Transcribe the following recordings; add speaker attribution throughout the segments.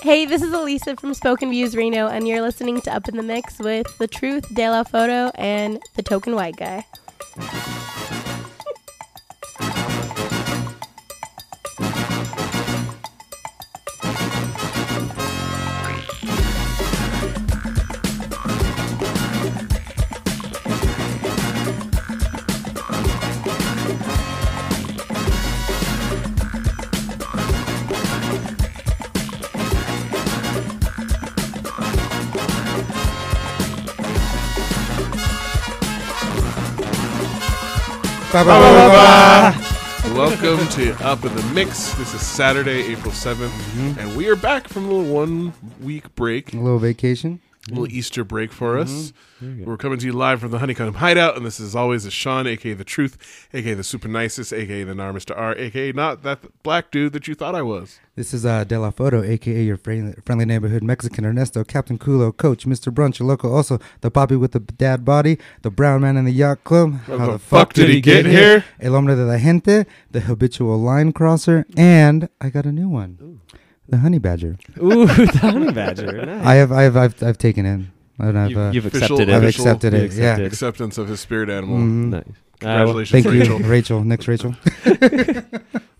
Speaker 1: Hey, this is Elisa from Spoken Views Reno, and you're listening to Up in the Mix with The Truth, De La Foto, and The Token White Guy.
Speaker 2: Welcome to Up in the Mix. This is Saturday, April 7th,
Speaker 3: Mm-hmm.
Speaker 2: and we are back from a little one week break,
Speaker 3: A
Speaker 2: a
Speaker 3: little vacation.
Speaker 2: little
Speaker 3: Mm-hmm.
Speaker 2: Easter break for us. We're coming to you live from the Honeycomb Hideout, and this is always a Sean, aka The Truth, aka The Super Nicest, aka The Nar Mr. R, aka Not That Black Dude That You Thought I Was.
Speaker 3: This is uh, De La Foto, aka your friendly, friendly neighborhood Mexican Ernesto, Captain Culo, Coach, Mr. Brunch, your local, also the poppy with the dad body, the brown man in the yacht club. How,
Speaker 2: the fuck did he get here?
Speaker 3: El hombre de la gente, the habitual line crosser, and I got a new one, the honey badger.
Speaker 4: Ooh, the honey badger.
Speaker 3: I have, I have, I've, I've taken in. I don't have.
Speaker 4: You've,
Speaker 3: uh,
Speaker 4: you've
Speaker 2: official-
Speaker 4: accepted
Speaker 3: I've
Speaker 4: it.
Speaker 2: official-
Speaker 3: accepted
Speaker 4: You
Speaker 3: it. Yeah.
Speaker 4: accepted.
Speaker 2: Acceptance of his spirit animal.
Speaker 3: Mhm.
Speaker 4: Nice. All right, well,
Speaker 2: Congratulations,
Speaker 3: Thank
Speaker 2: Rachel.
Speaker 3: you, Rachel. Next, Rachel.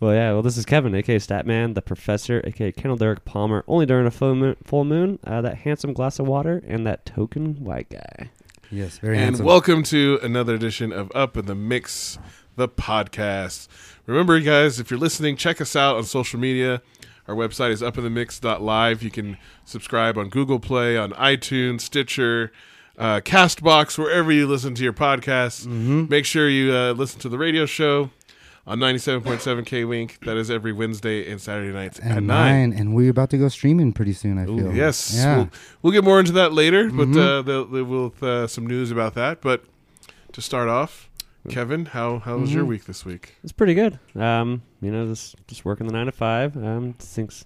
Speaker 4: well, yeah. Well, this is Kevin, aka Statman, the Professor, aka Kendall Derek Palmer. Only during a full moon, full moon uh, that handsome glass of water, and that token white guy.
Speaker 3: yes, very
Speaker 2: and
Speaker 3: handsome.
Speaker 2: welcome to another edition of Up in the Mix, the podcast. Remember, you guys, if you're listening, check us out on social media. Our website is upinthemix.live. You can subscribe on Google Play, on iTunes, Stitcher, uh, Castbox, wherever you listen to your podcasts.
Speaker 3: Mm-hmm.
Speaker 2: Make sure you uh, listen to the radio show on 97.7 K Wink. That is every Wednesday and Saturday nights
Speaker 3: and
Speaker 2: at 9.
Speaker 3: and we're about to go streaming pretty soon. I feel.
Speaker 2: Yes,
Speaker 3: Yeah. Mm-hmm.
Speaker 2: we'll, we'll get more into that later, but uh, the, the, with uh, some news about that. But to start off, Kevin, how how was your
Speaker 3: Mm-hmm.
Speaker 2: week this week?
Speaker 4: It's pretty good. Um, you know, just just working the nine to five. Um, things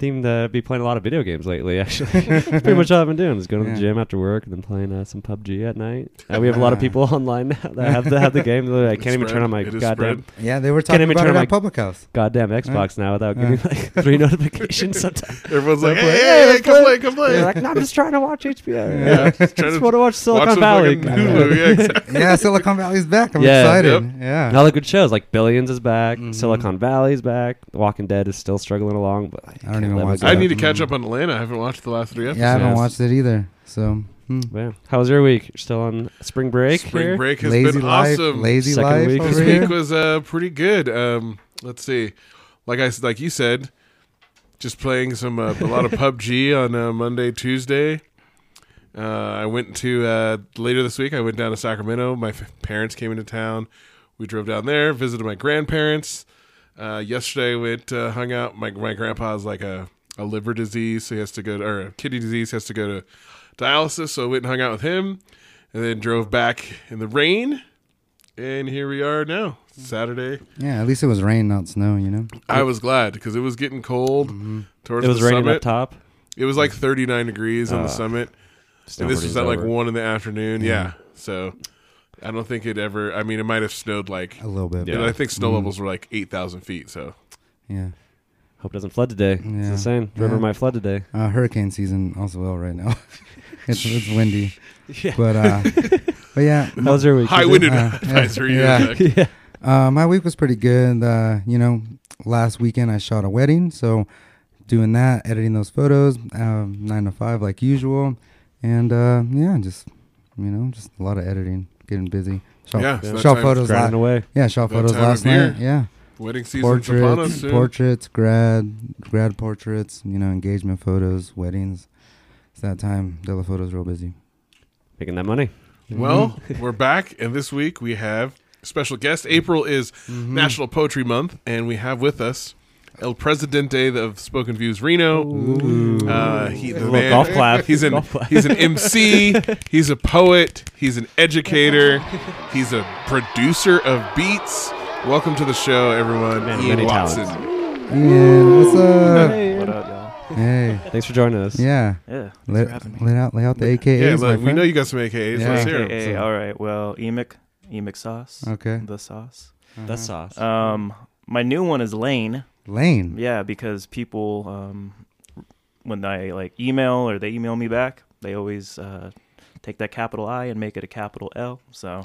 Speaker 4: seem to be playing a lot of video games lately. Actually, That's pretty much all I've been doing is going to
Speaker 3: Yeah.
Speaker 4: the gym after work and then playing uh, some PUBG at night. Uh, we have a lot of people online now that have that have the game. They're like, I
Speaker 2: It's
Speaker 4: can't even
Speaker 2: spread.
Speaker 4: turn on my
Speaker 2: It is
Speaker 4: goddamn
Speaker 3: Yeah, they were
Speaker 4: Can't
Speaker 3: talking
Speaker 4: even
Speaker 3: about
Speaker 4: turn
Speaker 3: it
Speaker 4: my-
Speaker 3: at Public House.
Speaker 4: goddamn Xbox now without giving me like three notifications sometimes.
Speaker 2: Everyone's like,
Speaker 3: Let's play.
Speaker 2: hey, hey, hey, come play, come
Speaker 4: They're
Speaker 2: play.
Speaker 4: like, no, I'm just trying to watch HBO.
Speaker 2: Yeah,
Speaker 4: Yeah.
Speaker 2: just trying
Speaker 4: just
Speaker 2: to
Speaker 4: want to watch
Speaker 2: watch
Speaker 4: Silicon
Speaker 2: some
Speaker 4: Valley.
Speaker 2: fucking Hulu. Yeah, exactly.
Speaker 3: yeah, Silicon Valley's back. I'm
Speaker 4: Yeah.
Speaker 3: excited.
Speaker 2: Yep.
Speaker 3: Yeah.
Speaker 4: And all the good shows like Billions is back,
Speaker 3: Mhm.
Speaker 4: Silicon Valley's back, Walking Dead is still struggling along, but I,
Speaker 3: even
Speaker 4: can't live
Speaker 3: watch
Speaker 4: without
Speaker 2: I
Speaker 3: that.
Speaker 4: it.
Speaker 2: need to catch up on Atlanta. I haven't watched the last three episodes.
Speaker 3: yeah, I haven't
Speaker 4: Yes.
Speaker 3: watched it either. So hmm.
Speaker 4: Yeah. How was your week? You're still on spring break.
Speaker 2: Spring
Speaker 4: here?
Speaker 2: break has
Speaker 3: lazy
Speaker 2: been
Speaker 3: life,
Speaker 2: awesome.
Speaker 3: lazy
Speaker 4: Second
Speaker 3: life
Speaker 4: week
Speaker 3: over
Speaker 2: this
Speaker 4: is
Speaker 3: here.
Speaker 2: week was uh, pretty good. Um, let's see, like I s- like you said, just playing some uh, a lot of PUBG on uh, Monday, Tuesday. Uh, I went to uh, later this week. I went down to Sacramento. My f- parents came into town. We drove down there, visited my grandparents. Uh, yesterday, I went uh, hung out. My my grandpa has like a, a liver disease, so he has to go to, or a kidney disease, has to go to dialysis. So I went and hung out with him, and then drove back in the rain. And here we are now, Saturday.
Speaker 3: Yeah, at least it was rain, not snow. You know.
Speaker 2: I was glad because it was getting cold towards
Speaker 4: It was
Speaker 2: the
Speaker 4: raining
Speaker 2: summit.
Speaker 4: up top.
Speaker 2: It was like 39 degrees on the
Speaker 4: Ah.
Speaker 2: summit.
Speaker 4: Just
Speaker 2: And this
Speaker 4: nobody's
Speaker 2: was at like
Speaker 4: over. Mm-hmm.
Speaker 2: 1 in the afternoon. Yeah. So I don't think it ever, I mean, it might have snowed like,
Speaker 3: A little bit.
Speaker 4: Yeah. Mm-hmm.
Speaker 2: and I think snow
Speaker 3: Mhm.
Speaker 2: levels were like 8,000 feet. So
Speaker 3: Yeah.
Speaker 4: Hope it doesn't flood today. It's
Speaker 3: Yeah.
Speaker 4: insane. River
Speaker 3: Yeah.
Speaker 4: might flood today.
Speaker 3: Uh, hurricane season also well right now. it's it's windy,
Speaker 4: Yeah.
Speaker 3: but uh, but yeah.
Speaker 4: How was your week? Was
Speaker 2: high
Speaker 4: it-
Speaker 2: winded
Speaker 3: uh,
Speaker 2: advisory.
Speaker 3: yeah.
Speaker 2: Yeah.
Speaker 4: yeah.
Speaker 3: Uh, my week was pretty good. Uh, you know, last weekend I shot a wedding, so doing that, editing those photos, um, nine to five like usual, and uh, yeah, just you know, just a lot of editing, getting busy. Shot,
Speaker 2: Yeah, so that
Speaker 3: shot
Speaker 2: time-
Speaker 3: photos last.
Speaker 4: Grinding away.
Speaker 3: Yeah, shot
Speaker 2: That
Speaker 3: photos
Speaker 2: time
Speaker 3: last
Speaker 2: of year.
Speaker 3: night. Yeah,
Speaker 2: Wedding season's upon us
Speaker 3: portraits,
Speaker 2: soon.
Speaker 3: portraits, grad, grad portraits. You know, engagement photos, weddings. It's that time. Della photos real busy.
Speaker 4: Making that money.
Speaker 2: Well, we're back, and this week we have special guest. April is National Poetry Month, and we have with us El Presidente of Spoken Views Reno. Uh, he, the
Speaker 4: Little
Speaker 2: man-
Speaker 4: golf clap.
Speaker 2: He's an
Speaker 4: Golf clap.
Speaker 2: he's an MC. he's a poet. He's an educator. He's a producer of beats. Welcome to the show, everyone.
Speaker 4: Man,
Speaker 2: Ian
Speaker 4: many talents.
Speaker 2: Watson.
Speaker 3: Ian, what's up?
Speaker 4: Hey.
Speaker 3: Hey,
Speaker 4: Thanks for joining us.
Speaker 3: yeah.
Speaker 5: Yeah, thanks
Speaker 3: Let,
Speaker 5: for having me.
Speaker 3: let out, lay out the AKAs,
Speaker 2: Yeah,
Speaker 3: my
Speaker 2: look,
Speaker 3: friend.
Speaker 2: we know you got some AKAs. Let's
Speaker 3: Yeah.
Speaker 2: hear 'em.
Speaker 5: AKA,
Speaker 3: so-
Speaker 5: all right. Well, emic, emic sauce.
Speaker 3: Okay.
Speaker 5: The sauce.
Speaker 4: That's sauce.
Speaker 5: Um, my new one is Lane.
Speaker 2: Mm-hmm.
Speaker 3: Lane.
Speaker 5: Yeah, because people um when I like email or they email me back, they always uh, take that capital I and make it a capital L. So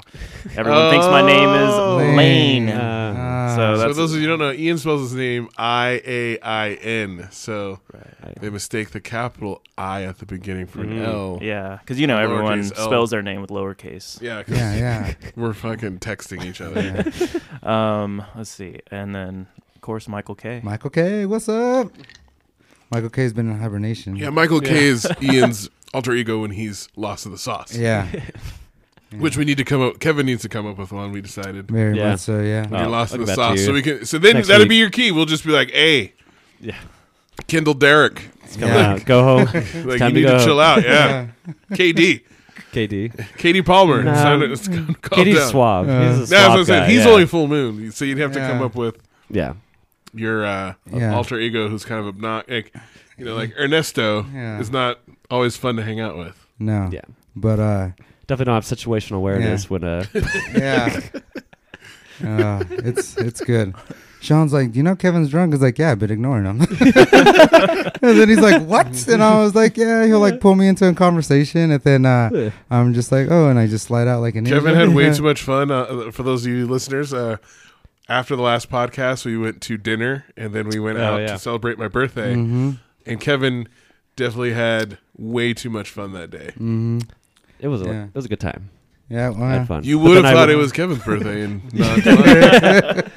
Speaker 5: everyone thinks my name
Speaker 2: Oh.
Speaker 5: is Lane.
Speaker 4: Lane. Uh,
Speaker 3: Ah.
Speaker 5: so
Speaker 2: So
Speaker 5: that's
Speaker 2: those of you who don't know, Ian spells his name I A I N. So they mistake the capital I at the beginning for an
Speaker 4: Mhm.
Speaker 2: L.
Speaker 5: yeah, because you know everyone
Speaker 2: Lowercase L.
Speaker 5: spells their name with lowercase.
Speaker 2: Yeah, 'cause
Speaker 3: yeah, yeah.
Speaker 2: we're fucking texting each other.
Speaker 3: yeah.
Speaker 5: Um, let's see, and then of course Michael K.
Speaker 3: Michael K, what's up? Michael K's been in hibernation.
Speaker 2: Yeah, Michael K is Ian's alter ego when he's lost in the sauce.
Speaker 3: Yeah.
Speaker 2: Which we need to come up. Kevin needs to come up with one. We decided.
Speaker 3: Very
Speaker 4: Yeah.
Speaker 3: much so, yeah.
Speaker 2: When you're
Speaker 4: Oh,
Speaker 2: lost in
Speaker 4: I'll
Speaker 2: the
Speaker 4: give that to
Speaker 2: sauce,
Speaker 4: you.
Speaker 2: so we can. So then
Speaker 4: Next
Speaker 2: that'll
Speaker 4: week.
Speaker 2: be your key. We'll just be like, "Hey,
Speaker 4: Yeah.
Speaker 2: Kendall Derrick,
Speaker 4: It's coming
Speaker 3: Yeah.
Speaker 4: out. Go home,
Speaker 2: like
Speaker 4: time
Speaker 2: you need
Speaker 4: to
Speaker 2: to,
Speaker 4: go.
Speaker 2: chill out." Yeah, KD,
Speaker 4: KD.
Speaker 2: Katie Palmer.
Speaker 4: No.
Speaker 2: It's time to- it's time to calm
Speaker 4: KD's
Speaker 2: down.
Speaker 4: suave.
Speaker 3: Uh,
Speaker 4: he's a suave
Speaker 2: Yeah, that's what I said.
Speaker 4: guy,
Speaker 2: He's
Speaker 4: yeah.
Speaker 2: only full moon, so you'd have to come
Speaker 3: Yeah.
Speaker 2: up with
Speaker 4: yeah.
Speaker 2: your uh,
Speaker 3: Yeah.
Speaker 2: alter ego, who's kind of obnoxious. Like, you know, like Ernesto
Speaker 3: Yeah.
Speaker 2: is not always fun to hang out with.
Speaker 3: No.
Speaker 4: Yeah.
Speaker 3: But uh
Speaker 4: Definitely don't have situational awareness
Speaker 3: Yeah.
Speaker 4: when uh
Speaker 3: yeah. Uh, it's it's good. Sean's like, do you know Kevin's drunk? He's like, yeah, but ignoring him. and then he's like, what? And I was like, yeah, he'll like pull me into a conversation, and then uh, I'm just like, oh, and I just slide out like an.
Speaker 2: Kevin
Speaker 3: Asian.
Speaker 2: had way too much fun. Uh, for those of you listeners, uh, after the last podcast, we went to dinner and then we went
Speaker 4: Oh,
Speaker 2: out
Speaker 4: yeah. Mm.
Speaker 2: to celebrate my birthday.
Speaker 3: Mhm.
Speaker 2: And Kevin definitely had way too much fun that day.
Speaker 3: Mhm.
Speaker 4: it was a
Speaker 3: Yeah.
Speaker 4: it was a good time.
Speaker 3: Yeah.
Speaker 4: I
Speaker 3: Well,
Speaker 4: had fun.
Speaker 2: You
Speaker 4: But
Speaker 2: would
Speaker 4: then
Speaker 2: have
Speaker 4: I
Speaker 2: thought it
Speaker 4: would-
Speaker 2: was Kevin's birthday and not mine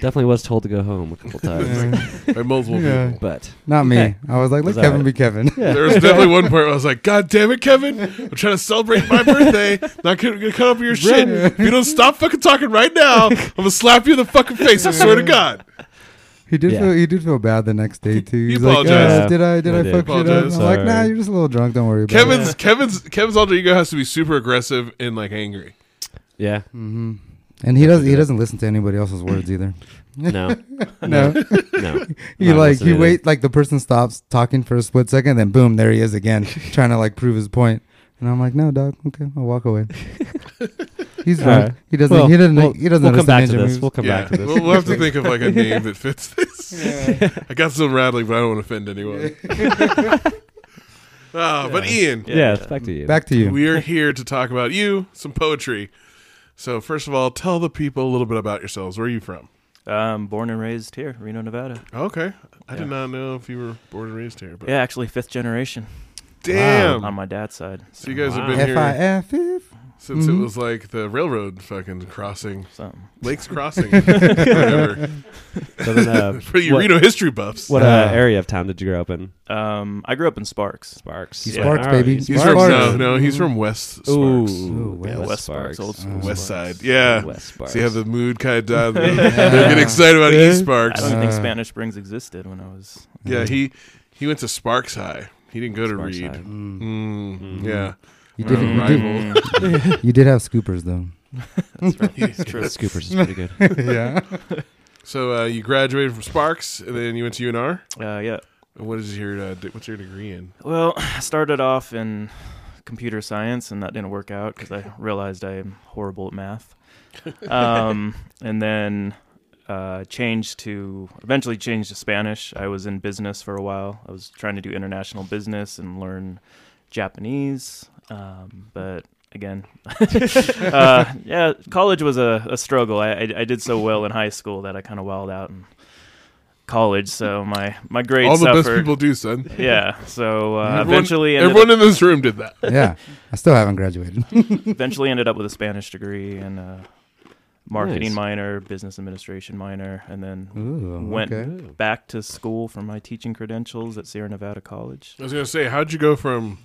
Speaker 4: definitely was told to go home a couple times.
Speaker 3: yeah.
Speaker 2: by multiple
Speaker 3: Yeah.
Speaker 2: people.
Speaker 4: But
Speaker 3: Not me.
Speaker 4: Okay.
Speaker 3: I was like, let
Speaker 4: Was
Speaker 3: Kevin
Speaker 4: that-
Speaker 3: be Kevin.
Speaker 2: There was definitely one part where I was like, God damn it, Kevin. I'm trying to celebrate my birthday. Not gonna, gonna cut up your shit. If you don't stop fucking talking right now, I'm gonna slap you in the fucking face. I swear to God.
Speaker 3: He did
Speaker 4: Yeah.
Speaker 3: feel he did feel bad the next day too.
Speaker 2: He
Speaker 3: He's like,
Speaker 2: apologized.
Speaker 3: uh, did I did
Speaker 4: Yeah,
Speaker 3: I
Speaker 4: he
Speaker 3: fuck shit up?
Speaker 2: apologized.
Speaker 3: I'm like, nah,
Speaker 4: Sorry.
Speaker 3: you're just a little drunk. Don't worry about it.
Speaker 2: Kevin's Kevin's Kevin's alter ego has to be super aggressive and like angry.
Speaker 4: yeah.
Speaker 3: hmm And he doesn't he doesn't listen to anybody else's words either.
Speaker 4: No.
Speaker 3: No.
Speaker 4: No.
Speaker 3: He like
Speaker 4: Not
Speaker 3: he
Speaker 4: listening to
Speaker 3: wait like the person stops talking for a split second, then boom, there he is again, trying to like prove his point. And I'm like, no, dog, okay, I'll walk away. He's
Speaker 4: All
Speaker 3: drunk.
Speaker 4: right.
Speaker 3: He doesn't.
Speaker 4: Well,
Speaker 3: he doesn't.
Speaker 4: we'll-
Speaker 3: he doesn't.
Speaker 4: We'll
Speaker 3: understand
Speaker 4: come back to
Speaker 3: ninja
Speaker 4: this.
Speaker 3: moves.
Speaker 4: We'll come back to this.
Speaker 2: We'll, we'll have to think of like a name that fits this. I got some rattling, but I don't want to offend anyone. Ah, but Ian,
Speaker 4: yeah, it's back to you.
Speaker 3: Back to you.
Speaker 2: we are here to talk about you, some poetry. So first of all, tell the people a little bit about yourselves. Where are you from?
Speaker 5: Um, born and raised here, Reno, Nevada.
Speaker 2: Okay, I
Speaker 5: Yeah.
Speaker 2: did not know if you were born and raised here. But
Speaker 5: Yeah, actually fifth generation
Speaker 2: damn.
Speaker 5: on my dad's side.
Speaker 2: so you guys
Speaker 4: Wow. Mm-hmm.
Speaker 2: have been
Speaker 3: F I
Speaker 2: here
Speaker 3: F F.
Speaker 2: since
Speaker 3: Mhm.
Speaker 2: it was like the railroad fucking crossing,
Speaker 5: Something.
Speaker 2: Lakes Crossing, whatever.
Speaker 4: So then, uh,
Speaker 2: For you
Speaker 4: what,
Speaker 2: Reno history buffs.
Speaker 4: what uh,
Speaker 3: Uh,
Speaker 4: area of town did you grow up in?
Speaker 5: Um, I grew up in Sparks.
Speaker 4: Sparks.
Speaker 3: He
Speaker 5: Yeah.
Speaker 3: sparks,
Speaker 4: All right.
Speaker 3: baby.
Speaker 2: He's
Speaker 3: Sparks.
Speaker 2: from no, no, he's from West
Speaker 4: Ooh,
Speaker 2: Sparks.
Speaker 3: Ooh,
Speaker 4: yeah,
Speaker 3: West
Speaker 4: West
Speaker 5: Sparks,
Speaker 4: Sparks.
Speaker 5: old school
Speaker 3: Uh,
Speaker 2: West
Speaker 5: Sparks.
Speaker 2: Side. Yeah.
Speaker 4: West Sparks.
Speaker 2: So you have the mood kind of down.
Speaker 3: Yeah.
Speaker 2: They're getting excited about
Speaker 3: Yeah.
Speaker 2: East
Speaker 5: I
Speaker 2: Sparks.
Speaker 5: don't think
Speaker 3: Uh,
Speaker 5: Spanish Springs existed when I was.
Speaker 3: Mm.
Speaker 2: Yeah, he he went to Sparks High. He didn't go to
Speaker 4: Sparks
Speaker 2: Reed.
Speaker 4: High.
Speaker 3: Mm.
Speaker 2: Mm,
Speaker 5: Mm-hmm.
Speaker 4: Mhm.
Speaker 2: Yeah.
Speaker 3: You did,
Speaker 2: Mm.
Speaker 3: you, did, you did have scoopers though.
Speaker 5: True.
Speaker 4: Scoopers is pretty good.
Speaker 3: yeah.
Speaker 2: So uh, you graduated from Sparks, and then you went to UNR.
Speaker 5: Uh, yeah.
Speaker 2: And What is your uh, di- what's your degree in?
Speaker 5: Well, I started off in computer science, and that didn't work out because I realized I am horrible at math. Um, and then uh, changed to eventually changed to Spanish. I was in business for a while. I was trying to do international business and learn Japanese, um, but again, uh, yeah, college was a, a struggle. I, I I did so well in high school that I kind of wilded out in college, so my my grades
Speaker 2: All the
Speaker 5: suffered.
Speaker 2: best people do, son.
Speaker 5: Yeah. So uh,
Speaker 2: Everyone-
Speaker 5: eventually, ended
Speaker 2: Everyone in this room did that.
Speaker 3: Yeah. I still haven't graduated.
Speaker 5: up, eventually ended up with a Spanish degree and a marketing
Speaker 4: Nice.
Speaker 5: minor, business administration minor, and then
Speaker 3: Ooh,
Speaker 5: Went.
Speaker 3: okay.
Speaker 5: back to school for my teaching credentials at Sierra Nevada College.
Speaker 2: I was gonna say, how'd you go from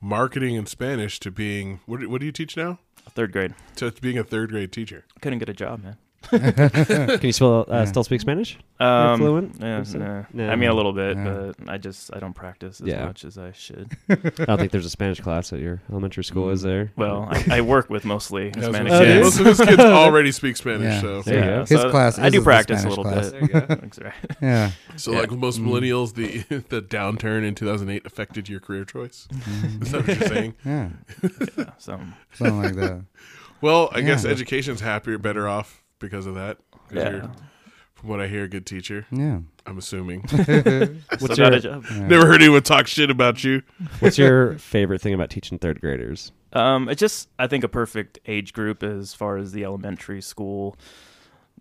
Speaker 2: marketing in Spanish to being what? do- What do you teach now?
Speaker 5: Third grade.
Speaker 2: To being a third grade teacher.
Speaker 5: Couldn't get a job, man.
Speaker 4: Can you still uh,
Speaker 3: Yeah.
Speaker 4: still speak Spanish?
Speaker 5: Um,
Speaker 4: fluent?
Speaker 5: yeah,
Speaker 4: Think so?
Speaker 5: nah.
Speaker 4: No.
Speaker 5: I mean, a little bit,
Speaker 3: Yeah.
Speaker 5: but I just I don't practice as
Speaker 4: Yeah.
Speaker 5: much as I should.
Speaker 4: I don't think there's a Spanish class at your elementary school, is there?
Speaker 5: Well, I, I work with mostly
Speaker 2: I was gonna
Speaker 5: Hispanic
Speaker 4: Oh,
Speaker 2: say,
Speaker 4: yeah.
Speaker 5: kids.
Speaker 2: Most of his kids already speak Spanish,
Speaker 3: Yeah.
Speaker 2: so
Speaker 4: There you go.
Speaker 3: His class
Speaker 5: I
Speaker 3: is
Speaker 5: do
Speaker 3: the
Speaker 5: practice a
Speaker 3: Spanish
Speaker 5: little
Speaker 3: class.
Speaker 5: bit.
Speaker 4: you go.
Speaker 5: That's right.
Speaker 3: Yeah.
Speaker 2: So,
Speaker 5: Yeah.
Speaker 2: like with most millennials, the the downturn in 2008 affected your career choice. Is that what you're saying?
Speaker 3: Mm-hmm. Yeah.
Speaker 5: Yeah, so
Speaker 3: Something like that.
Speaker 2: Well, I guess
Speaker 3: Yeah.
Speaker 2: education's happier, better off because of that. 'cause
Speaker 5: yeah.
Speaker 2: you're- what I hear, good teacher.
Speaker 3: Yeah.
Speaker 2: I'm assuming.
Speaker 5: What's
Speaker 4: What's
Speaker 5: your,
Speaker 4: your,
Speaker 5: a job.
Speaker 2: Never heard anyone talk shit about you.
Speaker 4: what's your favorite thing about teaching third graders?
Speaker 5: Um, it's just I think a perfect age group as far as the elementary school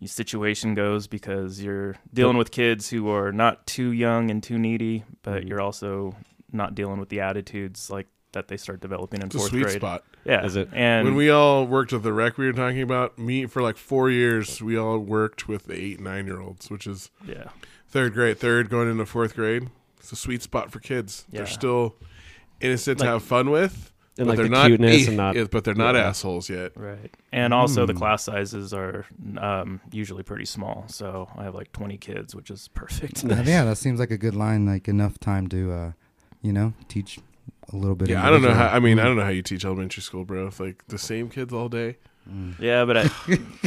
Speaker 5: situation goes because you're dealing with kids who are not too young and too needy, but
Speaker 4: Mhm.
Speaker 5: you're also not dealing with the attitudes like that they start developing in
Speaker 2: It's a
Speaker 5: fourth
Speaker 2: sweet
Speaker 5: grade.
Speaker 2: spot.
Speaker 5: Yeah,
Speaker 4: Is it-
Speaker 5: And
Speaker 2: when we all worked at the rec we were talking about, me for like four years, we all worked with the eight, nine year olds, which is
Speaker 5: yeah,
Speaker 2: third grade, third going into fourth grade. It's a sweet spot for kids.
Speaker 5: Yeah.
Speaker 2: They're still innocent
Speaker 5: Like-
Speaker 2: to have fun with,
Speaker 4: And
Speaker 2: but
Speaker 4: like
Speaker 2: they're
Speaker 4: the
Speaker 2: not,
Speaker 4: cuteness and not e-
Speaker 2: yeah, but they're not
Speaker 4: yeah.
Speaker 2: assholes yet.
Speaker 5: right. And also the
Speaker 3: Hmm.
Speaker 5: class sizes are um, usually pretty small, so I have like 20 kids, which is perfect.
Speaker 3: Uh, yeah, that seems like a good line. Like enough time to, uh, you know, teach a little bit.
Speaker 2: Yeah, I don't know how.
Speaker 3: individual.
Speaker 2: I mean, I don't know how you teach elementary school, bro. If like the same kids all day,
Speaker 3: Mm.
Speaker 5: Yeah, but I,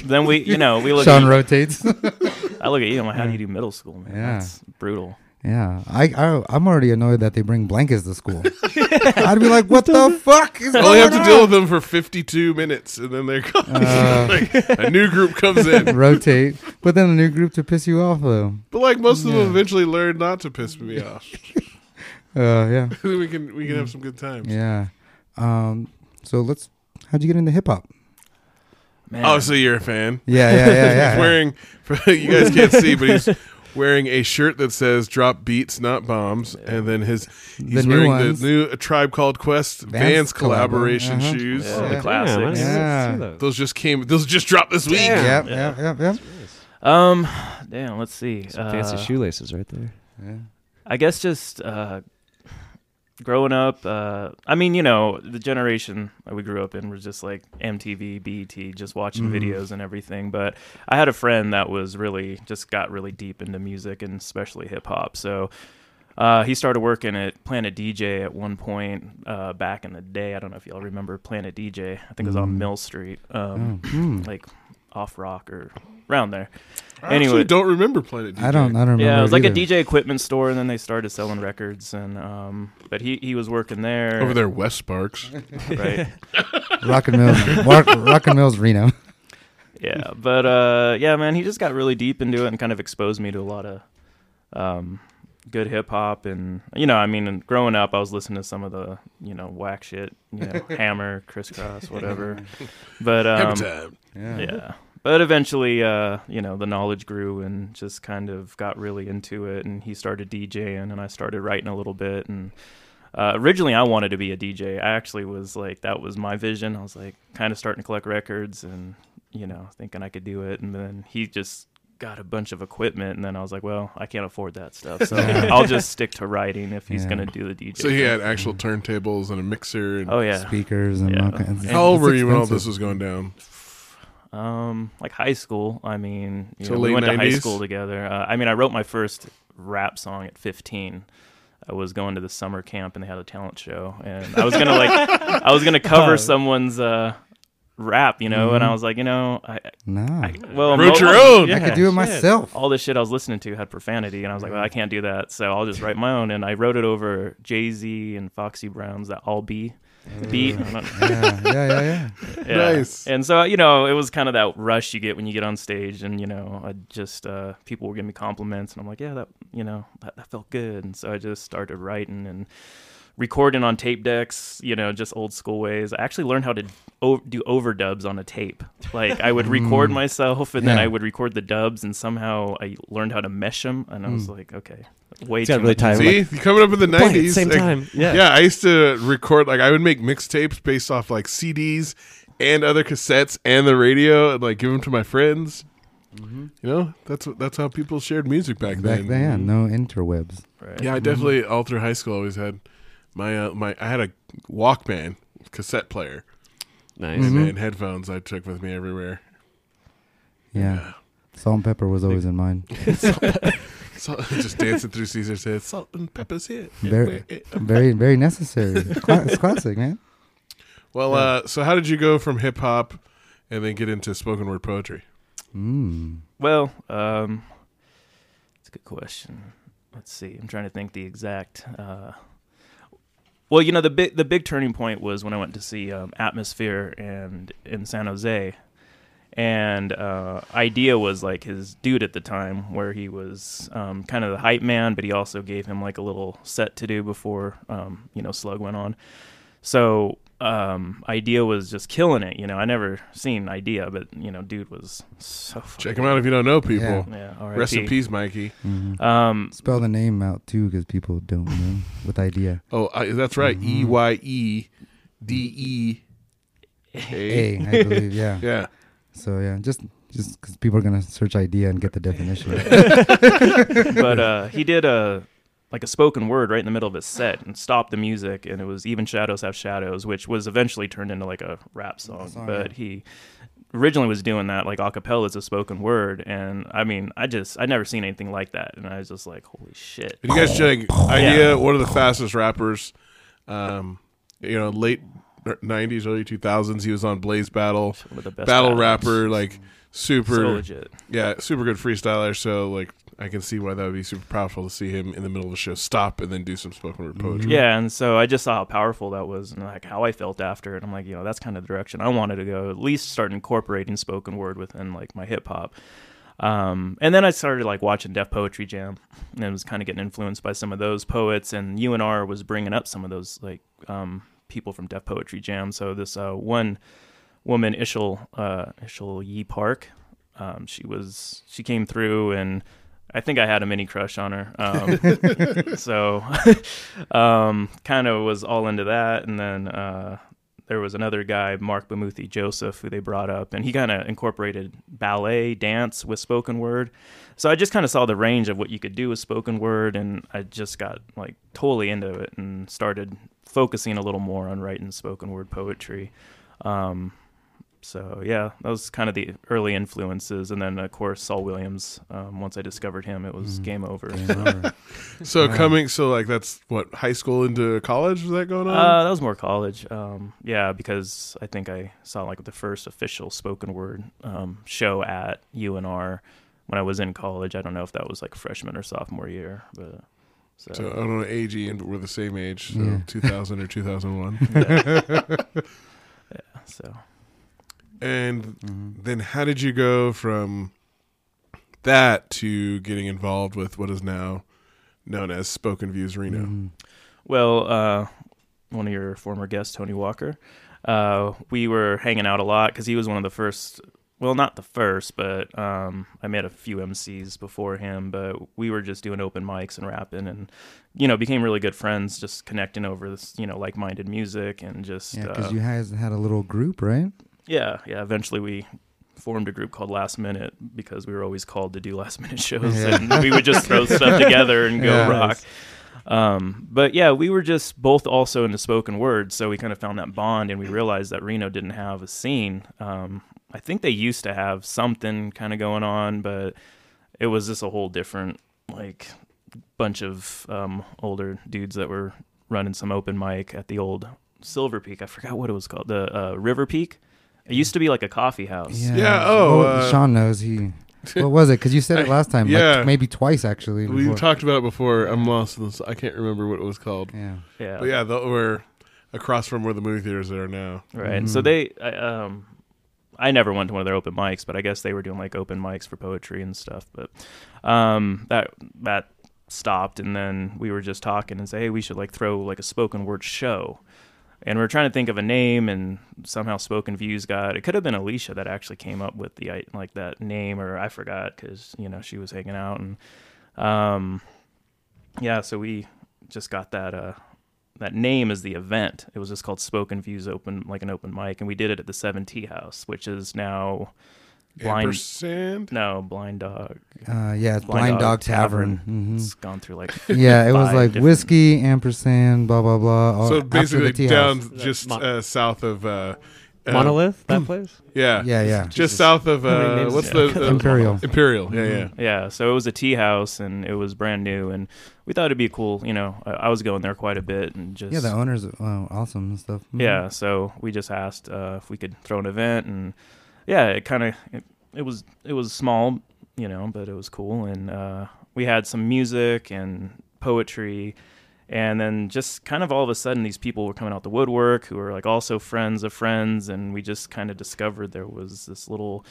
Speaker 5: then we, you know, we look.
Speaker 3: Sean
Speaker 5: at,
Speaker 3: rotates.
Speaker 5: I look at you. I'm like, how do you do middle school, man?
Speaker 3: Yeah.
Speaker 5: That's brutal.
Speaker 3: yeah, I, I I'm already annoyed that they bring blankets to school. I'd be like, what the fuck is
Speaker 2: I
Speaker 3: going
Speaker 2: only have to
Speaker 3: on?
Speaker 2: deal with them for fifty-two minutes, and then they're gone.
Speaker 3: Uh,
Speaker 2: like, a new group comes in.
Speaker 3: rotate, but then a new group to piss you off though.
Speaker 2: But like most of
Speaker 3: Yeah.
Speaker 2: them eventually learn not to piss me off.
Speaker 3: Uh, yeah,
Speaker 2: Then we can we can have some good times.
Speaker 3: Mm. yeah. Um, so let's. How'd you get into hip hop?
Speaker 5: Man.
Speaker 2: Oh, so you're a fan?
Speaker 3: Yeah, yeah, yeah, yeah.
Speaker 2: he's wearing. you guys can't see, but he's wearing a shirt that says "Drop Beats, Not Bombs," and then his he's
Speaker 3: new
Speaker 2: wearing
Speaker 3: ones.
Speaker 2: the new A Tribe Called Quest Vans,
Speaker 3: Vans collab,
Speaker 2: collaboration
Speaker 3: uh-huh.
Speaker 2: shoes.
Speaker 5: Yeah.
Speaker 4: Oh,
Speaker 5: The
Speaker 4: damn,
Speaker 5: classics.
Speaker 4: I didn't even
Speaker 3: Yeah.
Speaker 4: see those.
Speaker 2: Those just came. Those just dropped this week.
Speaker 4: Damn.
Speaker 3: Yep,
Speaker 5: Yeah.
Speaker 3: yep, yep, yep.
Speaker 5: Um, damn. Let's see.
Speaker 4: Some fancy
Speaker 5: Uh,
Speaker 4: shoelaces right there.
Speaker 3: Yeah.
Speaker 5: I guess just uh, growing up. Uh, I mean, you know, the generation that we grew up in was just like MTV, BET, E just watching
Speaker 4: Mm-hmm.
Speaker 3: Mhm.
Speaker 5: videos and everything. But I had a friend that was really just got really deep into music and especially hip hop. So. Uh, he started working at Planet DJ at one point uh, back in the day. I don't know if y'all remember Planet DJ. I think it was on
Speaker 4: Mm-hmm.
Speaker 3: Mm.
Speaker 5: Mill Street,
Speaker 3: Oh,
Speaker 5: um,
Speaker 3: hmm.
Speaker 4: Mm.
Speaker 5: like off Rock or around there.
Speaker 2: I
Speaker 5: Anyway.
Speaker 2: actually don't remember Planet. DJ.
Speaker 3: I don't. I don't know.
Speaker 5: Yeah, it was like
Speaker 3: either.
Speaker 5: a DJ equipment store, and then they started selling records. And um, but he he was working there
Speaker 2: Over there, West Sparks.
Speaker 5: right?
Speaker 3: Rockin' Mills, Rock, Rockin' Mills, Reno.
Speaker 5: yeah, but uh, yeah, man, he just got really deep into it and kind of exposed me to a lot of um, good hip hop. And you know, I mean, and growing up, I was listening to some of the you know whack shit, you know, Hammer, Crisscross, whatever. But um,
Speaker 2: Every time.
Speaker 3: Yeah.
Speaker 5: yeah but eventually uh you know the knowledge grew and just kind of got really into it and he started djing and i started writing a little bit and uh, originally i wanted to be a dj i actually was like that was my vision i was like kind of starting to collect records and you know thinking i could do it and then he just got a bunch of equipment and then i was like well i can't afford that stuff so i'll just stick to writing if he's
Speaker 3: Yeah.
Speaker 5: gonna do the dj
Speaker 2: So he
Speaker 5: thing."
Speaker 2: had actual turntables and a mixer. And
Speaker 5: oh yeah
Speaker 3: Speakers and
Speaker 5: Yeah.
Speaker 3: all kinds.
Speaker 5: And
Speaker 2: how old
Speaker 3: it's
Speaker 2: were you when all
Speaker 3: expensive.
Speaker 2: this was going down?
Speaker 5: Um, like high school. I mean, you
Speaker 2: So
Speaker 5: know, we
Speaker 2: late
Speaker 5: went to high
Speaker 2: 90s?
Speaker 5: school together. Uh, I mean, I wrote my first rap song at 15. I was going to the summer camp and they had a talent show, and I was gonna like, I was gonna cover someone's uh rap, you know, and I was like, you know, I,
Speaker 3: Nah.
Speaker 5: I well,
Speaker 2: Wrote Mm-hmm. your
Speaker 5: all-
Speaker 2: own?
Speaker 3: I
Speaker 5: yeah.
Speaker 3: could do it myself.
Speaker 5: All this shit I was listening to had profanity, and I was like, well, I can't do that, so I'll just write my own. And I wrote it over Jay Z and Foxy Brown's "That All Be"
Speaker 2: Mm.
Speaker 5: beat. I don't-
Speaker 3: yeah, yeah, yeah, yeah.
Speaker 5: yeah.
Speaker 2: Nice.
Speaker 5: And so you know, it was kind of that rush you get when you get on stage, and you know, I just uh, people were giving me compliments, and I'm like, yeah, that you know, that, that felt good. And so I just started writing and recording on tape decks, you know, just old school ways. I actually learned how to o- do overdubs on a tape. Like I
Speaker 4: Mm.
Speaker 5: would record myself, and then
Speaker 3: Yeah.
Speaker 5: I would record the dubs, and somehow I learned how to mesh them, and I was like, okay, way
Speaker 4: Mm. It's
Speaker 5: too
Speaker 4: got really
Speaker 5: much.
Speaker 4: tight.
Speaker 2: See, you coming up in the
Speaker 4: Play it
Speaker 2: nineties.
Speaker 4: same time. Yeah.
Speaker 2: yeah, I used to record like I would make mixtapes based off like CDs and other cassettes and the radio, and like give them to my friends. You know, that's what- that's how people shared music back,
Speaker 3: Mm-hmm. Back then, Mm-hmm.
Speaker 2: then.
Speaker 3: no interwebs.
Speaker 5: Right.
Speaker 2: Yeah, I definitely all through high school always had my uh, my I had a Walkman cassette player
Speaker 4: Nice.
Speaker 5: Mm.
Speaker 2: and, and headphones I took with me everywhere.
Speaker 3: Yeah. Salt and pepper was always in mine.
Speaker 2: So, just dancing through Caesar's head, salt and pepper's here.
Speaker 3: Very, very, very necessary. Cla- it's classic, man.
Speaker 2: Well, uh, so how did you go from hip hop and then get into spoken word poetry?
Speaker 3: Mm.
Speaker 5: Well, um, it's a good question. Let's see. I'm trying to think the exact. Uh, well, you know, the big the big turning point was when I went to see um, Atmosphere and in San Jose, And uh, idea was like his dude at the time, where he was um, kind of the hype man, but he also gave him like a little set to do before um, you know Slug went on. So um, idea was just killing it. You know, I never seen idea, but you know, dude was so fucking-
Speaker 2: Check them out if you don't know people.
Speaker 5: Yeah,
Speaker 2: Rest in
Speaker 5: RIP.
Speaker 2: peace, Mikey.
Speaker 3: Mhm.
Speaker 5: Um,
Speaker 3: Spell the name out too, because people don't know with idea.
Speaker 2: Oh, I, that's right. E Y E D E
Speaker 3: A,
Speaker 2: A.
Speaker 3: I believe, yeah.
Speaker 2: Yeah.
Speaker 3: So yeah, just just because people are gonna search idea and get the definition.
Speaker 5: but uh, he did a like a spoken word right in the middle of his set and stopped the music and it was even shadows have shadows which was eventually turned into like a rap song,
Speaker 3: Song,
Speaker 5: but
Speaker 3: yeah.
Speaker 5: he originally was doing that like a cappella as a spoken word and i mean i just i never seen anything like that and i was just like holy shit
Speaker 2: And you guys check idea one of the fastest rappers. Um, you know, late '90s, early 2000s. He was on Blaze Battle,
Speaker 5: One of the best
Speaker 2: battle
Speaker 5: battles.
Speaker 2: rapper, like super,
Speaker 5: so legit
Speaker 2: yeah, super good freestyler. So like, I can see why that would be super powerful to see him in the middle of a show stop and then do some spoken word poetry.
Speaker 5: Yeah, and so I just saw how powerful that was and like how I felt after it. I'm like, you know, that's kind of the direction I wanted to go. At least start incorporating spoken word within like my hip hop. Um, and then I started like watching Deaf Poetry Jam and was kind of getting influenced by some of those poets. And UNR was bringing up some of those like um, people from Deaf Poetry Jam. So this uh, one woman, Ishel uh, Ishel Yee Park, um, she was she came through and. I think I had a mini crush on her. Um, so um, kind of was all into that. And then uh, there was another guy, Mark Bamuthi Joseph, who they brought up, and he kind of incorporated ballet, dance with spoken word. So I just kind of saw the range of what you could do with spoken word, and I just got like totally into it and started focusing a little more on writing spoken word poetry. Um, so yeah, that was kind of the early influences, and then of course Saul Williams. Um, once I discovered him, it was game over.
Speaker 2: So coming, so like that's what high school into college was that going on?
Speaker 5: Uh, that was more college. Um, yeah, because I think I saw like the first official spoken word um, show at UNR when I was in college. I don't know if that was like freshman or sophomore year, but so,
Speaker 2: so I don't know, AG and we're the same age, so
Speaker 3: Yeah.
Speaker 2: 2000 or 2001.
Speaker 5: so
Speaker 2: And then how did you go from that to getting involved with what is now known as Spoken Views Reno?
Speaker 3: Mm-hmm.
Speaker 5: well, uh, one of your former guests, Tony Walker, uh, we were hanging out a lot because he was one of the first. Well, not the first, but um, I met a few MCs before him. But we were just doing open mics and rapping, and you know, became really good friends, just connecting over this, you know, like-minded music and just
Speaker 3: yeah,
Speaker 5: uh,
Speaker 3: because you guys had a little group, right?
Speaker 5: Yeah, yeah. Eventually, we formed a group called Last Minute because we were always called to do last minute shows,
Speaker 3: Yeah.
Speaker 5: and we would just throw stuff together and go
Speaker 3: Yeah.
Speaker 5: rock. Um, but yeah, we were just both also into spoken word, so we kind of found that bond, and we realized that Reno didn't have a scene. Um, I think they used to have something kind of going on, but it was just a whole different like bunch of um, older dudes that were running some open mic at the old Silver Peak. I forgot what it was called, the uh, River Peak. It used to be like a coffee house.
Speaker 2: Yeah, oh,
Speaker 3: Well,
Speaker 2: uh,
Speaker 3: Sean knows he. What was it? Because you said it last time.
Speaker 2: Yeah.
Speaker 3: like, maybe twice actually.
Speaker 2: We
Speaker 3: before.
Speaker 2: talked about it before. I'm lost in this. I can't remember what it was called.
Speaker 3: yeah,
Speaker 5: Yeah,
Speaker 2: But Oh, yeah, the, we're across from where the movie theaters are now.
Speaker 5: right. So they, I, um, I never went to one of their open mics, but I guess they were doing like open mics for poetry and stuff. But um, that that stopped, and then we were just talking and say, hey, we should like throw like a spoken word show. And we are trying to think of a name, and somehow Spoken Views got. It could have been Alicia that actually came up with the i- like that name, or I forgot because you know she was hanging out, and um, yeah. So we just got that uh that name is the event. It was just called Spoken Views Open, like an open mic, and we did it at the Seven T House, which is now blind.
Speaker 2: Ampersand?
Speaker 5: No, Blind Dog.
Speaker 3: uh, yeah. It's Blind, Dog, Tavern.
Speaker 5: It's gone through like
Speaker 3: Mhm. Yeah, it was
Speaker 5: five
Speaker 3: like
Speaker 5: different-
Speaker 3: whiskey, ampersand, blah blah blah. all
Speaker 2: So
Speaker 3: after the
Speaker 2: basically
Speaker 3: tea
Speaker 2: down
Speaker 3: house.
Speaker 2: just
Speaker 4: Mon-
Speaker 2: uh, south of uh, uh,
Speaker 4: Monolith, that place.
Speaker 2: Yeah.
Speaker 3: Yeah, yeah.
Speaker 2: Just south of
Speaker 4: many
Speaker 2: uh,
Speaker 4: names
Speaker 2: what's
Speaker 4: is
Speaker 2: the uh,
Speaker 3: Imperial.
Speaker 2: Imperial. Yeah, yeah.
Speaker 5: Yeah, so it was a tea house, and it was brand new, and we thought it'd be cool. You know, I, I was going there quite a bit, and just
Speaker 3: Yeah, the owners uh, awesome and stuff. Mhm.
Speaker 5: Yeah, so we just asked uh, if we could throw an event, and yeah, it kind of it, it was it was small, you know, but it was cool, and uh, we had some music and poetry, And then just kind of all of a sudden, these people were coming out the woodwork who were like also friends of friends, and we just kind of discovered there was this little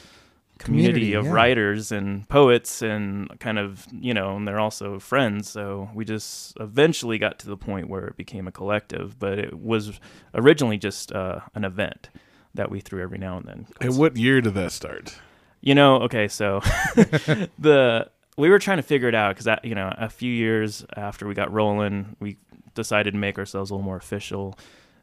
Speaker 5: community,
Speaker 3: Community,
Speaker 5: of
Speaker 3: yeah.
Speaker 5: writers and poets and kind of you know and they're also friends so we just eventually got to the point where it became a collective but it was originally just uh, an event that we threw every now and then
Speaker 4: Mm-hmm.
Speaker 2: And what year did that start?
Speaker 5: you know, okay, so the we were trying to figure it out because you know a few years after we got rolling, we decided to make ourselves a little more official.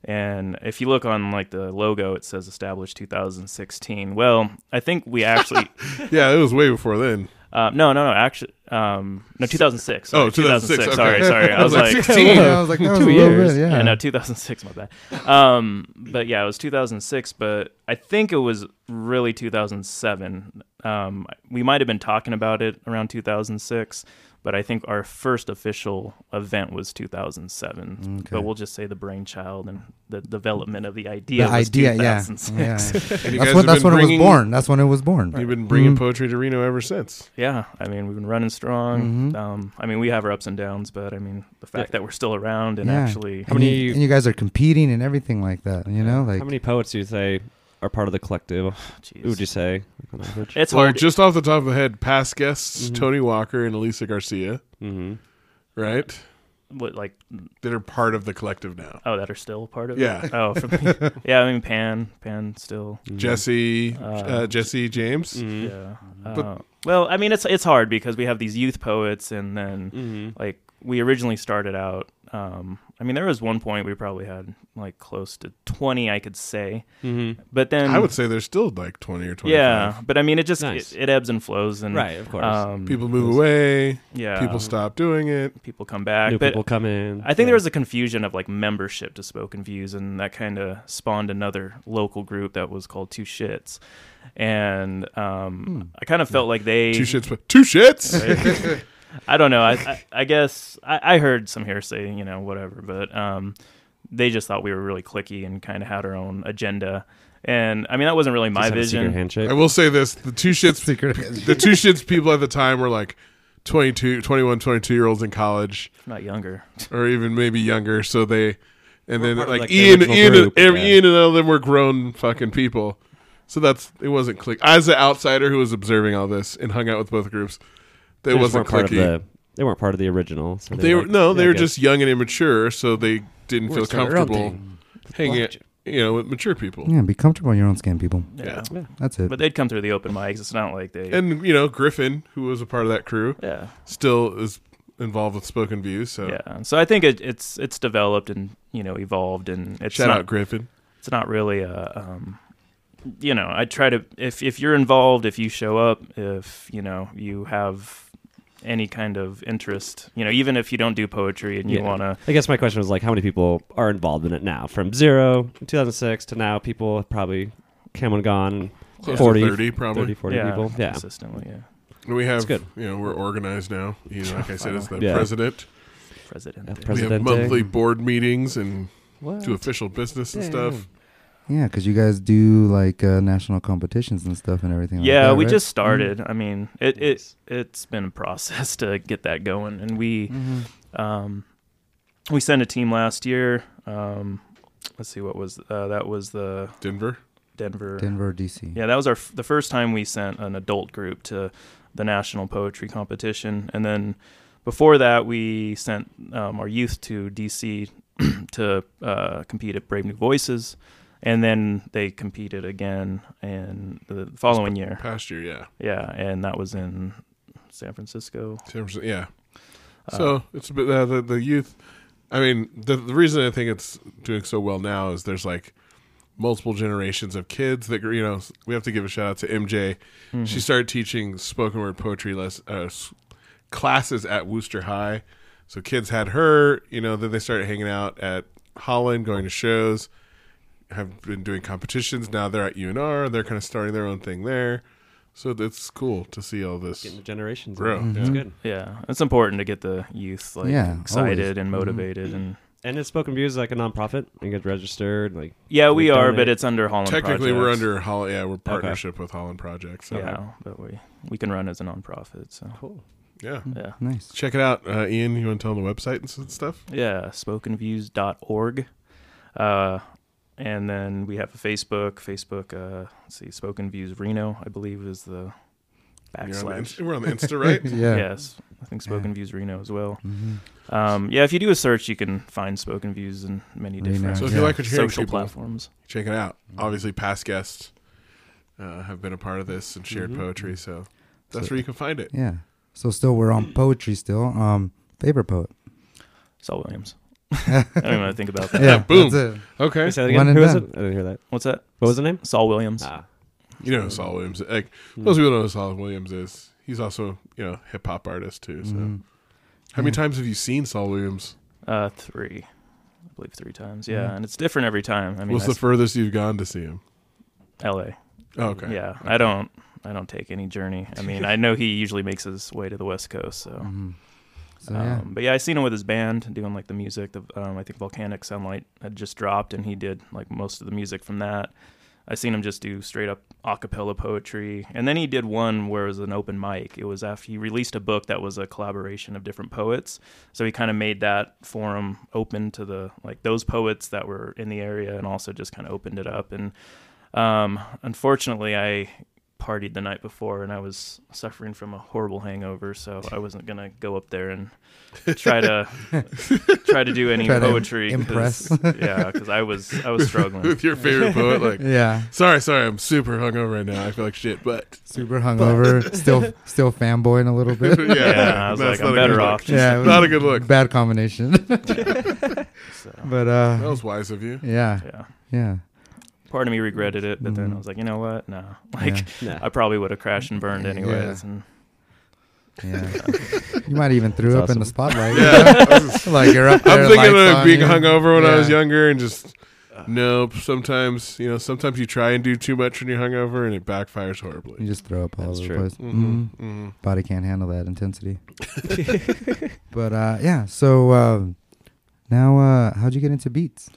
Speaker 5: And if you look on like the logo, it says established 2016. Well, I think we actually
Speaker 2: Yeah, it was way before then.
Speaker 5: uh, no no no actually um, no 2006.
Speaker 2: Oh,
Speaker 5: sorry, 2006.
Speaker 2: 2006,
Speaker 5: Sorry
Speaker 2: okay.
Speaker 5: sorry. I was like
Speaker 3: Yeah, I was like, that was a
Speaker 4: Two
Speaker 3: little
Speaker 4: years.
Speaker 3: bit, yeah.
Speaker 5: yeah, no, 2006, my bad. Um, but yeah, it was 2006, but I think it was really 2007. Um, we might have been talking about it around 2006, but I think our first official event was 2007. But we'll just say the brainchild and the development of the idea
Speaker 3: the
Speaker 5: was
Speaker 3: idea, yeah.
Speaker 5: 2006.
Speaker 3: yeah.
Speaker 2: And you
Speaker 3: That's what. That's
Speaker 2: guys have been
Speaker 3: when it was
Speaker 2: bringing-
Speaker 3: born. That's when it was born.
Speaker 2: You've been bringing
Speaker 3: Mhm.
Speaker 2: poetry to Reno ever since.
Speaker 5: Yeah, I mean, we've been running strong.
Speaker 3: Mhm.
Speaker 5: Um, I mean, we have our ups and downs, but I mean, the fact
Speaker 4: Yeah.
Speaker 5: that we're still around and
Speaker 3: Yeah.
Speaker 5: actually
Speaker 4: How
Speaker 3: and
Speaker 4: many-
Speaker 3: You, and you guys are competing and everything like that. You know, like
Speaker 4: How many poets do you say are part of the collective? Who would you say, like on average?
Speaker 5: it's
Speaker 2: Well,
Speaker 5: hard.
Speaker 2: just off the top of the head, past guests
Speaker 4: Mhm.
Speaker 2: Tony Walker and Elisa Garcia,
Speaker 4: mm-hmm.
Speaker 2: right?
Speaker 5: what, like
Speaker 2: That are part of the collective now.
Speaker 5: Oh, that are still part of
Speaker 2: Yeah.
Speaker 5: it. Oh, from the, yeah. I mean, Pan, Pan still.
Speaker 2: Jesse, uh,
Speaker 5: Uh,
Speaker 2: Jesse James.
Speaker 4: Mm-hmm.
Speaker 5: Yeah. Uh,
Speaker 2: But-
Speaker 5: well, I mean, it's it's hard because we have these youth poets, and then
Speaker 4: Mm-hmm.
Speaker 5: like we originally started out. Um, I mean, there was one point we probably had like close to twenty, I could say,
Speaker 4: Mm-hmm.
Speaker 5: but then
Speaker 2: I would say there's still like 20 or 25.
Speaker 5: yeah. But I mean, it just
Speaker 4: Nice.
Speaker 5: it, it ebbs and flows, and
Speaker 4: Right, of course.
Speaker 5: um,
Speaker 2: People move away.
Speaker 5: yeah,
Speaker 4: Um,
Speaker 2: people stop doing it.
Speaker 5: people come back,
Speaker 4: New
Speaker 5: but
Speaker 4: people come in.
Speaker 5: I think there was a confusion of like membership to Spoken Views, and that kind of spawned another local group that was called Two Shits, and um, I kind of felt like they.
Speaker 2: Hmm. Two shits. but- Two shits.
Speaker 5: They- I don't know. I I, I guess I, I heard some hearsay, you know, whatever, but um, they just thought we were really clicky and kind of had our own agenda, and I mean that wasn't really my
Speaker 4: Just have a secret
Speaker 5: vision.
Speaker 4: handshake.
Speaker 2: I will say this: the two shits, the two shits people at the time were like 22, 21, 22 year olds in college,
Speaker 5: Not younger.
Speaker 2: or even maybe younger. So they, and
Speaker 4: We're
Speaker 2: then
Speaker 4: part of,
Speaker 2: like,
Speaker 4: like, the
Speaker 2: Ian,
Speaker 4: original
Speaker 2: Ian,
Speaker 4: group,
Speaker 2: and,
Speaker 4: yeah.
Speaker 2: Ian, and all of them were grown fucking people. So that's it wasn't click. As an outsider who was observing all this and hung out with both groups,
Speaker 4: They
Speaker 2: they
Speaker 4: just weren't
Speaker 2: wasn't
Speaker 4: part of
Speaker 2: clicky.
Speaker 4: the. They weren't part of the original. So
Speaker 2: they were
Speaker 4: like,
Speaker 2: no, they
Speaker 4: yeah,
Speaker 2: were
Speaker 4: I
Speaker 2: just young and immature, so they didn't
Speaker 4: guess.
Speaker 2: feel
Speaker 4: We're starting our own
Speaker 2: comfortable
Speaker 4: thing.
Speaker 2: hanging, out, you know, with mature people.
Speaker 3: yeah, be comfortable in your own skin, people.
Speaker 5: Yeah.
Speaker 4: Yeah.
Speaker 3: That's it.
Speaker 5: But they'd come through the open mics. It's not like they.
Speaker 2: And you know, Griffin, who was a part of that crew,
Speaker 5: yeah.
Speaker 2: still is involved with Spoken View. So
Speaker 5: Yeah. So I think it, it's it's developed and you know evolved and it's
Speaker 2: shout
Speaker 5: not
Speaker 2: out Griffin.
Speaker 5: it's not really a um, you know i try to if if you're involved if you show up if you know you have any kind of interest you know even if you don't do poetry and you
Speaker 4: Yeah.
Speaker 5: want to
Speaker 4: I guess my question was like, how many people are involved in it now? From zero, 2006 to now, people have probably came and gone.
Speaker 2: Close
Speaker 4: 40,
Speaker 2: to thirty, probably.
Speaker 4: 30, 40
Speaker 5: yeah,
Speaker 4: people. Yeah.
Speaker 5: consistently yeah
Speaker 2: And we have,
Speaker 4: It's good.
Speaker 2: you know, we're organized now. You know, like I said, as the
Speaker 4: Yeah.
Speaker 2: president.
Speaker 5: president
Speaker 4: El
Speaker 2: we have
Speaker 4: Presidente.
Speaker 2: monthly board meetings and
Speaker 4: What?
Speaker 2: do official business and
Speaker 4: Yeah.
Speaker 2: stuff.
Speaker 3: yeah, because you guys do like uh, national competitions and stuff and everything. like
Speaker 5: yeah
Speaker 3: that,
Speaker 5: we
Speaker 3: right?
Speaker 5: just started
Speaker 4: Mm.
Speaker 5: i mean it, it it's been a process to get that going and we
Speaker 3: Mhm.
Speaker 5: Um, we sent a team last year. Um, let's see what was uh, that was the
Speaker 2: Denver.
Speaker 5: Denver.
Speaker 3: Denver, DC.
Speaker 5: Yeah, that was our f- the first time we sent an adult group to the national poetry competition, and then before that we sent um, our youth to DC to uh, compete at Brave New Voices, and then they competed again in the following year.
Speaker 2: Past year, yeah.
Speaker 5: Yeah, and that was in San Francisco.
Speaker 2: San Francisco, yeah.
Speaker 5: Uh,
Speaker 2: So it's a bit, uh, the the youth. I mean, the, the reason I think it's doing so well now is there's like multiple generations of kids that you know. We have to give a shout out to MJ. She started teaching spoken word poetry less, uh, s- classes at Wooster High, so kids had her. You know, then they started hanging out at Holland, going to shows. Have been doing competitions. Now they're at UNR. They're kind of starting their own thing there. So that's cool to see all this.
Speaker 4: Getting the generations.
Speaker 2: Bro,
Speaker 4: in. It's
Speaker 3: Mm-hmm.
Speaker 2: yeah.
Speaker 4: good.
Speaker 5: Yeah, it's important to get the youth like
Speaker 3: Yeah,
Speaker 5: excited
Speaker 3: always. Mm-hmm.
Speaker 5: and motivated, and
Speaker 4: And it's Spoken Views like a nonprofit. You get registered. Like,
Speaker 5: yeah, we,
Speaker 4: We
Speaker 5: are,
Speaker 4: donate.
Speaker 5: but it's under Holland.
Speaker 2: Technically, we're
Speaker 5: Projects.
Speaker 2: under Holland. Yeah, we're partnership with Holland Project. So
Speaker 5: Yeah, but we we can run as a nonprofit. So
Speaker 4: cool.
Speaker 2: Yeah.
Speaker 5: Yeah.
Speaker 3: Mm-hmm. Nice.
Speaker 2: Check it out, uh, Ian. You want to tell them the website and s- stuff?
Speaker 5: Yeah, spokenviews.org. Uh, and then we have a Facebook. Facebook, uh, let's see, Spoken Views Reno, I believe, is the
Speaker 2: You're on the
Speaker 5: backslash.
Speaker 2: Inst- we're on the Insta, right?
Speaker 3: yeah.
Speaker 5: Yes, I think Spoken
Speaker 3: Yeah.
Speaker 5: Views Reno as well.
Speaker 3: Mhm.
Speaker 5: Um, yeah, if you do a search, you can find Spoken Views in many
Speaker 3: Reno.
Speaker 5: different
Speaker 2: So if you
Speaker 3: Yeah.
Speaker 2: like what you're hearing,
Speaker 5: social Mm-hmm.
Speaker 2: people,
Speaker 5: platforms.
Speaker 2: check it out. Obviously, past guests uh, have been a part of this and shared
Speaker 5: Mm-hmm.
Speaker 4: Mhm.
Speaker 2: poetry, so that's
Speaker 3: So-
Speaker 2: where you can find it.
Speaker 3: Yeah. So still, we're on poetry still. Um, favorite poet.
Speaker 5: Saul Williams. I don't even want to think about that.
Speaker 3: Yeah.
Speaker 2: Boom.
Speaker 3: That's it.
Speaker 2: Okay,
Speaker 4: Say that
Speaker 3: One
Speaker 4: again.
Speaker 3: and
Speaker 4: Who was
Speaker 3: done.
Speaker 4: it? I didn't hear that.
Speaker 5: What's that?
Speaker 4: What was the name?
Speaker 5: Saul Williams.
Speaker 4: Ah.
Speaker 2: you know who Saul Williams. Is. Like most people know who Saul Williams is. He's also you know hip hop artist too. So
Speaker 5: Mm-hmm.
Speaker 3: Mhm.
Speaker 2: how many
Speaker 3: Yeah.
Speaker 2: times have you seen Saul Williams?
Speaker 5: Uh, three, I believe three times. Yeah,
Speaker 3: Yeah.
Speaker 5: and it's different every time. I mean,
Speaker 2: What's the
Speaker 5: that's
Speaker 2: furthest you've gone to see him?
Speaker 5: L.A.
Speaker 2: Oh, okay.
Speaker 5: Yeah, I don't. I don't take any journey. I mean, I know he usually makes his way to the West Coast. So,
Speaker 3: Mhm. So
Speaker 5: um,
Speaker 3: yeah.
Speaker 5: but yeah, I seen him with his band doing like the music. The um, I think Volcanic Sunlight had just dropped, and he did like most of the music from that. I seen him just do straight up a cappella poetry, and then he did one where it was an open mic. It was after he released a book that was a collaboration of different poets, so he kind of made that forum open to the like those poets that were in the area, and also just kind of opened it up. And um, unfortunately, I partied the night before, and I was suffering from a horrible hangover, so I wasn't gonna go up there and try to try to do any
Speaker 3: Try to
Speaker 5: poetry. 'cause-
Speaker 3: impress.
Speaker 5: yeah, because I was I was struggling.
Speaker 2: With your favorite poet, like.
Speaker 3: Yeah.
Speaker 2: Sorry, sorry, I'm super hungover right now. I feel like shit, but
Speaker 3: Super hungover. still, still fanboying a little bit.
Speaker 2: yeah,
Speaker 5: Yeah, I was
Speaker 2: that's
Speaker 5: like, I'm
Speaker 2: not a good
Speaker 5: better
Speaker 2: look.
Speaker 5: off. Just,
Speaker 3: yeah. it was
Speaker 2: Not a good look.
Speaker 3: Bad combination.
Speaker 5: So,
Speaker 3: but
Speaker 2: That
Speaker 3: uh,
Speaker 2: was wise of you.
Speaker 3: yeah,
Speaker 5: yeah.
Speaker 3: yeah.
Speaker 5: Part of me regretted it, but then I
Speaker 3: Mhm.
Speaker 5: was like, you know what? No, like
Speaker 3: yeah.
Speaker 4: Nah.
Speaker 5: I probably would have crashed and burned anyways. And
Speaker 3: Yeah. you might even threw up
Speaker 4: That's
Speaker 3: in the
Speaker 4: awesome.
Speaker 3: spotlight.
Speaker 2: Yeah.
Speaker 3: like you're up there.
Speaker 2: I'm thinking
Speaker 3: lights
Speaker 2: of
Speaker 3: on
Speaker 2: being
Speaker 3: you.
Speaker 2: hungover when I was
Speaker 3: Yeah.
Speaker 2: younger and just nope. Sometimes you know, sometimes you try and do too much when you're hungover and it backfires
Speaker 3: You
Speaker 2: horribly.
Speaker 3: just throw up all
Speaker 4: That's
Speaker 3: over
Speaker 4: true.
Speaker 3: the place.
Speaker 2: hmm
Speaker 3: Mhm. Body can't handle that intensity. but uh, yeah, so uh, now uh, how'd you get into beats?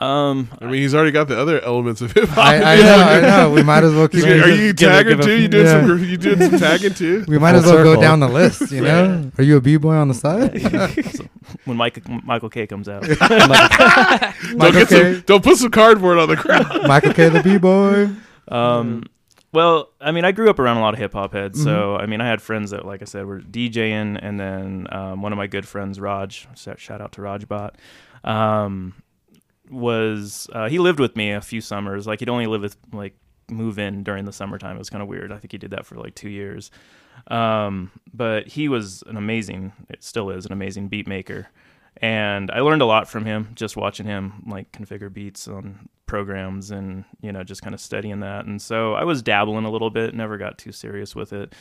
Speaker 5: um,
Speaker 2: I mean, he's already got the other elements of hip hop.
Speaker 3: I, I know, I know. We might as well
Speaker 2: He's
Speaker 3: keep.
Speaker 2: gonna- are you
Speaker 4: Give a-
Speaker 2: tagging
Speaker 4: give a-
Speaker 2: too? You did
Speaker 3: yeah.
Speaker 2: some. You did some tagging too.
Speaker 3: we might
Speaker 4: Full
Speaker 3: as well
Speaker 4: circle.
Speaker 3: go down the list. You know, are you a b boy on the side?
Speaker 5: when Mike, Michael K comes out,
Speaker 2: Don't,
Speaker 3: Michael
Speaker 2: get some,
Speaker 3: K.
Speaker 2: don't put some cardboard on the ground.
Speaker 3: Michael K. The b boy.
Speaker 5: Um, well, I mean, I grew up around a lot of hip hop heads, so I mean, I had friends that, like I said, were DJing, and then um, one of my good friends, Raj, so shout out to Rajbot, um, was uh, he lived with me a few summers. Like he'd only live with like move in during the summertime. It was kind of weird. I think he did that for like two years, um, but he was an amazing. It still is an amazing beat maker. And I learned a lot from him just watching him like configure beats on programs and you know just kind of studying that and so i was dabbling a little bit never got too serious with it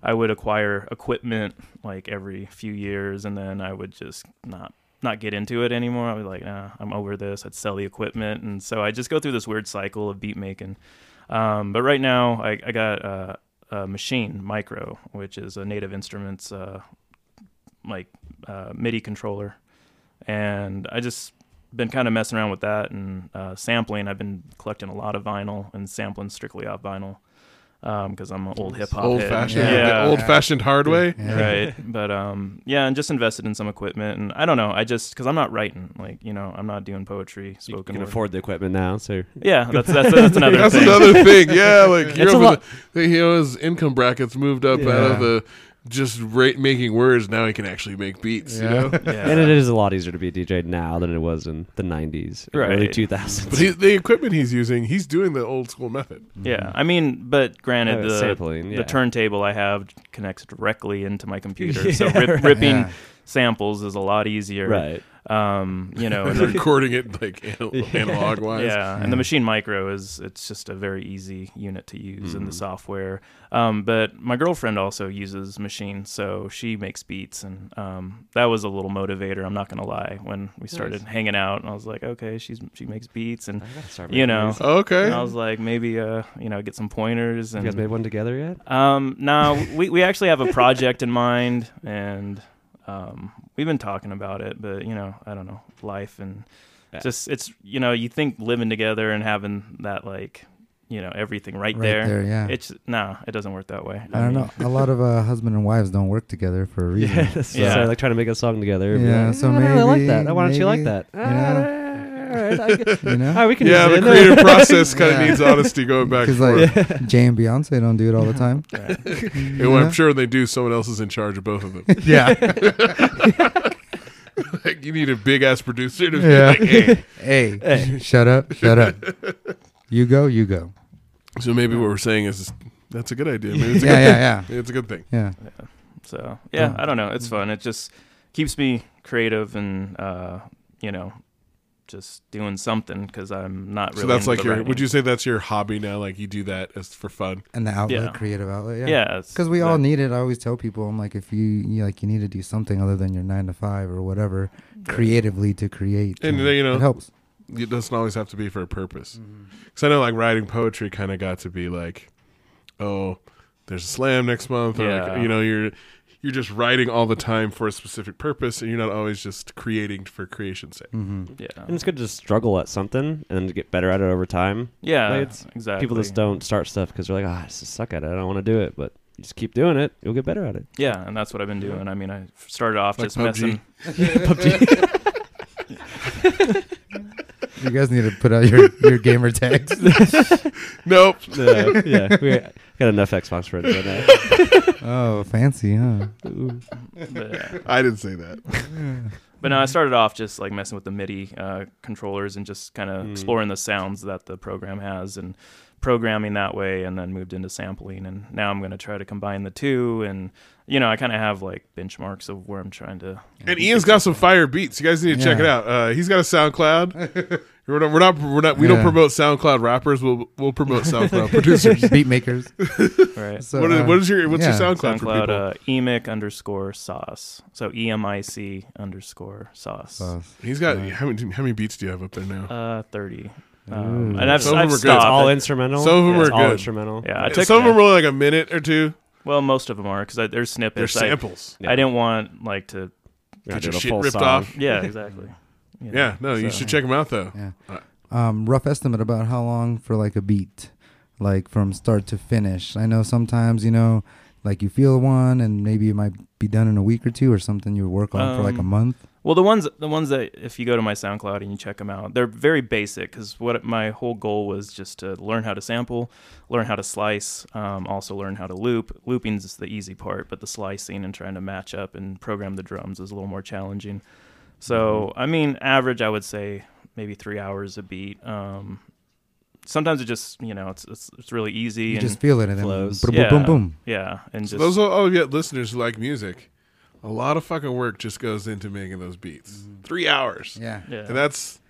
Speaker 5: i would acquire equipment like every few years and then i would just not not get into it anymore i was like nah i'm over this i'd sell the equipment and so i just go through this weird cycle of beat making um, but right now i, I got uh, a machine micro which is a native instruments uh, like uh, midi controller and i just been kind of messing around with that and uh, sampling. I've been collecting a lot of vinyl and sampling strictly off vinyl because I'm an old hip hop.
Speaker 2: Old fashioned,
Speaker 5: yeah,
Speaker 3: Yeah.
Speaker 2: old fashioned hard way.
Speaker 3: Yeah.
Speaker 5: right. But um, yeah, and just invested in some equipment. And I don't know. I just because I'm not writing. Like you know, I'm not doing poetry,
Speaker 4: You
Speaker 5: spoken
Speaker 4: can
Speaker 5: word.
Speaker 4: afford the equipment now, so
Speaker 5: Yeah, that's that's, that's another
Speaker 2: That's
Speaker 5: thing.
Speaker 2: another thing. Yeah, like you're
Speaker 4: It's a
Speaker 2: over
Speaker 4: lot-
Speaker 2: the, you know, his income brackets moved up out
Speaker 3: Yeah.
Speaker 2: of the just rate making words. Now he can actually make beats.
Speaker 3: Yeah.
Speaker 2: You know.
Speaker 5: Yeah.
Speaker 4: and it is a lot easier to be a DJ now than it was in the '90s, and early
Speaker 5: Right.
Speaker 4: 2000s.
Speaker 2: But he, the equipment he's using, he's doing the old school method.
Speaker 5: Yeah, I mean, but granted,
Speaker 4: Uh,
Speaker 5: the
Speaker 4: sampling, yeah.
Speaker 5: the turntable I have connects directly into my computer, so rip, ripping
Speaker 3: Yeah.
Speaker 5: samples is a lot easier.
Speaker 4: right?
Speaker 5: Um, you know, and
Speaker 2: And
Speaker 5: then
Speaker 2: recording it like analog wise.
Speaker 5: Yeah, and
Speaker 3: Yeah.
Speaker 5: the Machine Micro is it's just a very easy unit to use in the software. Um, but my girlfriend also uses Machine, so she makes beats, and um, that was a little motivator. I'm not gonna lie. When we started hanging out, and I was like, okay, she's she makes beats, and
Speaker 4: I gotta start
Speaker 5: you
Speaker 4: making
Speaker 5: know,
Speaker 4: music.
Speaker 2: Okay.
Speaker 5: and I was like, maybe uh, you know, get some pointers.
Speaker 4: you
Speaker 5: And
Speaker 4: guys made one together yet?
Speaker 5: um, no, we we actually have a project in mind, and um, we've been talking about it, but you know, I don't know, life and
Speaker 4: Yeah.
Speaker 5: just it's you know, you think living together and having that like you know everything right,
Speaker 3: Right
Speaker 5: there.
Speaker 3: there, yeah.
Speaker 5: It's no, it doesn't work that way.
Speaker 3: I don't know. A lot of uh, husband and wives don't work together for a reason.
Speaker 4: Yeah, that's
Speaker 5: Yeah.
Speaker 4: so, like trying to make a song together.
Speaker 3: Yeah,
Speaker 4: Like,
Speaker 3: so
Speaker 4: "Ah, I really like
Speaker 3: maybe-
Speaker 4: that. Why don't you like
Speaker 3: maybe,
Speaker 4: that?
Speaker 3: you
Speaker 4: Ah, all right, I get-
Speaker 3: You know?
Speaker 4: all right, we can.
Speaker 2: yeah,
Speaker 4: use it
Speaker 2: the
Speaker 4: in there.
Speaker 2: creative process kind of
Speaker 3: Yeah.
Speaker 2: needs honesty going back and
Speaker 3: Because
Speaker 2: forth.
Speaker 3: like Jay and Beyonce don't do it all the time.
Speaker 2: And when I'm sure when they do, someone else is in charge of both of them.
Speaker 3: Yeah.
Speaker 2: like, you need a big ass producer to
Speaker 3: Yeah.
Speaker 2: be like, hey.
Speaker 3: hey, shut up, shut up. You go, you go.
Speaker 2: So maybe what we're saying is that's a good idea. Maybe
Speaker 3: Yeah,
Speaker 2: it's a good thing.
Speaker 3: yeah, yeah,
Speaker 2: Maybe It's a
Speaker 3: yeah.
Speaker 2: good thing.
Speaker 5: So yeah,
Speaker 3: Yeah. Mm-hmm.
Speaker 5: I don't know. It's fun. It just keeps me creative and uh, you know, just doing something because I'm not really.
Speaker 2: so that's
Speaker 5: into
Speaker 2: like
Speaker 5: the
Speaker 2: your.
Speaker 5: writing.
Speaker 2: Would you say that's your hobby now? Like you do that as for fun?
Speaker 3: And the outlet,
Speaker 5: Yeah.
Speaker 3: creative outlet. Yeah.
Speaker 5: Yeah, it's-
Speaker 3: Because we all
Speaker 5: the-
Speaker 3: need it. I always tell people, I'm like, if you, you like, you need to do something other than your nine to five or whatever, creatively to create.
Speaker 2: And,
Speaker 3: uh,
Speaker 2: you know,
Speaker 3: it helps.
Speaker 2: It doesn't always have to be for a purpose. Because I know like writing poetry kind of got to be like, oh, there's a slam next month, or like,
Speaker 5: Yeah.
Speaker 2: you know you're. You're just writing all the time for a specific purpose, and you're not always just creating for creation's sake.
Speaker 3: Mm-hmm.
Speaker 5: Yeah,
Speaker 4: And it's good to just struggle at something and to get better at it over time.
Speaker 5: yeah,
Speaker 4: Like, it's
Speaker 5: exactly.
Speaker 4: People just don't start stuff because they're like, ah, I just suck at it. I don't want to do it. But you just keep doing it. You'll get better at it.
Speaker 5: Yeah, and that's what I've been doing. I mean, I started off
Speaker 2: Like
Speaker 5: just
Speaker 2: PUBG.
Speaker 5: messing.
Speaker 3: You guys need to put out your, your gamer tags.
Speaker 2: Nope.
Speaker 4: Uh, yeah, we got enough Xbox friends right now.
Speaker 3: oh, fancy, huh?
Speaker 5: But, yeah.
Speaker 2: I didn't say that.
Speaker 5: but no, I started off just like messing with the MIDI uh, controllers and just kind
Speaker 2: Mm.
Speaker 5: of exploring the sounds that the program has and programming that way, and then moved into sampling. And now I'm going to try to combine the two. And you know, I kind of have like benchmarks of where I'm trying to.
Speaker 2: And e- Ian's got some fire beats. You guys need to check
Speaker 3: Yeah.
Speaker 2: it out. Uh, he's got a SoundCloud. We're not. We're not. We're not we don't
Speaker 3: Yeah.
Speaker 2: promote SoundCloud rappers. We'll we'll promote SoundCloud producers.
Speaker 3: Beat makers.
Speaker 5: Right.
Speaker 3: So,
Speaker 2: what, is,
Speaker 3: uh,
Speaker 2: what is your What's
Speaker 3: yeah.
Speaker 2: your SoundCloud, for
Speaker 5: SoundCloud
Speaker 2: people?
Speaker 5: uh, emic underscore sauce. So E M I C underscore sauce.
Speaker 3: Sauce.
Speaker 2: he's got how many how many beats do you have up there now?
Speaker 5: Uh, thirty. Um,
Speaker 4: Ooh.
Speaker 5: and I've,
Speaker 2: Some of
Speaker 5: I've
Speaker 2: them are good.
Speaker 5: stopped.
Speaker 2: It's
Speaker 4: all
Speaker 5: I-
Speaker 4: instrumental.
Speaker 2: Some of them
Speaker 5: yeah,
Speaker 2: are
Speaker 4: It's all
Speaker 2: good.
Speaker 4: instrumental.
Speaker 5: Yeah, I took
Speaker 2: Some of them
Speaker 5: that.
Speaker 2: were only like a minute or two.
Speaker 5: Well, most of them are because there's snippets.
Speaker 2: They're
Speaker 5: I-
Speaker 2: samples.
Speaker 4: Yeah.
Speaker 5: I didn't want like to.
Speaker 4: Yeah, I
Speaker 2: Get your
Speaker 4: did a
Speaker 2: shit
Speaker 4: full
Speaker 2: ripped
Speaker 4: song.
Speaker 2: off.
Speaker 5: Yeah, exactly. You know,
Speaker 2: Yeah. No, you
Speaker 5: so-
Speaker 2: should check them out though.
Speaker 3: Yeah.
Speaker 2: Alright.
Speaker 3: Um, rough estimate about how long for like a beat, like from start to finish. I know sometimes you know, like you feel one, and maybe it might be done in a week or two, or something you work on for like a
Speaker 5: Um,
Speaker 3: month.
Speaker 5: Well, the ones the ones that if you go to my SoundCloud and you check them out, they're very basic because what my whole goal was just to learn how to sample, learn how to slice, um, also learn how to loop. Looping's is the easy part, but the slicing and trying to match up and program the drums is a little more challenging. So,
Speaker 2: Mm-hmm.
Speaker 5: I mean, average, I would say maybe three hours a beat. Um, sometimes it just you know it's it's, it's really easy
Speaker 3: You
Speaker 5: and
Speaker 3: just feel it, and then
Speaker 4: flows.
Speaker 3: boom,
Speaker 5: yeah,
Speaker 3: boom, boom.
Speaker 5: yeah, and just
Speaker 2: Those are all yet listeners who like music. A lot of fucking work just goes into making those beats. Three hours.
Speaker 3: Yeah.
Speaker 5: yeah.
Speaker 2: And that's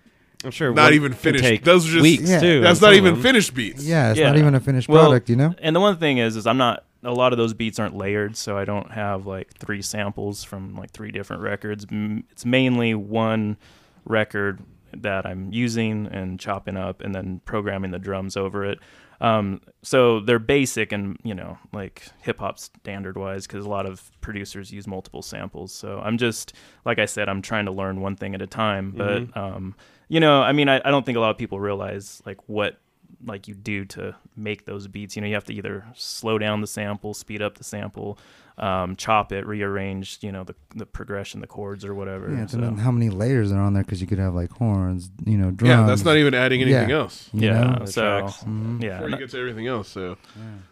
Speaker 4: I'm sure.
Speaker 2: Not
Speaker 4: Mm-hmm. one
Speaker 2: even
Speaker 4: can
Speaker 2: finished.
Speaker 4: Take
Speaker 2: Those are just-
Speaker 4: weeks
Speaker 3: Yeah.
Speaker 4: too.
Speaker 2: that's
Speaker 4: on
Speaker 2: not
Speaker 4: some
Speaker 2: even
Speaker 4: of them.
Speaker 2: finished beats.
Speaker 3: Yeah, it's
Speaker 5: Yeah.
Speaker 3: not even a finished
Speaker 5: Well,
Speaker 3: product, you know.
Speaker 5: And the one thing is, is I'm not a lot of those beats aren't layered, so I don't have like three samples from like three different records. M- It's mainly one record that I'm using and chopping up, and then programming the drums over it. Um, so they're basic and you know like hip hop standard wise, because a lot of producers use multiple samples. So I'm just like I said, I'm trying to learn one thing at a time. But um, you know, I mean, I, I don't think a lot of people realize like what like you do to make those beats. You know, you have to either slow down the sample, speed up the sample, um, chop it, rearrange, you know, the, the progression, the chords or whatever.
Speaker 3: Yeah,
Speaker 5: so,
Speaker 3: so. how many layers are on there? Because you could have like horns, you know, drums.
Speaker 2: Yeah, that's not e- even adding anything
Speaker 3: Yeah.
Speaker 2: else.
Speaker 3: you
Speaker 5: yeah,
Speaker 3: know? Mm-hmm.
Speaker 4: the
Speaker 5: so
Speaker 4: tracks.
Speaker 5: yeah,
Speaker 2: Before you
Speaker 5: and-
Speaker 2: get to everything else, so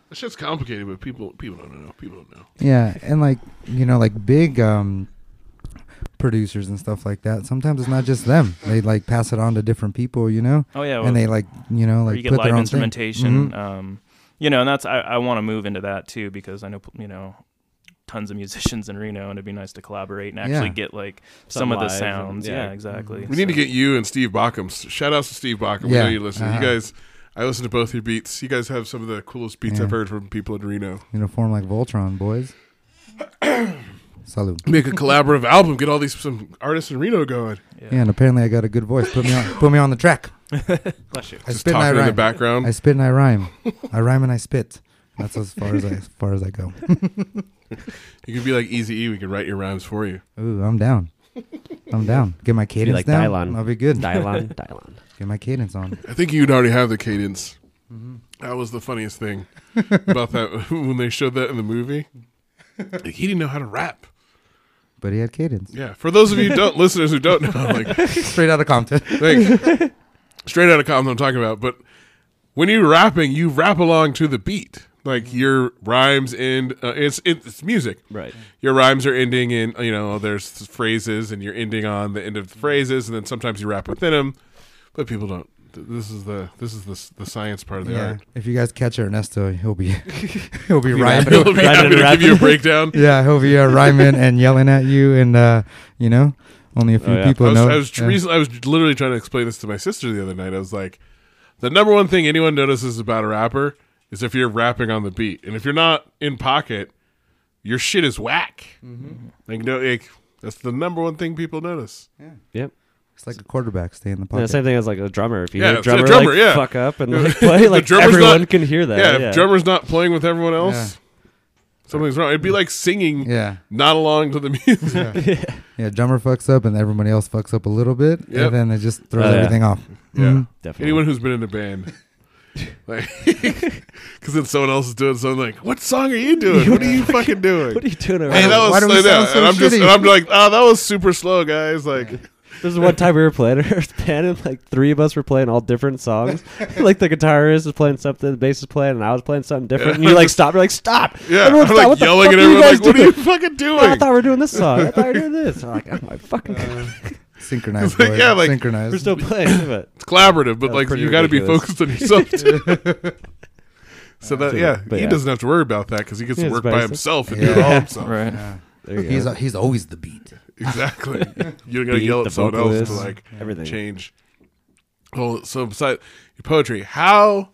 Speaker 2: that shit's complicated, but people people don't know. People don't know.
Speaker 3: Yeah, and like you know, like big um producers and stuff like that. Sometimes it's not just them. They like pass it on to different people, you know,
Speaker 5: oh yeah, well,
Speaker 3: and they like you know
Speaker 5: or
Speaker 3: like
Speaker 5: you get
Speaker 3: put
Speaker 5: live
Speaker 3: their own thing.
Speaker 5: instrumentation.
Speaker 3: Mhm.
Speaker 5: Um, you know, and that's I, I want to move into that too because I know you know tons of musicians in Reno, and it'd be nice to collaborate and actually
Speaker 3: Yeah.
Speaker 5: get like some
Speaker 4: Something
Speaker 5: of the
Speaker 4: live and-
Speaker 5: sounds.
Speaker 4: yeah.
Speaker 5: yeah. exactly.
Speaker 2: Mm-hmm. We need to
Speaker 5: So-
Speaker 2: get you and Steve Bacham. S- Shout out to Steve Bacham. We
Speaker 3: Yeah.
Speaker 2: know you listen.
Speaker 3: Uh-huh.
Speaker 2: You guys, I listen to both your beats. You guys have some of the coolest beats
Speaker 3: Yeah.
Speaker 2: I've heard from people in Reno.
Speaker 3: You know, form like Voltron, boys. Salute.
Speaker 2: Make a collaborative album. Get all these some artists in Reno going.
Speaker 3: Yeah, and apparently I got a good voice. Put me on, put me on the track.
Speaker 5: Bless you.
Speaker 3: I
Speaker 2: Just
Speaker 3: spit and I
Speaker 2: talking in the
Speaker 3: rhyme.
Speaker 2: background.
Speaker 3: I spit and I rhyme. I rhyme and I spit. That's as far as I, as far as I go.
Speaker 2: you could be like Easy E. We could write your rhymes for you.
Speaker 3: Ooh, I'm down. I'm down. Get my cadence
Speaker 4: like
Speaker 3: down.
Speaker 4: Dylon.
Speaker 3: I'll be good.
Speaker 4: Dylon, Dylon.
Speaker 3: Get my cadence on.
Speaker 2: I think you'd already have the cadence. That was the funniest thing about that when they showed that in the movie. Like, he didn't know how to rap.
Speaker 3: But he had cadence.
Speaker 2: Yeah, for those of you who don't listeners who don't know, like
Speaker 3: Straight out of Compton.
Speaker 2: Like straight out of Compton, I'm talking about. But when you're rapping, you rap along to the beat. Like your rhymes end. Uh, it's it's music.
Speaker 4: Right.
Speaker 2: Your rhymes are ending in you know there's phrases and you're ending on the end of the phrases, and then sometimes you rap within them, but people don't. This is the this is the the science part of the
Speaker 3: Yeah.
Speaker 2: art.
Speaker 3: If you guys catch Ernesto, he'll be he'll be
Speaker 2: He'll
Speaker 3: rhyming.
Speaker 2: be
Speaker 4: Rhyming
Speaker 2: happy
Speaker 4: and
Speaker 2: to give
Speaker 4: rapping.
Speaker 2: you a breakdown.
Speaker 3: yeah, he'll be uh, rhyming and yelling at you, and uh, you know, only a few
Speaker 4: Oh, yeah.
Speaker 3: people
Speaker 2: I was,
Speaker 3: know.
Speaker 2: I was
Speaker 3: Yeah.
Speaker 2: reason- I was literally trying to explain this to my sister the other night. I was like, the number one thing anyone notices about a rapper is if you're rapping on the beat, and if you're not in pocket, your shit is whack.
Speaker 4: Mm-hmm.
Speaker 2: Like no, like, that's the number one thing people notice.
Speaker 4: Yep.
Speaker 3: It's like a quarterback stay in the
Speaker 4: Yeah,
Speaker 3: pocket.
Speaker 4: same thing as like a drummer. If you
Speaker 2: Yeah,
Speaker 4: hear a
Speaker 2: it's a
Speaker 4: drummer,
Speaker 2: drummer,
Speaker 4: like,
Speaker 2: yeah.
Speaker 4: fuck up and like, play,
Speaker 2: The
Speaker 4: like
Speaker 2: drummer's
Speaker 4: everyone
Speaker 2: not-
Speaker 4: can hear that.
Speaker 2: yeah,
Speaker 4: Yeah,
Speaker 2: if drummer's not playing with everyone else, something's wrong. It'd be like singing
Speaker 3: yeah.
Speaker 2: not along to the music.
Speaker 3: Yeah. yeah, drummer fucks up and everybody else fucks up a little bit,
Speaker 2: Yep.
Speaker 3: and then it just throws
Speaker 4: Oh, yeah.
Speaker 3: everything off.
Speaker 2: Yeah.
Speaker 3: Mhm.
Speaker 4: definitely.
Speaker 2: Anyone who's been in a band. Like, because then someone else is doing something like, "What song are you doing? What are you fucking doing?
Speaker 4: what are you doing?
Speaker 2: Hey,
Speaker 4: Around?
Speaker 2: that was
Speaker 3: why do we
Speaker 2: yeah,
Speaker 3: sound so
Speaker 2: and I'm just
Speaker 3: shitty?
Speaker 2: and I'm like, oh, that was super slow, guys. Like,
Speaker 4: This is one time we were playing Earth Band, and like three of us were playing all different songs. like the guitarist was playing something, the bass was playing, and I was playing something different. and you like stop, you're like stop.
Speaker 2: yeah,
Speaker 4: Everyone
Speaker 2: I'm
Speaker 4: stop.
Speaker 2: like
Speaker 4: What the
Speaker 2: yelling
Speaker 4: fuck
Speaker 2: at
Speaker 4: are you
Speaker 2: everyone, like,
Speaker 4: guys
Speaker 2: what are
Speaker 4: doing?
Speaker 2: you fucking doing? Uh,
Speaker 4: I thought we were doing this song. I thought we were doing this. I'm like, oh my fucking god,
Speaker 3: Synchronized,
Speaker 2: Like,
Speaker 3: boy.
Speaker 2: yeah, like,
Speaker 3: synchronized.
Speaker 4: we're still playing. But
Speaker 2: it's collaborative, but
Speaker 4: That was
Speaker 2: like
Speaker 4: pretty
Speaker 2: you got to be
Speaker 4: ridiculous.
Speaker 2: focused on yourself too. so that
Speaker 4: But
Speaker 2: yeah, he
Speaker 4: yeah.
Speaker 2: doesn't have to worry about that because he gets
Speaker 4: Yeah,
Speaker 2: to
Speaker 4: it's
Speaker 2: work
Speaker 4: by
Speaker 2: by
Speaker 4: himself.
Speaker 2: himself and do it all himself.
Speaker 5: Right.
Speaker 3: yeah.
Speaker 4: there you
Speaker 3: He's
Speaker 4: go.
Speaker 3: he's always the beat.
Speaker 2: Exactly. You don't got to
Speaker 4: Beat,
Speaker 2: yell
Speaker 4: the
Speaker 2: at someone else to
Speaker 4: vocalist,
Speaker 2: like
Speaker 4: everything.
Speaker 2: change. Well, so besides your poetry, how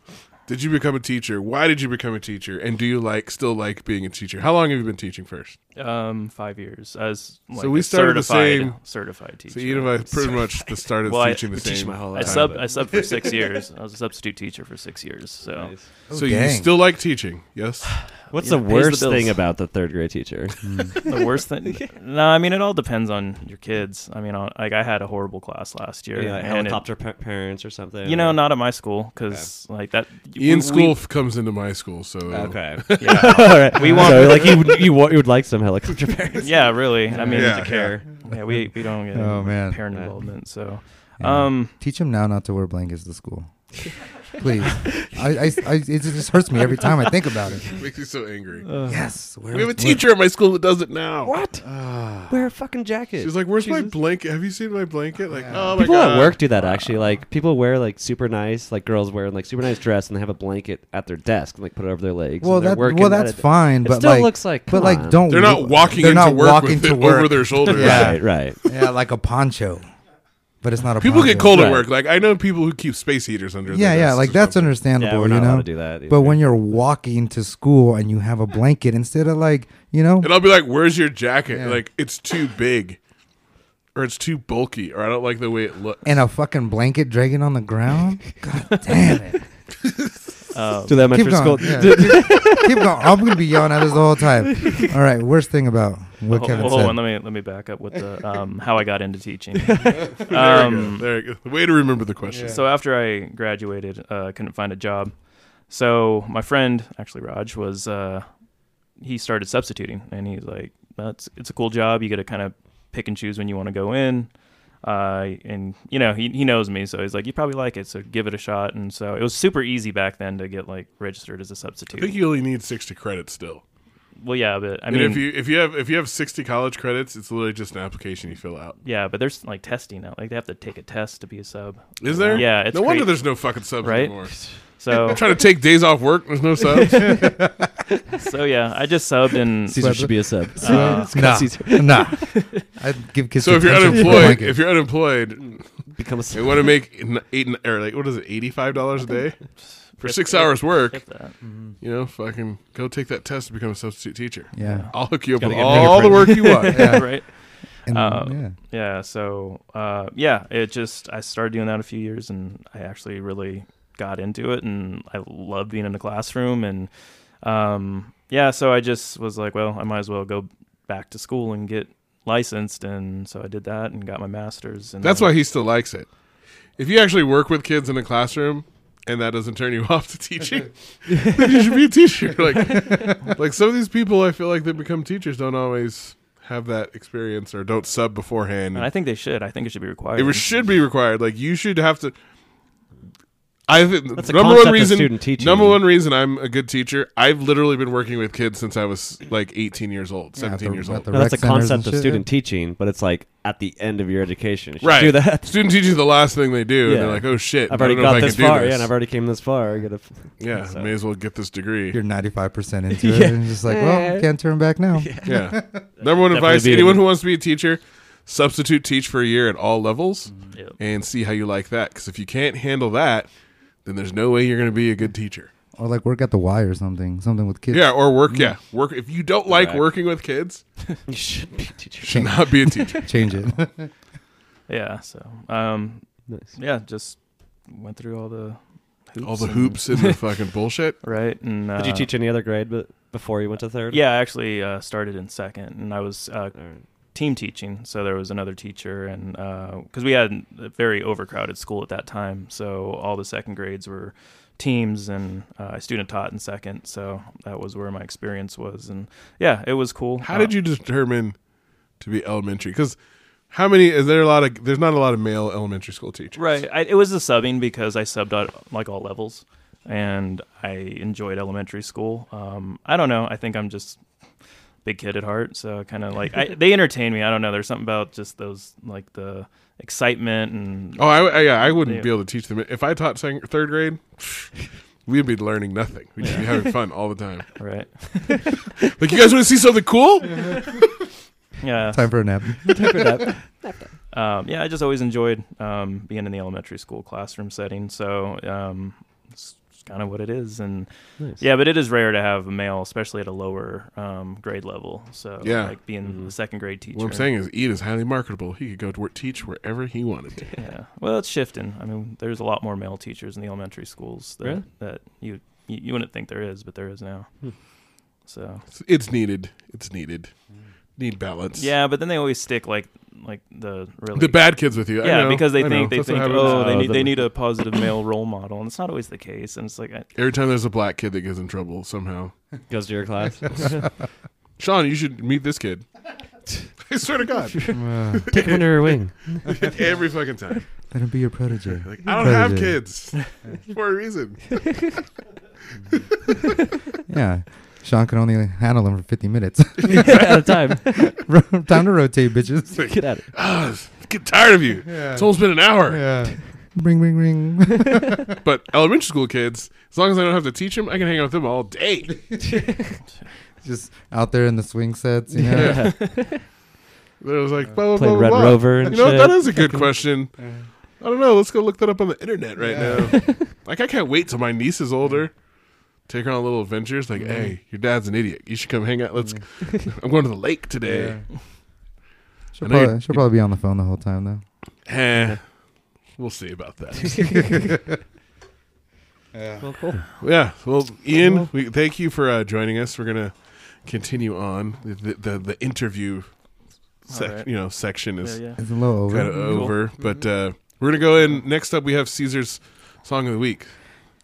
Speaker 2: did you become a teacher? Why did you become a teacher? And do you like still like being a teacher? How long have you been teaching first?
Speaker 5: Um, five years as like
Speaker 2: we
Speaker 5: a
Speaker 2: started the
Speaker 5: certified
Speaker 2: same-
Speaker 5: certified teacher.
Speaker 2: So you and I pretty much the start of
Speaker 5: Well, I-
Speaker 2: teaching the
Speaker 5: we
Speaker 2: same.
Speaker 5: teach
Speaker 4: my whole
Speaker 5: I
Speaker 4: life.
Speaker 2: time,
Speaker 5: sub
Speaker 2: but-
Speaker 5: I sub for six years. I was a substitute teacher for six years. So
Speaker 2: so you
Speaker 3: Oh, dang.
Speaker 2: still like teaching? Yes.
Speaker 4: What's
Speaker 5: Yeah,
Speaker 4: the
Speaker 5: pays the
Speaker 4: worst
Speaker 5: bills.
Speaker 4: thing about the third grade teacher?
Speaker 5: the worst thing. No, I mean it all depends on your kids. I mean, I- like I had a horrible class last year.
Speaker 4: Yeah, like
Speaker 5: and it-
Speaker 4: helicopter pa- parents or something.
Speaker 5: you know, not at my school because like that. we- we-
Speaker 2: Ian
Speaker 5: Ah,
Speaker 2: school f- comes into my school, so
Speaker 4: Okay.
Speaker 5: Yeah,
Speaker 4: All right.
Speaker 5: We
Speaker 4: We
Speaker 5: want-
Speaker 4: want so, like you. would- You, want, you would like some helicopter parents.
Speaker 5: yeah, really. I mean,
Speaker 2: Yeah.
Speaker 5: yeah, we we don't get
Speaker 3: Oh,
Speaker 5: any
Speaker 3: man.
Speaker 5: parent
Speaker 4: Yeah.
Speaker 5: involvement. So,
Speaker 3: Yeah.
Speaker 5: um,
Speaker 3: Teach him now not to wear blankets to school. Please, I, I, I, it just hurts me every time I think about it.
Speaker 2: makes me so angry.
Speaker 3: Uh, Yes, wear-
Speaker 2: we have
Speaker 3: wear-
Speaker 2: a teacher at my school that does it now.
Speaker 4: What? Wear a fucking jacket.
Speaker 2: She's like, "Where's my
Speaker 4: Jesus.
Speaker 2: blanket? Have you seen my blanket? Like,
Speaker 3: Yeah.
Speaker 2: oh my
Speaker 4: people
Speaker 2: god."
Speaker 4: at work do that actually. Like people wear like super nice, like girls wear like super nice dress, and they have a blanket at their desk and like put it over their legs.
Speaker 3: Well,
Speaker 4: and they're
Speaker 3: that,
Speaker 4: working
Speaker 3: well,
Speaker 4: at
Speaker 3: that's
Speaker 4: it.
Speaker 3: fine,
Speaker 4: It
Speaker 3: but
Speaker 4: still
Speaker 3: like,
Speaker 4: looks like,
Speaker 3: but
Speaker 4: come
Speaker 3: like,
Speaker 4: on.
Speaker 3: don't.
Speaker 2: They're not walking
Speaker 3: they're
Speaker 2: into
Speaker 3: not
Speaker 2: work
Speaker 3: walking
Speaker 2: with
Speaker 3: to
Speaker 2: it
Speaker 3: work.
Speaker 2: over their shoulder.
Speaker 3: Yeah.
Speaker 4: Right, right.
Speaker 3: yeah, like a poncho, but it's not a.
Speaker 2: People
Speaker 3: poncho.
Speaker 2: get cold at
Speaker 4: Right.
Speaker 2: work. Like I know people who keep space heaters under.
Speaker 3: Yeah,
Speaker 2: their
Speaker 3: yeah,
Speaker 2: desks
Speaker 3: like
Speaker 2: or
Speaker 3: that's
Speaker 2: something.
Speaker 4: Yeah,
Speaker 3: understandable,
Speaker 4: we're not
Speaker 3: you
Speaker 4: allowed
Speaker 3: know.
Speaker 4: to do that. Either.
Speaker 3: But when you're walking to school and you have a blanket instead of like, you know,
Speaker 2: And I'll be like, "Where's your jacket?
Speaker 3: Yeah.
Speaker 2: Like it's too big, or it's too bulky, or I don't like the way it looks."
Speaker 3: and a fucking blanket dragging on the ground. God damn it!
Speaker 5: um,
Speaker 4: to the
Speaker 3: Keep
Speaker 4: elementary
Speaker 3: going.
Speaker 4: school,
Speaker 3: yeah. Keep going. I'm gonna be yelling at this the whole time. All right. Worst thing about what
Speaker 5: Hold-
Speaker 3: Kevin
Speaker 5: hold
Speaker 3: said.
Speaker 5: on, let me let me back up with the um, how I got into teaching.
Speaker 2: there you
Speaker 5: Um,
Speaker 2: go. There you go. Way to remember the question.
Speaker 5: So after I graduated, uh, I couldn't find a job. So my friend, actually Raj, was uh, he started substituting, and he's like, "That's it's a cool job. You get to kind of pick and choose when you want to go in." Uh, and you know he he knows me, so he's like, "You probably like it, so give it a shot." And so it was super easy back then to get like registered as a
Speaker 2: I
Speaker 5: substitute.
Speaker 2: think you only need sixty credits still.
Speaker 5: well, yeah, but I
Speaker 2: I mean,
Speaker 5: mean,
Speaker 2: if you if you have if you have sixty college credits, it's literally just an application you fill out.
Speaker 5: yeah, but there's like testing now. Like they have to take a test to be a sub.
Speaker 2: Is there?
Speaker 5: Yeah, it's
Speaker 2: no wonder
Speaker 5: crazy.
Speaker 2: there's no fucking subs
Speaker 5: Right?
Speaker 2: anymore.
Speaker 5: So
Speaker 2: I'm trying to take days off work. There's no subs.
Speaker 5: so yeah, I just subbed and
Speaker 4: Caesar should be a sub.
Speaker 5: Uh,
Speaker 3: nah,
Speaker 4: Caesar.
Speaker 3: nah. I'd give kids.
Speaker 2: so if you're
Speaker 3: detention for a
Speaker 2: unemployed,
Speaker 3: blanket.
Speaker 2: if you're unemployed,
Speaker 4: Become a sub.
Speaker 2: you want to make n- eight n- or like what is it, eighty five dollars a day for
Speaker 5: If-
Speaker 2: six
Speaker 5: if-
Speaker 2: hours work?
Speaker 5: if that.
Speaker 2: You know, fucking go take that test to become a substitute teacher.
Speaker 3: yeah,
Speaker 2: I'll hook you up
Speaker 4: Gotta
Speaker 2: with
Speaker 4: get
Speaker 2: all the work you want.
Speaker 3: Yeah.
Speaker 5: right?
Speaker 3: and,
Speaker 5: Uh,
Speaker 3: yeah.
Speaker 5: Yeah. So, uh, yeah, it just I started doing that a few years, and I actually really got into it, and I love being in the classroom, and um, yeah, so I just was like, well, I might as well go back to school and get licensed, and so I did that and got my master's, and
Speaker 2: That's why he still likes it. If you actually work with kids in a classroom, and that doesn't turn you off to teaching, then you should be a teacher. Like, like some of these people, I feel like that become teachers don't always have that experience or don't sub beforehand.
Speaker 5: And I think they should. I think it should be required.
Speaker 2: it re- should be required. Like, you should have to. I think
Speaker 4: That's a
Speaker 2: number
Speaker 4: concept
Speaker 2: one
Speaker 4: of
Speaker 2: reason.
Speaker 4: student teaching.
Speaker 2: Number one reason I'm a good teacher. I've literally been working with kids since I was like 18 years old, 17
Speaker 3: the-
Speaker 2: years
Speaker 3: at
Speaker 2: old.
Speaker 3: the
Speaker 4: No, that's a
Speaker 3: rec centers
Speaker 4: concept
Speaker 3: and
Speaker 4: of
Speaker 3: shit,
Speaker 4: student teaching, but it's like at the end of your education. You should
Speaker 2: Right.
Speaker 4: Do that.
Speaker 2: Student teaching is the last thing they do, and
Speaker 4: Yeah.
Speaker 2: they're like, "Oh shit,
Speaker 4: I've
Speaker 2: I
Speaker 4: already
Speaker 2: don't know if
Speaker 4: got
Speaker 2: I
Speaker 4: this
Speaker 2: can do
Speaker 4: far.
Speaker 2: This.
Speaker 4: Yeah, and I've already came this far. I gotta f-
Speaker 2: Yeah,
Speaker 4: So-
Speaker 2: may as well get this degree.
Speaker 3: You're 95% into
Speaker 4: Yeah.
Speaker 3: it. And just like, well,
Speaker 4: Eh.
Speaker 3: can't turn back now.
Speaker 2: Yeah. Number one
Speaker 4: Definitely
Speaker 2: advice:
Speaker 4: be a-
Speaker 2: anyone who wants to be a teacher, substitute teach for a year at all levels
Speaker 4: Mm-hmm.
Speaker 5: Yeah.
Speaker 2: and see how you like that. Because if you can't handle that, then there's no way you're going to be a good teacher.
Speaker 3: Or like work at the Y or something. Something with kids.
Speaker 2: Yeah, or work. Yeah, work. If you don't like
Speaker 4: Right.
Speaker 2: working with kids,
Speaker 4: You should be a teacher.
Speaker 2: you should not be a teacher.
Speaker 3: Change it.
Speaker 5: Yeah. So, um,
Speaker 4: Nice.
Speaker 5: yeah, just went through all the hoops
Speaker 2: all the
Speaker 5: and-
Speaker 2: hoops and the fucking bullshit.
Speaker 5: right? And uh,
Speaker 4: Did you teach any other grade but before you went to third?
Speaker 5: Yeah, I actually uh, started in second, and I was uh,
Speaker 4: All right.
Speaker 5: team teaching. So there was another teacher, and because we had a very overcrowded school at that time, so all the second grades were teams, and uh, I student taught in second. So that was where my experience was, and yeah, it was cool. Uh,
Speaker 2: How did you determine to be elementary? Because how many is there a lot of? There's not a lot of male elementary school teachers.
Speaker 5: Right. I, it was the subbing because I subbed at like all levels, and I enjoyed elementary school. Um, I don't know. I think I'm just big kid at heart, so kind of like I, they entertain me. I don't know. There's something about just those like the excitement and
Speaker 2: Oh, I, I, yeah, I wouldn't
Speaker 5: Yeah.
Speaker 2: be able to teach them. If I taught second, third grade, we'd be learning nothing. We'd just be having fun all the time.
Speaker 5: right.
Speaker 2: Like, you guys want to see something cool?
Speaker 5: Yeah.
Speaker 3: Time for a nap.
Speaker 5: Um, yeah. I just always enjoyed um, being in the elementary school classroom setting. So um, it's kind of what it is, and
Speaker 4: Nice.
Speaker 5: Yeah, but it is rare to have a male, especially at a lower um, grade level. So,
Speaker 2: Yeah.
Speaker 5: like being
Speaker 4: Mhm.
Speaker 5: the second grade teacher.
Speaker 2: What I'm saying is, Ed is highly marketable. He could go to work, teach wherever he wanted to.
Speaker 5: yeah. Well, it's shifting. I mean, there's a lot more male teachers in the elementary schools that
Speaker 4: Really?
Speaker 5: that you, you you wouldn't think there is, but there is now.
Speaker 4: Hmm.
Speaker 5: So
Speaker 2: It's, it's needed. It's needed. Need balance.
Speaker 5: yeah, but then they always stick like like the really
Speaker 2: The bad kids with you. I
Speaker 5: yeah
Speaker 2: know,
Speaker 5: because they
Speaker 2: I know.
Speaker 5: think they
Speaker 2: That's what
Speaker 5: think
Speaker 2: happens. Uh,
Speaker 5: oh they
Speaker 4: Oh,
Speaker 5: need
Speaker 4: the-
Speaker 5: they need a positive male role model and it's not always the case and it's like I,
Speaker 2: Every time there's a black kid that gets in trouble somehow.
Speaker 4: Goes to your class.
Speaker 2: Sean, you should meet this kid. I swear to God,
Speaker 3: Uh,
Speaker 4: Take him under your wing.
Speaker 2: every fucking time.
Speaker 3: let him be your protege.
Speaker 2: Like I don't have
Speaker 3: Protege.
Speaker 2: kids for a reason.
Speaker 3: Yeah. Sean can only handle them for 50 minutes.
Speaker 4: At a time.
Speaker 3: Time to rotate, bitches.
Speaker 4: Get at it.
Speaker 2: Ah, I get tired of you.
Speaker 3: Yeah.
Speaker 2: It's almost been an hour.
Speaker 3: Yeah. Ring, ring, ring.
Speaker 2: But elementary school kids, as long as I don't have to teach them, I can hang out with them all day.
Speaker 3: Just out there in the swing sets, you know?
Speaker 2: Yeah. There was like blah, blah,
Speaker 4: Playing
Speaker 2: blah,
Speaker 4: Red
Speaker 2: blah, blah.
Speaker 4: Rover and
Speaker 2: You know,
Speaker 4: shit.
Speaker 2: that is a good question. I don't know. Let's go look that up on the internet right now. like, I can't wait till my niece is older. Take her on little adventures. Like, hey, your dad's an idiot. You should come hang out. Let's. I'm going to the lake today.
Speaker 3: She'll,
Speaker 2: I know you-
Speaker 3: probably, she'll probably be on the phone the whole time, though.
Speaker 2: Eh, we'll see about that.
Speaker 4: Well, cool.
Speaker 2: yeah. Well, Ian, we, thank you for uh, joining us. We're gonna continue on the the, the, the interview. Sec-
Speaker 5: All right.
Speaker 2: You know, section is
Speaker 5: yeah, yeah.
Speaker 3: It's a little over.
Speaker 2: kind of over, but uh, we're gonna go in. Next up, we have Caesar's song of the week.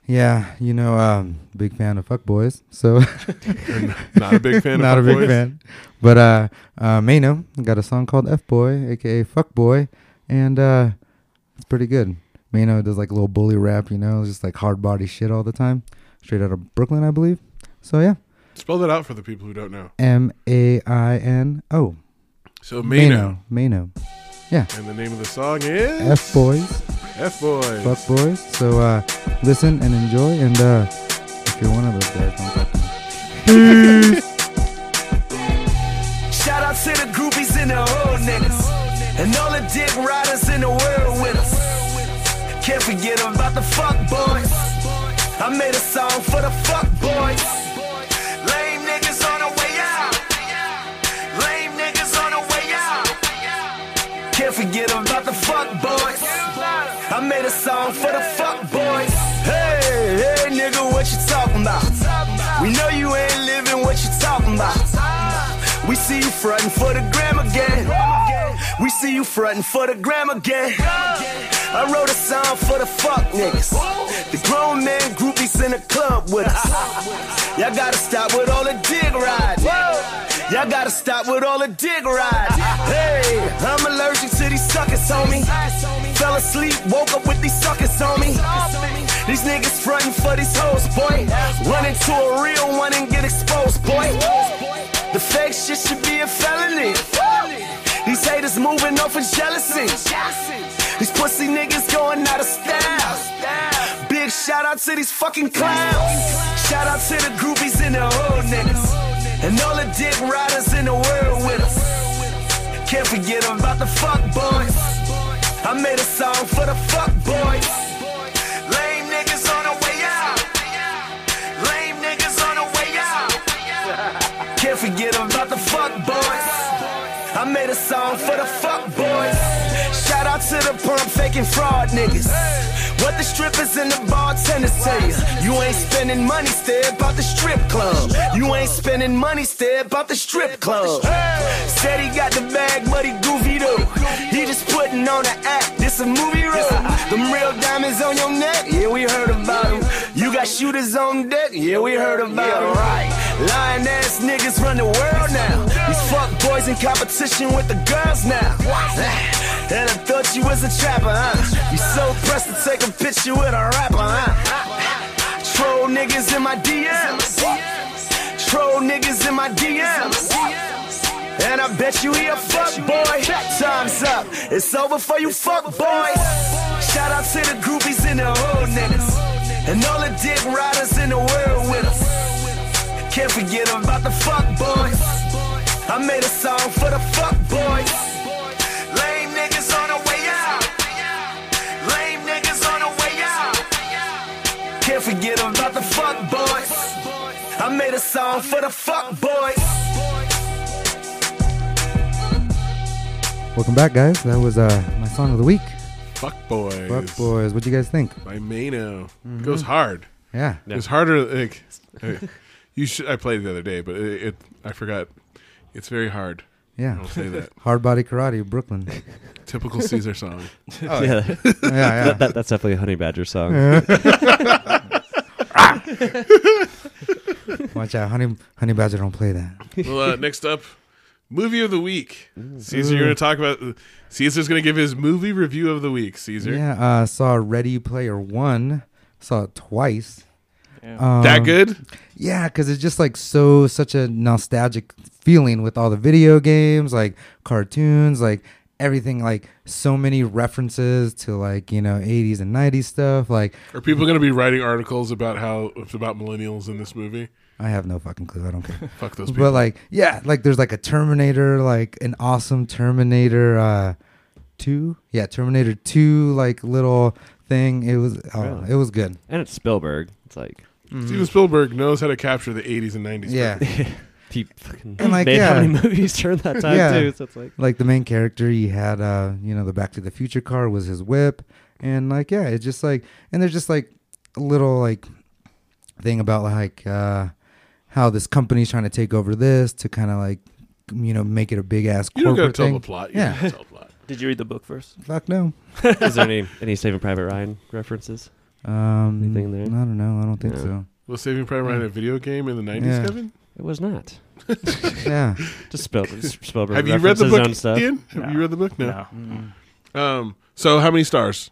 Speaker 3: Yeah, you know, um, big fan of fuckboys, so
Speaker 2: Not a big fan. of
Speaker 3: not a
Speaker 2: Pop
Speaker 3: big
Speaker 2: Boys.
Speaker 3: fan. But uh, uh, Mano got a song called F Boy, aka Fuck Boy, and uh, it's pretty good. Mano does like a little bully rap, you know, just like hard body shit all the time, straight out of Brooklyn, I believe. So yeah,
Speaker 2: Spell that out for the people who don't know.
Speaker 3: M A I N O,
Speaker 2: So Mano,
Speaker 3: Mano,
Speaker 2: and the name of the song is
Speaker 3: F Boys.
Speaker 2: F Boys.
Speaker 3: Fuck boys. So uh, listen and enjoy. And uh, if you're one of those guys, don't talk to me.
Speaker 6: Shout out to the groupies and the old niggas. And all the dick riders in the world with us. Can't forget about the fuck boys. I made a song for the fuck boys. Lame niggas on the way out. Lame niggas on the way out. Can't forget about the fuck boys. I made a song for the fuck boys. Hey, hey, nigga, what you talking about? We know you ain't living what you talking about. We see you frontin' for the gram again. We see you frontin' for the gram again. I wrote a song for the fuck niggas. The grown men groupies in the club with us. Y'all gotta stop with all the dig rides. Y'all gotta stop with all the dig rides. Hey, I'm allergic to these suckers on me. Fell asleep, woke up with these suckers on me. These niggas frontin' for these hoes, boy. Run into a real one and get exposed, boy. The fake shit should be a felony. These haters moving off of jealousy. These pussy niggas going out of style. Big shout out to these fucking clowns. Shout out to the groupies and the old niggas. And all the dick riders in the world with us. Can't forget about the fuck boys. I made a song for the fuck boys. Lame niggas on the way out. Lame niggas on the way out. Can't forget about the fuck boys. I made a song for the fuck boys. Shout out to the pump faking fraud niggas. What the strippers and the bartenders tell you. You ain't spending money, stay about the strip club. You ain't spending money, stay about the strip club. Said he got the bag, but he goofy though. He just putting on an act, this a movie role. Them real diamonds on your neck, yeah, we heard about them. You got shooters on deck, yeah, we heard about them. Right. Lying ass niggas run the world now. These fuck boys in competition with the girls now. And I thought you was a trapper, huh? You so pressed to take a picture with a rapper, huh? Troll niggas in my DMs. Troll niggas in my DMs. And I bet you he a fuck boy. Time's up. It's over for you fuck boys. Shout out to the groupies and the old niggas. And all the dick riders in the world with us. Can't forget about the fuck boys. I made a song for the fuck boys. Lame niggas on the way out. Lame niggas on the way out. Can't forget about the fuck boys. I made a song for the fuck boys.
Speaker 3: Welcome back, guys. That was uh, my song of the week.
Speaker 2: Fuck boys.
Speaker 3: Fuck boys. What do you guys think?
Speaker 2: By Mano. It goes hard.
Speaker 3: Yeah.
Speaker 4: Yeah.
Speaker 2: It's harder. Like, uh, you should. I played it the other day, but it, it I forgot. It's very hard.
Speaker 3: Yeah.
Speaker 2: I'll say that.
Speaker 3: Hard Body Karate, Brooklyn.
Speaker 2: Typical Caesar song. Oh,
Speaker 4: yeah, that,
Speaker 3: Yeah, yeah.
Speaker 4: that, that's definitely a Honey Badger song.
Speaker 3: Watch out, honey, honey badger, don't play that.
Speaker 2: Well, uh, next up, movie of the week. Caesar, you're going to talk about. Caesar's going to give his movie review of the week. Caesar,
Speaker 3: Yeah, uh, saw Ready Player One, saw it twice. Um,
Speaker 2: that good?
Speaker 3: Yeah, because it's just like so such a nostalgic feeling with all the video games, like cartoons, like everything, like so many references to like you know 80s and 90s stuff. Like
Speaker 2: Are people going to be writing articles about how it's about millennials in this movie?
Speaker 3: I have no fucking clue. I don't care.
Speaker 2: Fuck those people.
Speaker 3: but like yeah, like there's like a Terminator, like an awesome Terminator uh two, yeah, Terminator two, like little thing. It was oh,
Speaker 4: Really?
Speaker 3: it was good.
Speaker 4: And it's Spielberg. It's like
Speaker 2: Steven Spielberg knows how to capture the 80s and 90s.
Speaker 3: Yeah.
Speaker 4: he fucking
Speaker 3: And, like,
Speaker 4: made how
Speaker 3: yeah.
Speaker 4: many movies during that time
Speaker 3: Yeah.
Speaker 4: too. So it's like
Speaker 3: like the main character he had uh you know the back to the future car was his whip and like yeah it's just like and there's just like a little like thing about like uh how this company's trying to take over this to kind of like you know make it a big ass
Speaker 2: You don't got to
Speaker 3: corporate
Speaker 2: tell
Speaker 3: thing
Speaker 2: the plot. You
Speaker 3: Yeah.
Speaker 2: yeah. tell the plot.
Speaker 5: Did you read the book first?
Speaker 3: fuck no
Speaker 4: is there any any Saving Private Ryan references?
Speaker 3: um
Speaker 4: Anything there?
Speaker 3: i don't know i don't think
Speaker 4: Yeah.
Speaker 3: so
Speaker 2: Was Saving Private Ryan a video game in the 90s,
Speaker 3: Yeah.
Speaker 2: Kevin?
Speaker 4: It was not.
Speaker 3: yeah
Speaker 4: Just Spielberg. Spielberg
Speaker 2: Have you read the
Speaker 4: references
Speaker 2: book,
Speaker 4: Own stuff.
Speaker 2: Ian? Have you
Speaker 5: No.
Speaker 2: read the book? No. Um, so how many stars?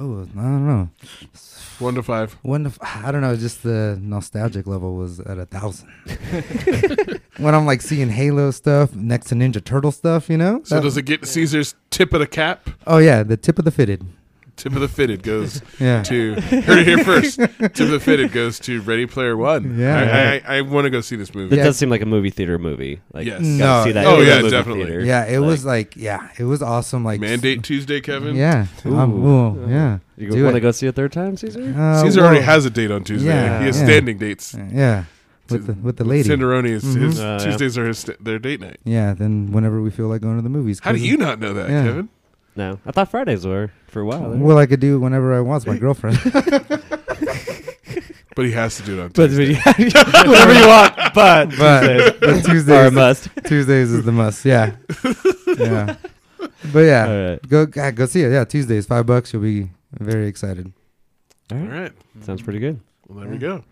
Speaker 3: oh i don't know
Speaker 2: One to five.
Speaker 3: When the, f- I don't know, just the nostalgic level was at a thousand. when I'm like seeing Halo stuff next to Ninja Turtle stuff, you know.
Speaker 2: So
Speaker 3: That-
Speaker 2: does it get Caesar's tip of the cap?
Speaker 3: oh yeah, the tip of the fitted.
Speaker 2: Tip of the fitted goes
Speaker 3: Yeah,
Speaker 2: to heard it here first. Tip of the fitted goes to Ready Player One.
Speaker 3: Yeah.
Speaker 2: I, I, I, I want to go see this movie.
Speaker 4: That
Speaker 3: Yeah.
Speaker 4: does seem like a movie theater movie. Like,
Speaker 2: Yes.
Speaker 4: gotta
Speaker 3: No,
Speaker 4: see that.
Speaker 3: Oh,
Speaker 4: in a
Speaker 3: yeah,
Speaker 4: movie
Speaker 2: definitely.
Speaker 4: theater.
Speaker 3: yeah. It was like yeah, it was awesome. Like
Speaker 2: Mandate Tuesday, Kevin.
Speaker 3: Yeah, um,
Speaker 4: Ooh.
Speaker 3: ooh, yeah.
Speaker 4: You
Speaker 3: Do
Speaker 4: want to
Speaker 3: it.
Speaker 4: go see a third time, Caesar?
Speaker 3: Uh,
Speaker 2: Caesar already
Speaker 3: well,
Speaker 2: has a date on Tuesday.
Speaker 3: Yeah.
Speaker 2: he has
Speaker 3: Yeah.
Speaker 2: standing dates.
Speaker 3: Yeah, with the with the lady. Mm-hmm.
Speaker 2: Cinderoni is his
Speaker 4: Oh, yeah.
Speaker 2: Tuesdays are his st- their date night.
Speaker 3: yeah, then whenever we feel like going to the movies.
Speaker 2: How do
Speaker 3: 'cause-
Speaker 2: you not know that,
Speaker 3: Yeah.
Speaker 2: Kevin?
Speaker 4: No, I thought Fridays were for a while. there.
Speaker 3: Well, I could do it whenever I want. It's my girlfriend.
Speaker 2: But he has to do it on
Speaker 4: but
Speaker 2: Tuesday.
Speaker 4: whatever you want, but
Speaker 3: but, but Tuesdays
Speaker 4: or must.
Speaker 3: Tuesdays is the must. Yeah, yeah. But yeah,
Speaker 4: All right.
Speaker 3: go God, go see it. Yeah, Tuesdays, five bucks. You'll be very excited.
Speaker 4: All
Speaker 2: All
Speaker 4: right.
Speaker 2: right.
Speaker 4: Sounds pretty good.
Speaker 2: Well, there we go.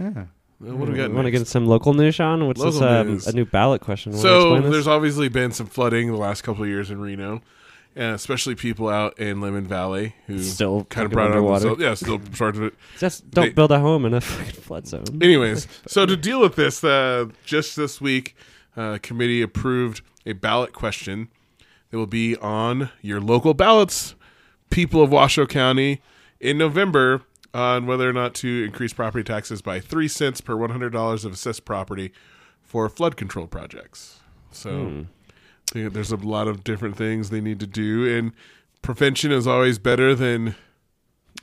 Speaker 3: Yeah.
Speaker 2: Well, what do we got?
Speaker 4: Want to
Speaker 2: next?
Speaker 4: get some local news, Sean? What's this?
Speaker 2: Local
Speaker 4: Um,
Speaker 2: news.
Speaker 4: a new ballot question. Wanna
Speaker 2: So
Speaker 4: explain this?
Speaker 2: there's obviously been some flooding the last couple of years in Reno, and especially people out in Lemon Valley who
Speaker 4: Still
Speaker 2: kind
Speaker 4: fucking
Speaker 2: of brought it on
Speaker 4: underwater.
Speaker 2: themselves. Yeah, still started it.
Speaker 4: Just don't
Speaker 2: they-
Speaker 4: build a home in a fucking flood zone.
Speaker 2: Anyways, so to deal with this, uh, just this week, uh, committee approved a ballot question that will be on your local ballots, people of Washoe County, in November on whether or not to increase property taxes by three cents per one hundred dollars of assessed property for flood control projects. So. Yeah, there's a lot of different things they need to do, and prevention is always better than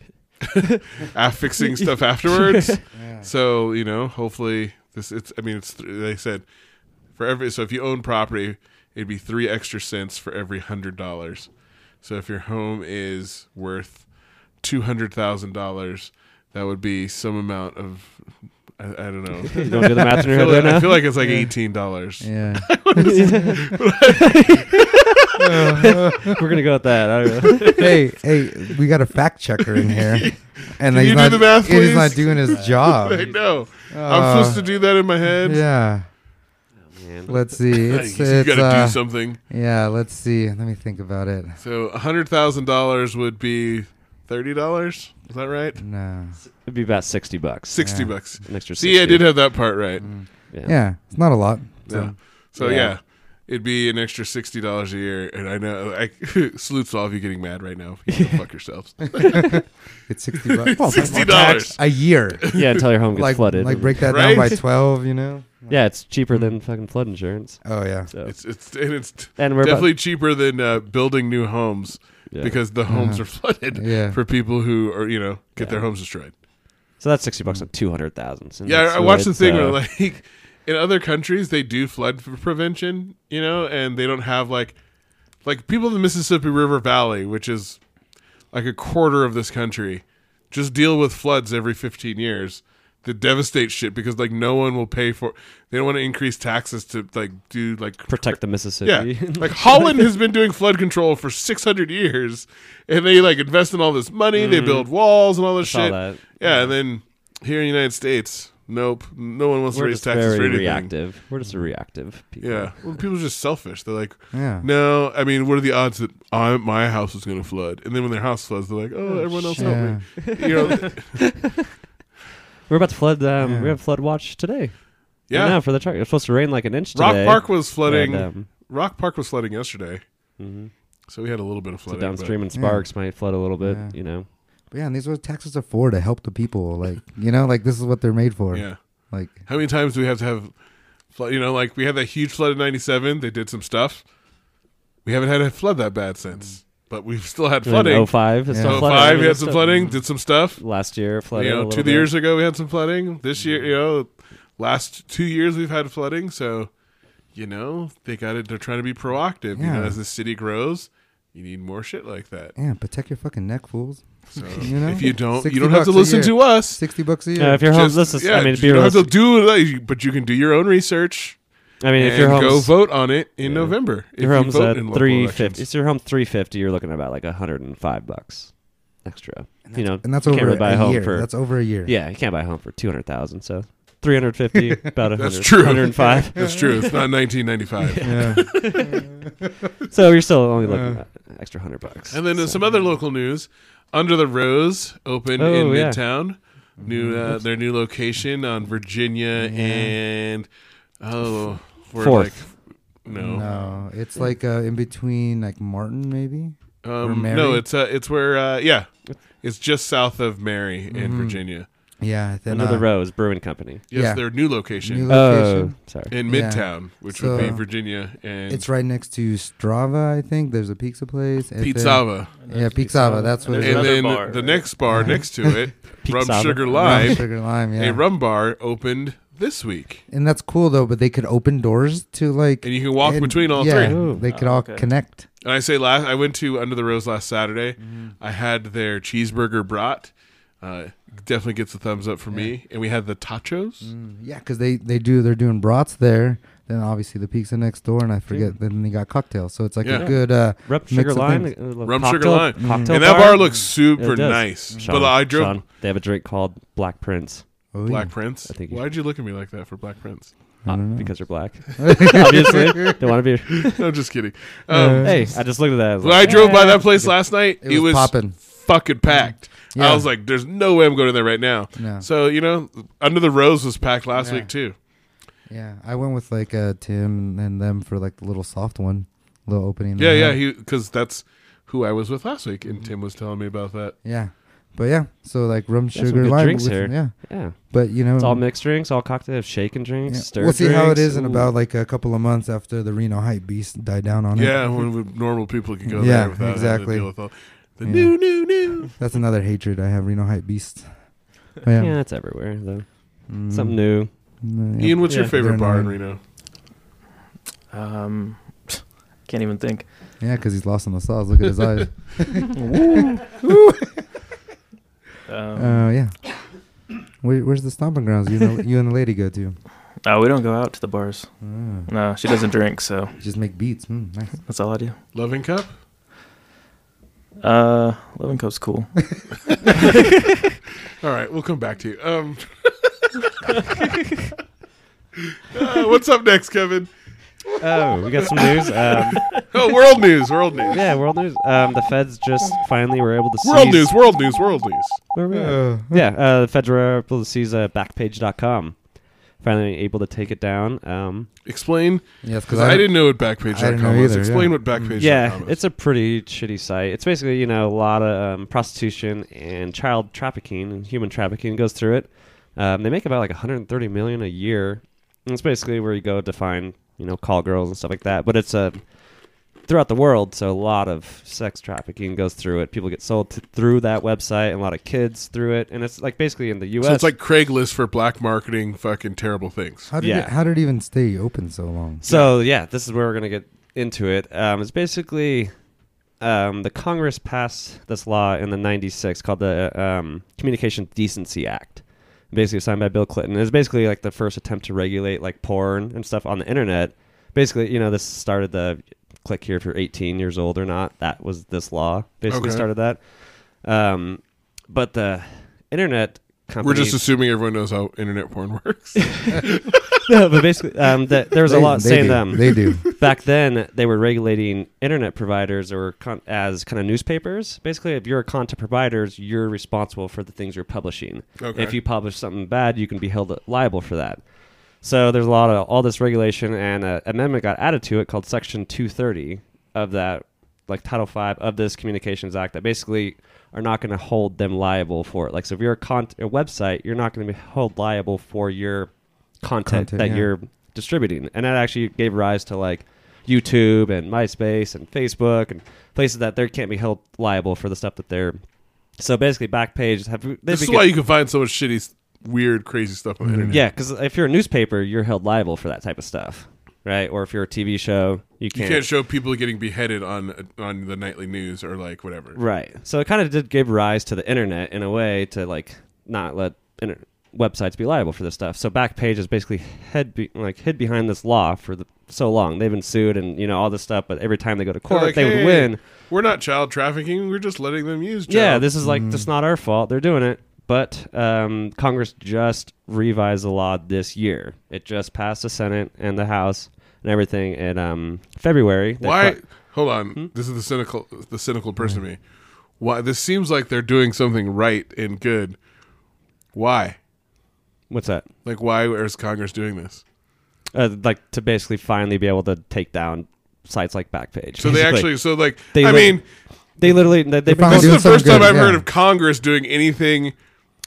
Speaker 2: af- fixing stuff afterwards. So you know, hopefully this. It's. I mean, it's. th- They said for every. So if you own property, it'd be three extra cents for every hundred dollars. So if your home is worth two hundred thousand dollars, that would be some amount of. I, I don't know.
Speaker 4: You don't do the math in
Speaker 2: I
Speaker 4: your
Speaker 2: feel,
Speaker 4: head right
Speaker 2: like,
Speaker 4: now.
Speaker 2: I feel like it's like eighteen dollars.
Speaker 3: Yeah.
Speaker 4: We're gonna go with that. I don't know.
Speaker 3: hey, hey, we got a fact checker in here, and
Speaker 2: you do
Speaker 3: not,
Speaker 2: the math,
Speaker 3: he's not
Speaker 2: please?
Speaker 3: doing his job.
Speaker 2: I know.
Speaker 3: Uh,
Speaker 2: I'm supposed to do that in my head.
Speaker 3: Yeah.
Speaker 4: Oh,
Speaker 3: Let's see.
Speaker 2: Yeah,
Speaker 3: It's,
Speaker 2: you
Speaker 3: it's,
Speaker 2: gotta
Speaker 3: uh,
Speaker 2: do something.
Speaker 3: yeah, let's see. Let me think about it.
Speaker 2: So hundred thousand dollars would be thirty dollars. Is that right?
Speaker 3: No.
Speaker 4: It'd be about sixty bucks.
Speaker 2: Sixty
Speaker 3: Yeah.
Speaker 2: bucks.
Speaker 4: An extra.
Speaker 2: See, I
Speaker 4: 60.
Speaker 2: did have that part right.
Speaker 4: Yeah.
Speaker 3: Yeah, it's not a lot. So,
Speaker 2: Yeah. So
Speaker 4: Yeah.
Speaker 2: yeah. it'd be an extra sixty dollars a year. And I know, I salutes to all of you getting mad right now. You can go fuck yourselves.
Speaker 3: It's 60 bucks. Well,
Speaker 2: Sixty
Speaker 4: tax.
Speaker 2: dollars.
Speaker 3: a year.
Speaker 4: Yeah, until your home gets
Speaker 3: like,
Speaker 4: flooded.
Speaker 3: like break that down
Speaker 2: Right?
Speaker 3: by 12, you know?
Speaker 4: yeah, it's cheaper than fucking flood insurance.
Speaker 3: Oh, yeah.
Speaker 4: So
Speaker 2: It's it's and it's t-
Speaker 4: and we're
Speaker 2: definitely
Speaker 4: about,
Speaker 2: cheaper than uh, building new homes
Speaker 4: yeah.
Speaker 2: because the homes
Speaker 3: Uh-huh.
Speaker 2: are flooded
Speaker 3: Yeah.
Speaker 2: for people who are you know get their
Speaker 4: Yeah.
Speaker 2: homes destroyed.
Speaker 4: so that's sixty bucks on two hundred thousand.
Speaker 2: Yeah, I, I watched the thing
Speaker 4: uh,
Speaker 2: where like in other countries they do flood f- prevention, you know, and they don't have like like people in the Mississippi River Valley, which is like a quarter of this country, just deal with floods every 15 years that devastate shit because like no one will pay for they don't want to increase taxes to like do like
Speaker 4: protect the
Speaker 2: yeah,
Speaker 4: Mississippi.
Speaker 2: like Holland has been doing flood control for 600 years, and they like invest in all this money. They build walls and all this
Speaker 4: Mm-hmm. Saw
Speaker 2: shit.
Speaker 4: that.
Speaker 2: Yeah, and then here in the United States, nope, no one wants
Speaker 4: We're
Speaker 2: to raise
Speaker 4: just
Speaker 2: taxes for
Speaker 4: very
Speaker 2: anything.
Speaker 4: reactive. We're
Speaker 3: Mm-hmm.
Speaker 4: just a reactive people.
Speaker 2: Yeah, well, people are just selfish. They're like,
Speaker 3: Yeah.
Speaker 2: no, I mean, what are the odds that I, my house is going to flood? And then when their house floods, they're like, oh, everyone else
Speaker 3: Yeah.
Speaker 2: help me. You know,
Speaker 4: We're about to flood. Um,
Speaker 3: Yeah.
Speaker 4: We have flood watch today.
Speaker 2: yeah.
Speaker 4: Right now for the truck. It's supposed to rain like an inch
Speaker 2: Rock
Speaker 4: today.
Speaker 2: Park was flooding.
Speaker 4: And, um,
Speaker 2: Rock Park was flooding yesterday,
Speaker 4: mhm.
Speaker 2: so we had a little bit of
Speaker 4: So
Speaker 2: flooding. but-
Speaker 4: downstream and
Speaker 3: Yeah.
Speaker 4: Sparks might flood a little bit.
Speaker 3: Yeah.
Speaker 4: You know.
Speaker 3: But yeah, and these are what taxes are for to help the people. Like, you know, like this is what they're made for.
Speaker 2: yeah.
Speaker 3: Like,
Speaker 2: How many times do we have to have flood? You know, like we had that huge flood in '97. They did some stuff. We haven't had a flood that bad since, but we've still had flooding.
Speaker 4: And 05 is
Speaker 3: Yeah.
Speaker 4: still
Speaker 2: So
Speaker 4: flooding.
Speaker 2: five,
Speaker 4: I
Speaker 2: we
Speaker 4: mean,
Speaker 2: had
Speaker 4: it's
Speaker 2: some
Speaker 4: still-
Speaker 2: flooding. Did some stuff.
Speaker 4: Last year, flooding.
Speaker 2: you
Speaker 4: a
Speaker 2: know,
Speaker 4: little
Speaker 2: two
Speaker 4: bit. Mm-hmm.
Speaker 2: years ago we had some flooding. This year, you know, last two years we've had flooding. So, you know, they got it. They're trying to be proactive. You
Speaker 3: Yeah.
Speaker 2: know, as the city grows, you need more shit like that.
Speaker 3: yeah, protect your fucking neck, fools.
Speaker 2: So
Speaker 3: You know?
Speaker 2: if you don't,
Speaker 3: 60
Speaker 2: you don't have to
Speaker 3: bucks a
Speaker 2: listen
Speaker 3: year.
Speaker 2: to us.
Speaker 3: 60 bucks a year.
Speaker 4: Yeah, if your home,
Speaker 2: Just-
Speaker 4: this is, I mean, be
Speaker 2: you don't have to
Speaker 4: realistic.
Speaker 2: do it, but you can do your own research.
Speaker 4: I mean, if
Speaker 2: and
Speaker 4: your home's
Speaker 2: go vote on it in
Speaker 4: Yeah.
Speaker 2: November. If
Speaker 4: your
Speaker 2: you
Speaker 4: home's
Speaker 2: vote
Speaker 4: at
Speaker 2: in local
Speaker 4: three fifty,
Speaker 2: elections.
Speaker 4: it's your home three fifty. You're looking at about like hundred and five bucks extra. You know,
Speaker 3: and that's
Speaker 4: you
Speaker 3: over
Speaker 4: can't really buy
Speaker 3: a
Speaker 4: a home
Speaker 3: year.
Speaker 4: for
Speaker 3: that's over a year.
Speaker 4: yeah, you can't buy a home for two hundred thousand. So three hundred fifty, about a
Speaker 2: That's
Speaker 4: hundred,
Speaker 2: true.
Speaker 4: hundred and five.
Speaker 2: That's true. It's not 1995.
Speaker 3: Yeah.
Speaker 4: so you're still only looking
Speaker 3: Uh.
Speaker 4: at an extra hundred bucks.
Speaker 2: And then
Speaker 4: so.
Speaker 2: there's some other local news. Under the Rose opened in
Speaker 4: Oh, yeah.
Speaker 2: Midtown. New
Speaker 3: Mm-hmm.
Speaker 2: uh, their new location on Virginia and oh, we're
Speaker 4: Fourth.
Speaker 2: like no.
Speaker 3: No, it's like uh, in between, like Martin, maybe. Or
Speaker 2: Um,
Speaker 3: Mary?
Speaker 2: no, it's uh, it's where uh, yeah. It's just south of Mary in
Speaker 3: Mhm.
Speaker 2: Virginia.
Speaker 3: Yeah. Then,
Speaker 4: Under the
Speaker 3: uh,
Speaker 4: Rose Brewing Company.
Speaker 2: Yes,
Speaker 3: Yeah.
Speaker 2: their new location
Speaker 3: New-
Speaker 4: Oh,
Speaker 3: Location.
Speaker 4: sorry.
Speaker 2: in
Speaker 3: Yeah.
Speaker 2: Midtown, which would be
Speaker 3: So-
Speaker 2: Virginia and
Speaker 3: It's right next to Strava, I think. There's a pizza place. and then-
Speaker 2: Pizzava.
Speaker 3: Yeah, Pizzava. That's what
Speaker 5: There's
Speaker 3: it
Speaker 2: and
Speaker 3: is.
Speaker 5: another
Speaker 2: then
Speaker 5: bar.
Speaker 2: the next bar
Speaker 3: Yeah.
Speaker 2: next to it, Rum
Speaker 4: Pizzava.
Speaker 2: Sugar
Speaker 3: Rum,
Speaker 2: Live,
Speaker 3: sugar lime, yeah.
Speaker 2: a rum bar opened this week,
Speaker 3: and that's cool though. But they could open doors to like
Speaker 2: and you can walk
Speaker 3: and-
Speaker 2: between all
Speaker 3: yeah,
Speaker 2: three.
Speaker 4: Ooh.
Speaker 3: They could
Speaker 5: Oh,
Speaker 3: all
Speaker 5: okay.
Speaker 3: connect. Mm-hmm.
Speaker 2: And I say last, I went to Under the Rose last Saturday. I had their cheeseburger brat. Uh, definitely gets a thumbs up for me. And we had the tachos.
Speaker 4: Mm.
Speaker 3: Yeah, because they they do they're doing brats there. Then obviously the pizza next door, and I forget. Then they got cocktails, so it's like
Speaker 2: Yeah.
Speaker 3: a good. Uh,
Speaker 4: Rum
Speaker 3: Mix
Speaker 4: sugar
Speaker 3: of
Speaker 4: line.
Speaker 3: things.
Speaker 4: uh, little
Speaker 2: Rum
Speaker 4: cocktail-
Speaker 2: Sugar Line.
Speaker 4: cocktail
Speaker 2: And that bar looks super
Speaker 4: It does.
Speaker 2: nice.
Speaker 3: Mm.
Speaker 4: Sean,
Speaker 2: but I drove
Speaker 4: Sean, they have a drink called Black Prince.
Speaker 3: oh,
Speaker 2: Black Prince.
Speaker 4: I think you
Speaker 2: Why'd you look at me like that for Black Prince?
Speaker 3: I
Speaker 4: Uh,
Speaker 3: don't know.
Speaker 4: because you're black. Obviously. Don't want to be.
Speaker 2: No, I'm just kidding. Um,
Speaker 4: Hey, I just looked at that. I was
Speaker 2: when I
Speaker 4: like,
Speaker 2: drove by
Speaker 4: "Yeah."
Speaker 2: that place last night,
Speaker 3: It, was, popping.
Speaker 2: fucking packed.
Speaker 3: Yeah.
Speaker 2: I was like, there's no way I'm going in there right now.
Speaker 3: No.
Speaker 2: So, you know, Under the Rose was packed last
Speaker 3: Yeah.
Speaker 2: week, too.
Speaker 3: Yeah, I went with like uh, Tim and them for like the little soft one, little opening.
Speaker 2: Yeah,
Speaker 3: they
Speaker 2: yeah,
Speaker 3: had.
Speaker 2: he because that's who I was with last week,
Speaker 3: Mm-hmm.
Speaker 2: and Tim was telling me about that.
Speaker 3: yeah. But yeah, so like rum
Speaker 4: some
Speaker 3: sugar
Speaker 4: good
Speaker 3: lime
Speaker 4: drinks
Speaker 3: with-
Speaker 4: here.
Speaker 3: Yeah,
Speaker 4: Yeah.
Speaker 3: but you know,
Speaker 4: It's all mixed drinks, all cocktails, shaken
Speaker 3: Hmm. yeah.
Speaker 4: drinks, stir
Speaker 3: we'll see how it
Speaker 4: drinks.
Speaker 3: is in
Speaker 4: Ooh.
Speaker 3: about like a couple of months after the Reno hype beast died down on
Speaker 2: Yeah,
Speaker 3: it.
Speaker 2: when we, normal people could go
Speaker 3: Yeah,
Speaker 2: there without
Speaker 3: exactly.
Speaker 2: having to deal with all the
Speaker 3: Yeah.
Speaker 2: new, new, new.
Speaker 3: that's another hatred I have. Reno hype beast. But
Speaker 4: Yeah.
Speaker 3: yeah,
Speaker 4: it's everywhere though.
Speaker 3: Mm,
Speaker 4: Something new.
Speaker 3: mm, yeah.
Speaker 2: Ian, what's your
Speaker 4: Yeah.
Speaker 2: favorite
Speaker 3: They're
Speaker 2: bar in
Speaker 3: annoying.
Speaker 2: Reno?
Speaker 5: Um, can't even think.
Speaker 3: Yeah, because he's lost in the sauce. Look at his eyes.
Speaker 2: Oh.
Speaker 5: Um,
Speaker 3: Uh, yeah. Where, where's the stomping grounds you and the, you and the lady go to?
Speaker 5: no, we don't go out to the bars.
Speaker 3: Ah,
Speaker 5: No, she doesn't drink, so
Speaker 3: just make beats. Mm, nice.
Speaker 5: that's all I do.
Speaker 2: Loving Cup?
Speaker 5: Uh, Loving Cup's cool.
Speaker 2: All right, we'll come back to you. Um, Uh, what's up next, Kevin?
Speaker 4: Oh, we got some news. Um,
Speaker 2: Oh, world news, world news.
Speaker 4: yeah, world news. Um, the feds just finally were able to
Speaker 2: World
Speaker 4: seize-
Speaker 2: news, world news, world news.
Speaker 4: Where we at? yeah, uh, the feds were able to seize uh, Backpage.com. Finally able to take it down. Um,
Speaker 2: Explain,
Speaker 3: Yes,
Speaker 2: because I, didn't know what Backpage.com
Speaker 3: I didn't know
Speaker 2: was.
Speaker 3: either,
Speaker 2: Explain
Speaker 3: yeah.
Speaker 2: what Backpage.com
Speaker 4: yeah,
Speaker 2: is.
Speaker 4: it's a pretty shitty site. It's basically you know a lot of um, prostitution and child trafficking and human trafficking goes through it. Um, they make about like 130 million a year, and it's basically where you go to find you know call girls and stuff like that. But it's a throughout the world, so a lot of sex trafficking goes through it. People get sold t- through that website, and a lot of kids through it. And it's like basically in the U.S.
Speaker 2: so it's like Craigslist for black marketing, fucking terrible things.
Speaker 3: How did
Speaker 4: Yeah.
Speaker 3: it, how did it even stay open so long?
Speaker 4: So yeah, this is where we're gonna get into it. Um, it's basically um, the Congress passed this law in the '96 called the uh, um, Communication Decency Act. Basically signed by Bill Clinton. It was basically like the first attempt to regulate like porn and stuff on the internet. Basically, you know, this started the click here if you're 18 years old or not. That was this law. Basically
Speaker 2: Okay.
Speaker 4: started that. Um, but the internet company
Speaker 2: We're just assuming everyone knows how internet porn works.
Speaker 4: no, but basically um, that there was a
Speaker 3: They-
Speaker 4: lot
Speaker 3: they
Speaker 4: saying
Speaker 3: do.
Speaker 4: them
Speaker 3: They do.
Speaker 4: back then they were regulating internet providers or con- as kind of newspapers basically if you're a content provider you're responsible for the things you're publishing
Speaker 2: Okay.
Speaker 4: if you publish something bad you can be held liable for that so there's a lot of all this regulation and an amendment got added to it called section 230 of that like title 5 of this communications act that basically are not going to hold them liable for it like so if you're a, con- a website you're not going to be held liable for your content,
Speaker 3: Content,
Speaker 4: that
Speaker 3: yeah.
Speaker 4: you're distributing and that actually gave rise to like youtube and myspace and facebook and places that they can't be held liable for the stuff that they're so basically backpage have they
Speaker 2: this is
Speaker 4: began-
Speaker 2: why you can find so much shitty, weird, crazy stuff on
Speaker 3: Mm-hmm.
Speaker 2: the internet.
Speaker 4: yeah, because if you're a newspaper, you're held liable for that type of stuff, right? Or if you're a TV show, you
Speaker 2: You
Speaker 4: can't.
Speaker 2: can't show people getting beheaded on on the nightly news or like whatever.
Speaker 4: right. So it kind of did give rise to the internet in a way to like not let inter- websites be liable for this stuff. So Backpage is basically head be- like hid behind this law for the, so long. They've been sued and you know all this stuff, but every time they go to
Speaker 2: They're
Speaker 4: court,
Speaker 2: like,
Speaker 4: they
Speaker 2: "Hey,
Speaker 4: would win.
Speaker 2: We're not child trafficking. We're just letting them use. Child.
Speaker 4: Yeah, this is
Speaker 2: Mm.
Speaker 4: like that's not our fault. They're doing it. But um, Congress just revised the law this year. It just passed the Senate and the House and everything in um, February. They
Speaker 2: why.
Speaker 4: fi-
Speaker 2: Hold on.
Speaker 4: Hmm?
Speaker 2: This is the cynical, the cynical person to me. Why this seems like they're doing something right and good. Why?
Speaker 4: What's that?
Speaker 2: Like why is Congress doing this?
Speaker 4: Uh, like to basically finally be able to take down sites like Backpage.
Speaker 2: So
Speaker 4: basically.
Speaker 2: they actually. So like
Speaker 4: They
Speaker 2: I
Speaker 4: lit-
Speaker 2: mean,
Speaker 4: they literally they, they've been
Speaker 3: finally
Speaker 2: this is
Speaker 3: Oh, doing
Speaker 2: the first
Speaker 3: something
Speaker 2: time
Speaker 3: good,
Speaker 2: I've heard
Speaker 3: yeah.
Speaker 2: of Congress doing anything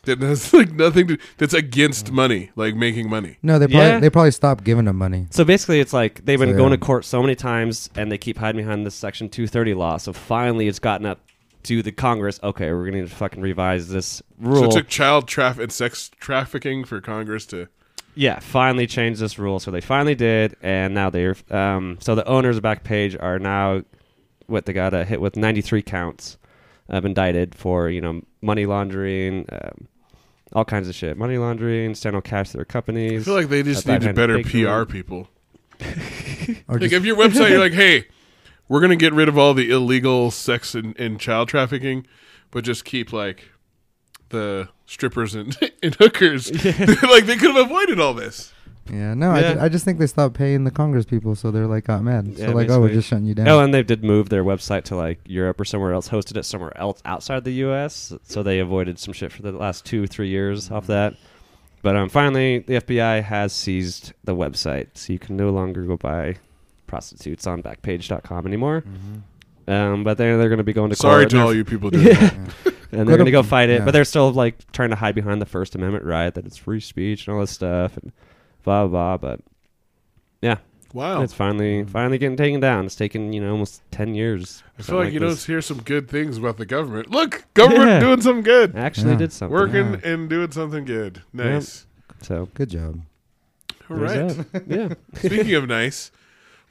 Speaker 2: that has like nothing to that's against money, like making money.
Speaker 3: No, they probably
Speaker 4: Yeah.
Speaker 3: they probably stopped giving them money.
Speaker 4: So basically, it's like they've been
Speaker 3: So,
Speaker 4: going to
Speaker 3: yeah.
Speaker 4: court so many times, and they keep hiding behind this Section 230 law. So finally, it's gotten up to the Congress. Okay, we're gonna need to fucking revise this
Speaker 2: So
Speaker 4: rule.
Speaker 2: it took child traff and sex trafficking for Congress to.
Speaker 4: yeah, finally changed this rule. So they finally did, and now they're um, so the owners of Backpage are now what they got uh, hit with 93 counts um, indicted for you know money laundering, um, all kinds of shit, money laundering, stealing cash to their
Speaker 2: I
Speaker 4: companies.
Speaker 2: feel like they just
Speaker 4: That kind
Speaker 2: needed
Speaker 4: of
Speaker 2: better
Speaker 4: big
Speaker 2: PR
Speaker 4: room.
Speaker 2: people.
Speaker 3: Or
Speaker 2: Like
Speaker 3: just-
Speaker 2: if your website, you're like, hey, we're gonna get rid of all the illegal sex and, and child trafficking, but just keep like the strippers and, and hookers. like they could have avoided all this.
Speaker 3: yeah, no, I,
Speaker 4: Yeah.
Speaker 3: ju- I just think they stopped paying the Congress people, so they're like got mad.
Speaker 4: Yeah,
Speaker 3: so like, oh, we're
Speaker 4: basically.
Speaker 3: just shutting you down.
Speaker 4: Oh, and they did move their website to like Europe or somewhere else, hosted it somewhere else outside the U.S. So they avoided some shit for the last two, three years off that. But um, finally, the FBI has seized the website, so you can no longer go buy prostitutes on Backpage.com anymore.
Speaker 3: Mm-hmm.
Speaker 4: Um, but they're they're going to be going to
Speaker 2: Sorry
Speaker 4: court
Speaker 2: to
Speaker 4: and
Speaker 2: all you people doing that.
Speaker 4: and
Speaker 3: Go
Speaker 4: they're
Speaker 3: to-
Speaker 4: going to go fight it.
Speaker 3: yeah.
Speaker 4: But they're still like trying to hide behind the First Amendment right that it's free speech and all this stuff and blah blah. blah. But yeah,
Speaker 2: Wow.
Speaker 4: it's finally finally getting taken down. It's taken you know almost ten years.
Speaker 2: I feel
Speaker 4: something
Speaker 2: like, you
Speaker 4: this.
Speaker 2: don't hear some good things about the government. Look, government
Speaker 4: Yeah.
Speaker 2: doing something good.
Speaker 4: actually
Speaker 3: Yeah.
Speaker 4: did something.
Speaker 2: Working
Speaker 3: Yeah.
Speaker 2: and doing something good. Nice.
Speaker 4: So
Speaker 3: Good job.
Speaker 2: All
Speaker 4: there's
Speaker 2: right.
Speaker 4: that. yeah.
Speaker 2: Speaking of nice,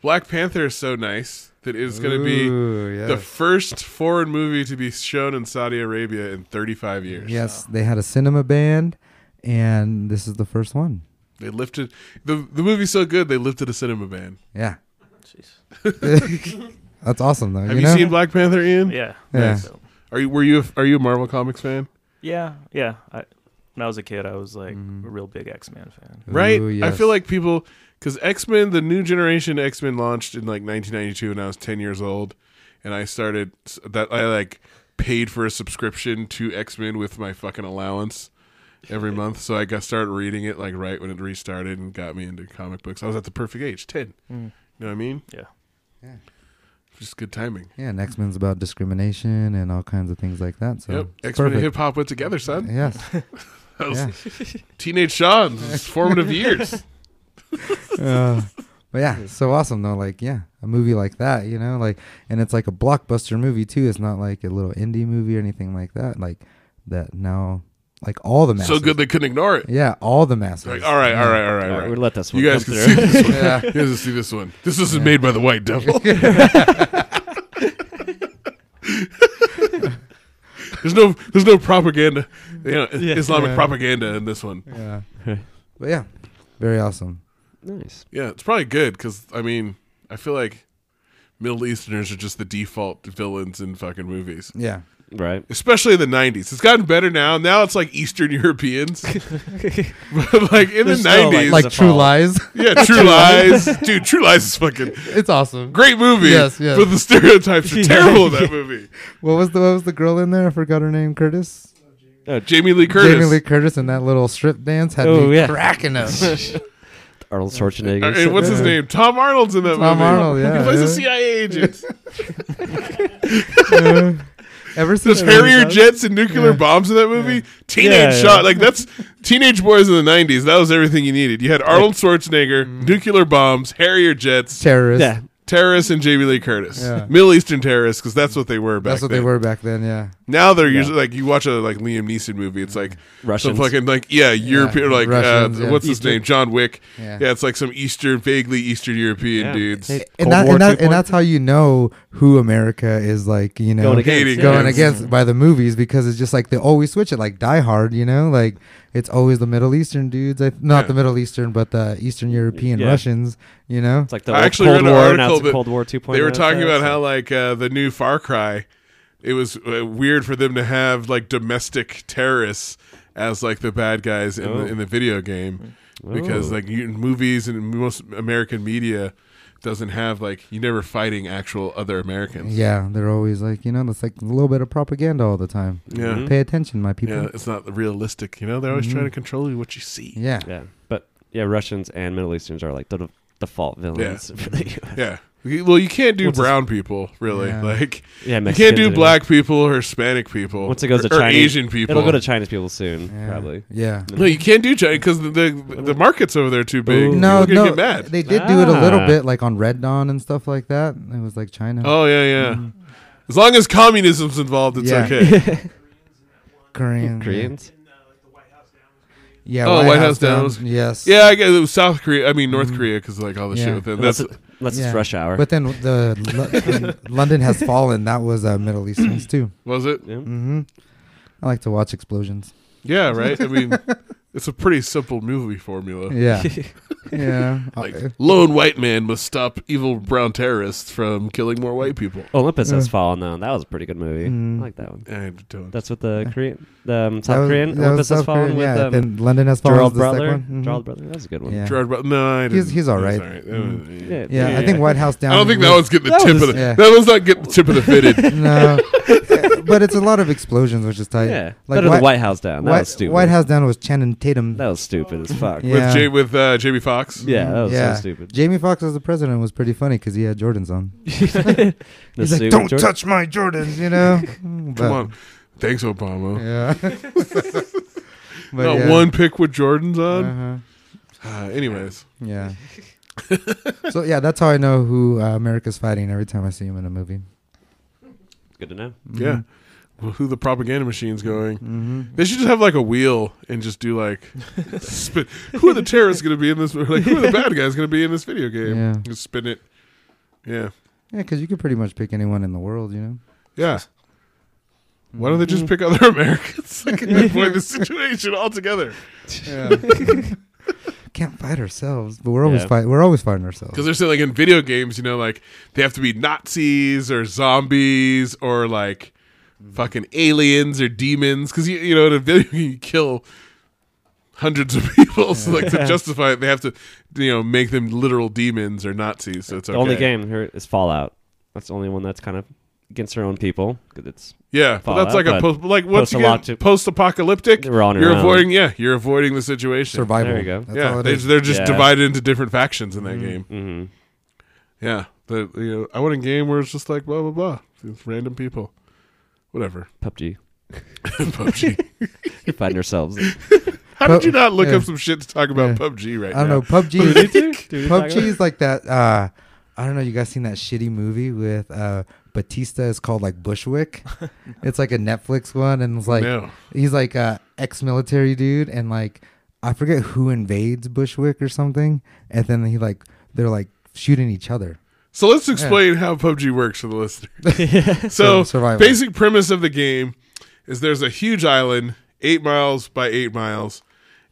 Speaker 2: Black Panther is so nice that it's going to be
Speaker 3: Ooh,
Speaker 2: the
Speaker 3: yes.
Speaker 2: first foreign movie to be shown in Saudi Arabia in 35 years.
Speaker 3: yes, they had a cinema band, and this is the first one.
Speaker 2: They lifted the the movie's so good they lifted a cinema ban.
Speaker 3: Yeah,
Speaker 5: Jeez.
Speaker 3: that's awesome though.
Speaker 2: Have
Speaker 3: you
Speaker 2: you,
Speaker 3: know?
Speaker 2: seen Black Panther, Ian?
Speaker 5: Yeah.
Speaker 3: Yeah.
Speaker 5: So,
Speaker 2: Are you were you a, are you a Marvel comics fan?
Speaker 5: yeah. Yeah. I, when I was a kid, I was like
Speaker 3: Mm-hmm.
Speaker 5: a real big X Men fan.
Speaker 2: Right?
Speaker 3: Ooh,
Speaker 2: I
Speaker 3: yes.
Speaker 2: feel like people because X Men, the new generation X Men launched in like 1992, when I was 10 years old, and I started that I like paid for a subscription to X Men with my fucking allowance every month, so I got started reading it like right when it restarted and got me into comic books. I was at the perfect age, 10.
Speaker 5: Mm.
Speaker 2: You know what I mean?
Speaker 5: Yeah.
Speaker 3: Yeah.
Speaker 2: Just good timing.
Speaker 3: Yeah, and X Men's about discrimination and all kinds of things like that. So
Speaker 2: yep.
Speaker 3: it's
Speaker 2: X Men and
Speaker 3: perfect.
Speaker 2: hip hop went together, son.
Speaker 3: Yes.
Speaker 2: That was
Speaker 3: yeah.
Speaker 2: teenage Sean's formative years.
Speaker 3: Uh, but yeah, so awesome though. Like, yeah, a movie like that, you know, like, and it's like a blockbuster movie too. It's not like a little indie movie or anything like that. Like that now, like all the masses.
Speaker 2: So good they couldn't ignore it.
Speaker 3: yeah, all the masses.
Speaker 2: Like, all right, all right, all right, all
Speaker 4: All
Speaker 2: right.
Speaker 4: right, we'll let this one
Speaker 2: You guys
Speaker 4: come
Speaker 2: can
Speaker 4: through.
Speaker 2: see this one.
Speaker 3: Yeah.
Speaker 2: You guys can see this one. This isn't made by the white devil. there's no there's no propaganda, you know, Islamic
Speaker 3: Yeah.
Speaker 2: propaganda in this one.
Speaker 3: Yeah. But yeah, very awesome.
Speaker 4: nice.
Speaker 2: Yeah, it's probably good because I mean, I feel like Middle Easterners are just the default villains in fucking movies.
Speaker 3: Yeah.
Speaker 4: Right.
Speaker 2: Especially the '90s, it's gotten better now. Now it's like Eastern Europeans, but like
Speaker 4: They're
Speaker 2: in the
Speaker 4: still,
Speaker 2: '90s,
Speaker 4: Like
Speaker 3: Like True
Speaker 4: follow-up.
Speaker 3: Lies.
Speaker 2: yeah, True Lies, dude, True Lies is fucking
Speaker 3: it's awesome.
Speaker 2: great movie.
Speaker 3: Yes, yes.
Speaker 2: But the stereotypes are terrible in that movie.
Speaker 3: What was the what was the girl in there? I forgot her name. Curtis.
Speaker 2: Jamie Lee Curtis.
Speaker 3: Jamie Lee Curtis and that little strip dance had
Speaker 4: Oh,
Speaker 3: me
Speaker 4: yeah.
Speaker 3: cracking up.
Speaker 4: Arnold Schwarzenegger.
Speaker 2: Uh, and what's his
Speaker 3: Yeah.
Speaker 2: name? Tom Arnold's in that
Speaker 3: Tom
Speaker 2: movie.
Speaker 3: Arnold,
Speaker 2: He
Speaker 3: yeah.
Speaker 2: plays a CIA agent.
Speaker 3: Ever since
Speaker 2: Those Harrier jets and nuclear bombs in that movie. Teenage
Speaker 4: Yeah, yeah.
Speaker 2: shot. Like, that's teenage boys in the 90s. That was everything you needed. You had Arnold Schwarzenegger,
Speaker 3: mm.
Speaker 2: nuclear bombs, Harrier jets,
Speaker 3: terrorist.
Speaker 4: Yeah.
Speaker 2: terrorists, and Jamie Lee Curtis.
Speaker 3: Yeah.
Speaker 2: Middle Eastern terrorists, because that's what they were back
Speaker 3: That's what
Speaker 2: then.
Speaker 3: they were back then. Yeah.
Speaker 2: Now they're usually like, you watch a like Liam Neeson movie, it's like,
Speaker 4: Russians.
Speaker 2: Some fucking like yeah, European like
Speaker 3: Russians,
Speaker 2: uh,
Speaker 3: yeah.
Speaker 2: what's his name? John Wick. Yeah.
Speaker 3: Yeah.
Speaker 2: it's like some Eastern, vaguely Eastern European
Speaker 4: Yeah.
Speaker 2: dudes.
Speaker 4: Hey,
Speaker 3: and,
Speaker 4: Cold
Speaker 3: that,
Speaker 4: War
Speaker 3: and, that,
Speaker 4: 2.0.
Speaker 3: and that's how you know who America is like, you know,
Speaker 4: Going
Speaker 3: going
Speaker 4: against.
Speaker 3: against,
Speaker 2: Hating
Speaker 4: yeah.
Speaker 2: Yes.
Speaker 3: by the movies because it's just like they always switch it, like Die Hard, you know, like it's always the Middle Eastern dudes, I, not
Speaker 2: Yeah.
Speaker 3: the Middle Eastern, but the Eastern European
Speaker 4: Yeah.
Speaker 3: Russians, you know.
Speaker 4: It's like the
Speaker 2: I
Speaker 4: old
Speaker 2: actually
Speaker 4: Cold
Speaker 2: read an
Speaker 4: War
Speaker 2: article
Speaker 4: now it's
Speaker 2: that
Speaker 4: Cold War oh, 2.0.
Speaker 2: they were talking
Speaker 4: so-
Speaker 2: about how like uh, the new Far Cry, it was uh, weird for them to have like domestic terrorists as like the bad guys in
Speaker 4: Oh.
Speaker 2: the in the video game because
Speaker 3: Oh.
Speaker 4: Ooh.
Speaker 2: like you, movies and most American media doesn't have like you never fighting actual other Americans.
Speaker 3: yeah, they're always like, you know, it's like a little bit of propaganda all the time.
Speaker 2: Yeah.
Speaker 4: Mhm.
Speaker 3: Pay attention, my people. Mm-hmm.
Speaker 2: Yeah,
Speaker 3: Yeah.
Speaker 2: it's not realistic. You know, they're always trying to control you what you see.
Speaker 3: Yeah.
Speaker 4: Yeah, but yeah, Russians and Middle Easterns are like the default villains. for the US.
Speaker 2: Yeah. You- Well, you can't do
Speaker 4: What's this-
Speaker 2: brown people, really.
Speaker 3: Yeah.
Speaker 4: yeah,
Speaker 2: Like you can't
Speaker 4: Mexicans
Speaker 2: do
Speaker 4: and-
Speaker 2: black people or Hispanic people.
Speaker 4: Once it goes
Speaker 2: or,
Speaker 4: to
Speaker 2: or
Speaker 4: Chinese,
Speaker 2: Asian people,
Speaker 4: It'll go to Chinese people soon, probably.
Speaker 3: Yeah.
Speaker 2: No, you can't do China because the, the the markets over there are too big.
Speaker 4: Ooh.
Speaker 3: No,
Speaker 2: People
Speaker 3: no,
Speaker 2: get mad.
Speaker 3: they did do it a little
Speaker 4: Ah.
Speaker 3: bit, like on Red Dawn and stuff like that. It was like China,
Speaker 2: oh yeah, yeah. As long as communism's involved, it's
Speaker 3: Mm-hmm. Yeah.
Speaker 2: okay.
Speaker 3: Korean,
Speaker 4: Koreans.
Speaker 3: yeah.
Speaker 2: Oh, White House Down was-
Speaker 3: yes,
Speaker 2: yeah, I guess it was South Korea. I mean North Korea, 'cause Korea, because like all the
Speaker 3: Mm-hmm. Yeah.
Speaker 2: shit with them.
Speaker 4: Unless
Speaker 2: That's
Speaker 4: it, Unless
Speaker 3: Yeah.
Speaker 4: it's rush hour.
Speaker 3: But then the Lo- when London has fallen. That was uh, Middle East ones too.
Speaker 2: Was it?
Speaker 4: Yeah.
Speaker 3: hmm I like to watch explosions.
Speaker 2: Yeah, right. I mean, it's a pretty simple movie
Speaker 4: Oh.
Speaker 2: formula.
Speaker 3: Yeah, yeah.
Speaker 2: Like
Speaker 3: Uh,
Speaker 2: lone white man must stop evil brown terrorists from killing more white people.
Speaker 4: Olympus has
Speaker 3: Uh.
Speaker 4: fallen though. and That was a pretty good movie.
Speaker 3: Mm.
Speaker 4: I like that one.
Speaker 2: I don't.
Speaker 4: That's with the Korean, the um,
Speaker 3: that
Speaker 4: South
Speaker 3: was-
Speaker 4: Korean.
Speaker 3: that was
Speaker 4: Olympus has
Speaker 3: South
Speaker 4: fallen
Speaker 3: Korean,
Speaker 4: with
Speaker 3: yeah.
Speaker 4: um,
Speaker 3: then London has fallen.
Speaker 4: Gerald
Speaker 3: was the second
Speaker 4: Brother.
Speaker 3: one. Mhm.
Speaker 4: Gerald Brother. That was a good one.
Speaker 3: Yeah.
Speaker 2: Gerard Butler. No, I didn't.
Speaker 3: He's- he's all
Speaker 2: that's
Speaker 3: right. Mm.
Speaker 2: That was- yeah.
Speaker 3: Yeah,
Speaker 4: yeah.
Speaker 3: I think White House Down.
Speaker 2: I don't think that
Speaker 3: was-
Speaker 2: one's getting the
Speaker 4: That
Speaker 2: tip
Speaker 4: was-
Speaker 2: of the.
Speaker 3: Yeah.
Speaker 2: That one's not getting the tip of the fitted.
Speaker 3: No, Uh, but it's a lot of explosions, which is tight.
Speaker 4: Yeah.
Speaker 3: Like
Speaker 4: Better
Speaker 3: White-
Speaker 4: than White House Down. That
Speaker 3: White,
Speaker 4: was stupid.
Speaker 3: White House Down was Channing Tatum.
Speaker 4: That was stupid as fuck.
Speaker 3: Yeah.
Speaker 4: Yeah,
Speaker 2: With J with uh, Jamie Foxx.
Speaker 4: that was
Speaker 3: Yeah.
Speaker 4: so stupid.
Speaker 3: Jamie Foxx as the president was pretty funny because he had Jordans on.
Speaker 4: The
Speaker 3: He's like,
Speaker 4: suit,
Speaker 3: "Don't
Speaker 4: Jordan-
Speaker 3: touch my Jordans," you know. Mm, but-
Speaker 2: Come on. Thanks, Obama.
Speaker 3: Yeah. But
Speaker 2: not
Speaker 3: yeah.
Speaker 2: one pick with Jordan's on.
Speaker 3: Uh-huh.
Speaker 2: Uh, anyways,
Speaker 3: Yeah. so yeah, that's how I know who uh, America's fighting every time I see him in a movie.
Speaker 4: Good to know.
Speaker 2: yeah. Well, who the propaganda machine's going?
Speaker 3: Mm-hmm.
Speaker 2: They should just have like a wheel and just do like, spin. who are the terrorists going to be in this? or, Like, who are the bad guys going to be in this video game?
Speaker 3: Yeah.
Speaker 2: Just spin it. Yeah,
Speaker 3: Yeah, because you could pretty much pick anyone in the world, you know.
Speaker 2: yeah. Why don't they just pick other Americans? Like, avoid the situation altogether.
Speaker 3: Can't fight ourselves, but we're always
Speaker 4: Yeah.
Speaker 3: fight. We're always fighting ourselves.
Speaker 2: Because they're saying like in video games, you know, like they have to be Nazis or zombies or like fucking aliens or demons. Because you you know in a video game you kill hundreds of people, so like to justify it, they have to you know make them literal demons or Nazis. So it's
Speaker 4: The
Speaker 2: okay.
Speaker 4: only game here is Fallout. That's the only one that's kind of against their own people because it's
Speaker 2: Yeah, but that's
Speaker 4: Fallout,
Speaker 2: like
Speaker 4: but
Speaker 2: a post, like once you
Speaker 4: post-apocalyptic-
Speaker 2: get post-apocalictic,
Speaker 4: We're on our
Speaker 2: you're
Speaker 4: own.
Speaker 2: avoiding. Yeah, you're avoiding the situation.
Speaker 3: Survival.
Speaker 4: There you go.
Speaker 3: That's all
Speaker 2: yeah,
Speaker 3: it
Speaker 2: they,
Speaker 3: is.
Speaker 2: they're just
Speaker 4: Yeah.
Speaker 2: divided into different factions in that game.
Speaker 4: hmm
Speaker 2: Yeah, the you know, I want a game where it's just like blah blah blah, It's random people, whatever.
Speaker 4: PUBG.
Speaker 2: PUBG.
Speaker 4: You're fighting ourselves.
Speaker 2: How
Speaker 3: Pub-
Speaker 2: did you not look
Speaker 3: yeah.
Speaker 2: up some shit to talk about
Speaker 3: Yeah.
Speaker 2: PUBG right
Speaker 3: I don't
Speaker 2: now?
Speaker 3: know. PUBG.
Speaker 4: Did you do? Did we talk
Speaker 3: PUBG
Speaker 4: about it?
Speaker 3: is like that. Uh, I don't know. You guys seen that shitty movie with uh, Batista? It's called like Bushwick. it's like a Netflix one, and it's like
Speaker 2: no.
Speaker 3: he's like a ex-military dude, and like I forget who invades Bushwick or something, and then he like they're like shooting each other.
Speaker 2: So let's explain how PUBG works for the listener. So,
Speaker 3: Sur- survival.
Speaker 2: basic premise of the game is there's a huge island, eight miles by eight miles,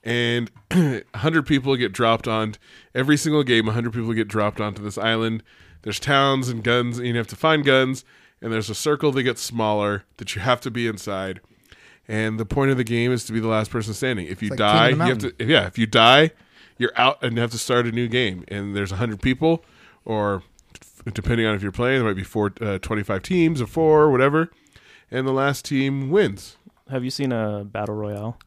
Speaker 2: and 100 people get dropped on every single game. 100 people get dropped onto this island. There's towns and guns, and you have to find guns. And there's a circle that gets smaller that you have to be inside. And the point of the game is to be the last person standing. If you
Speaker 3: It's like King of the
Speaker 2: die, you have to.
Speaker 3: Mountain.
Speaker 2: Yeah, if you die, you're out and have to start a new game. And there's 100 people, or f- depending on if you're playing, there might be four, uh, 25 teams or four, or whatever. And the last team wins.
Speaker 5: Have you seen a battle royale?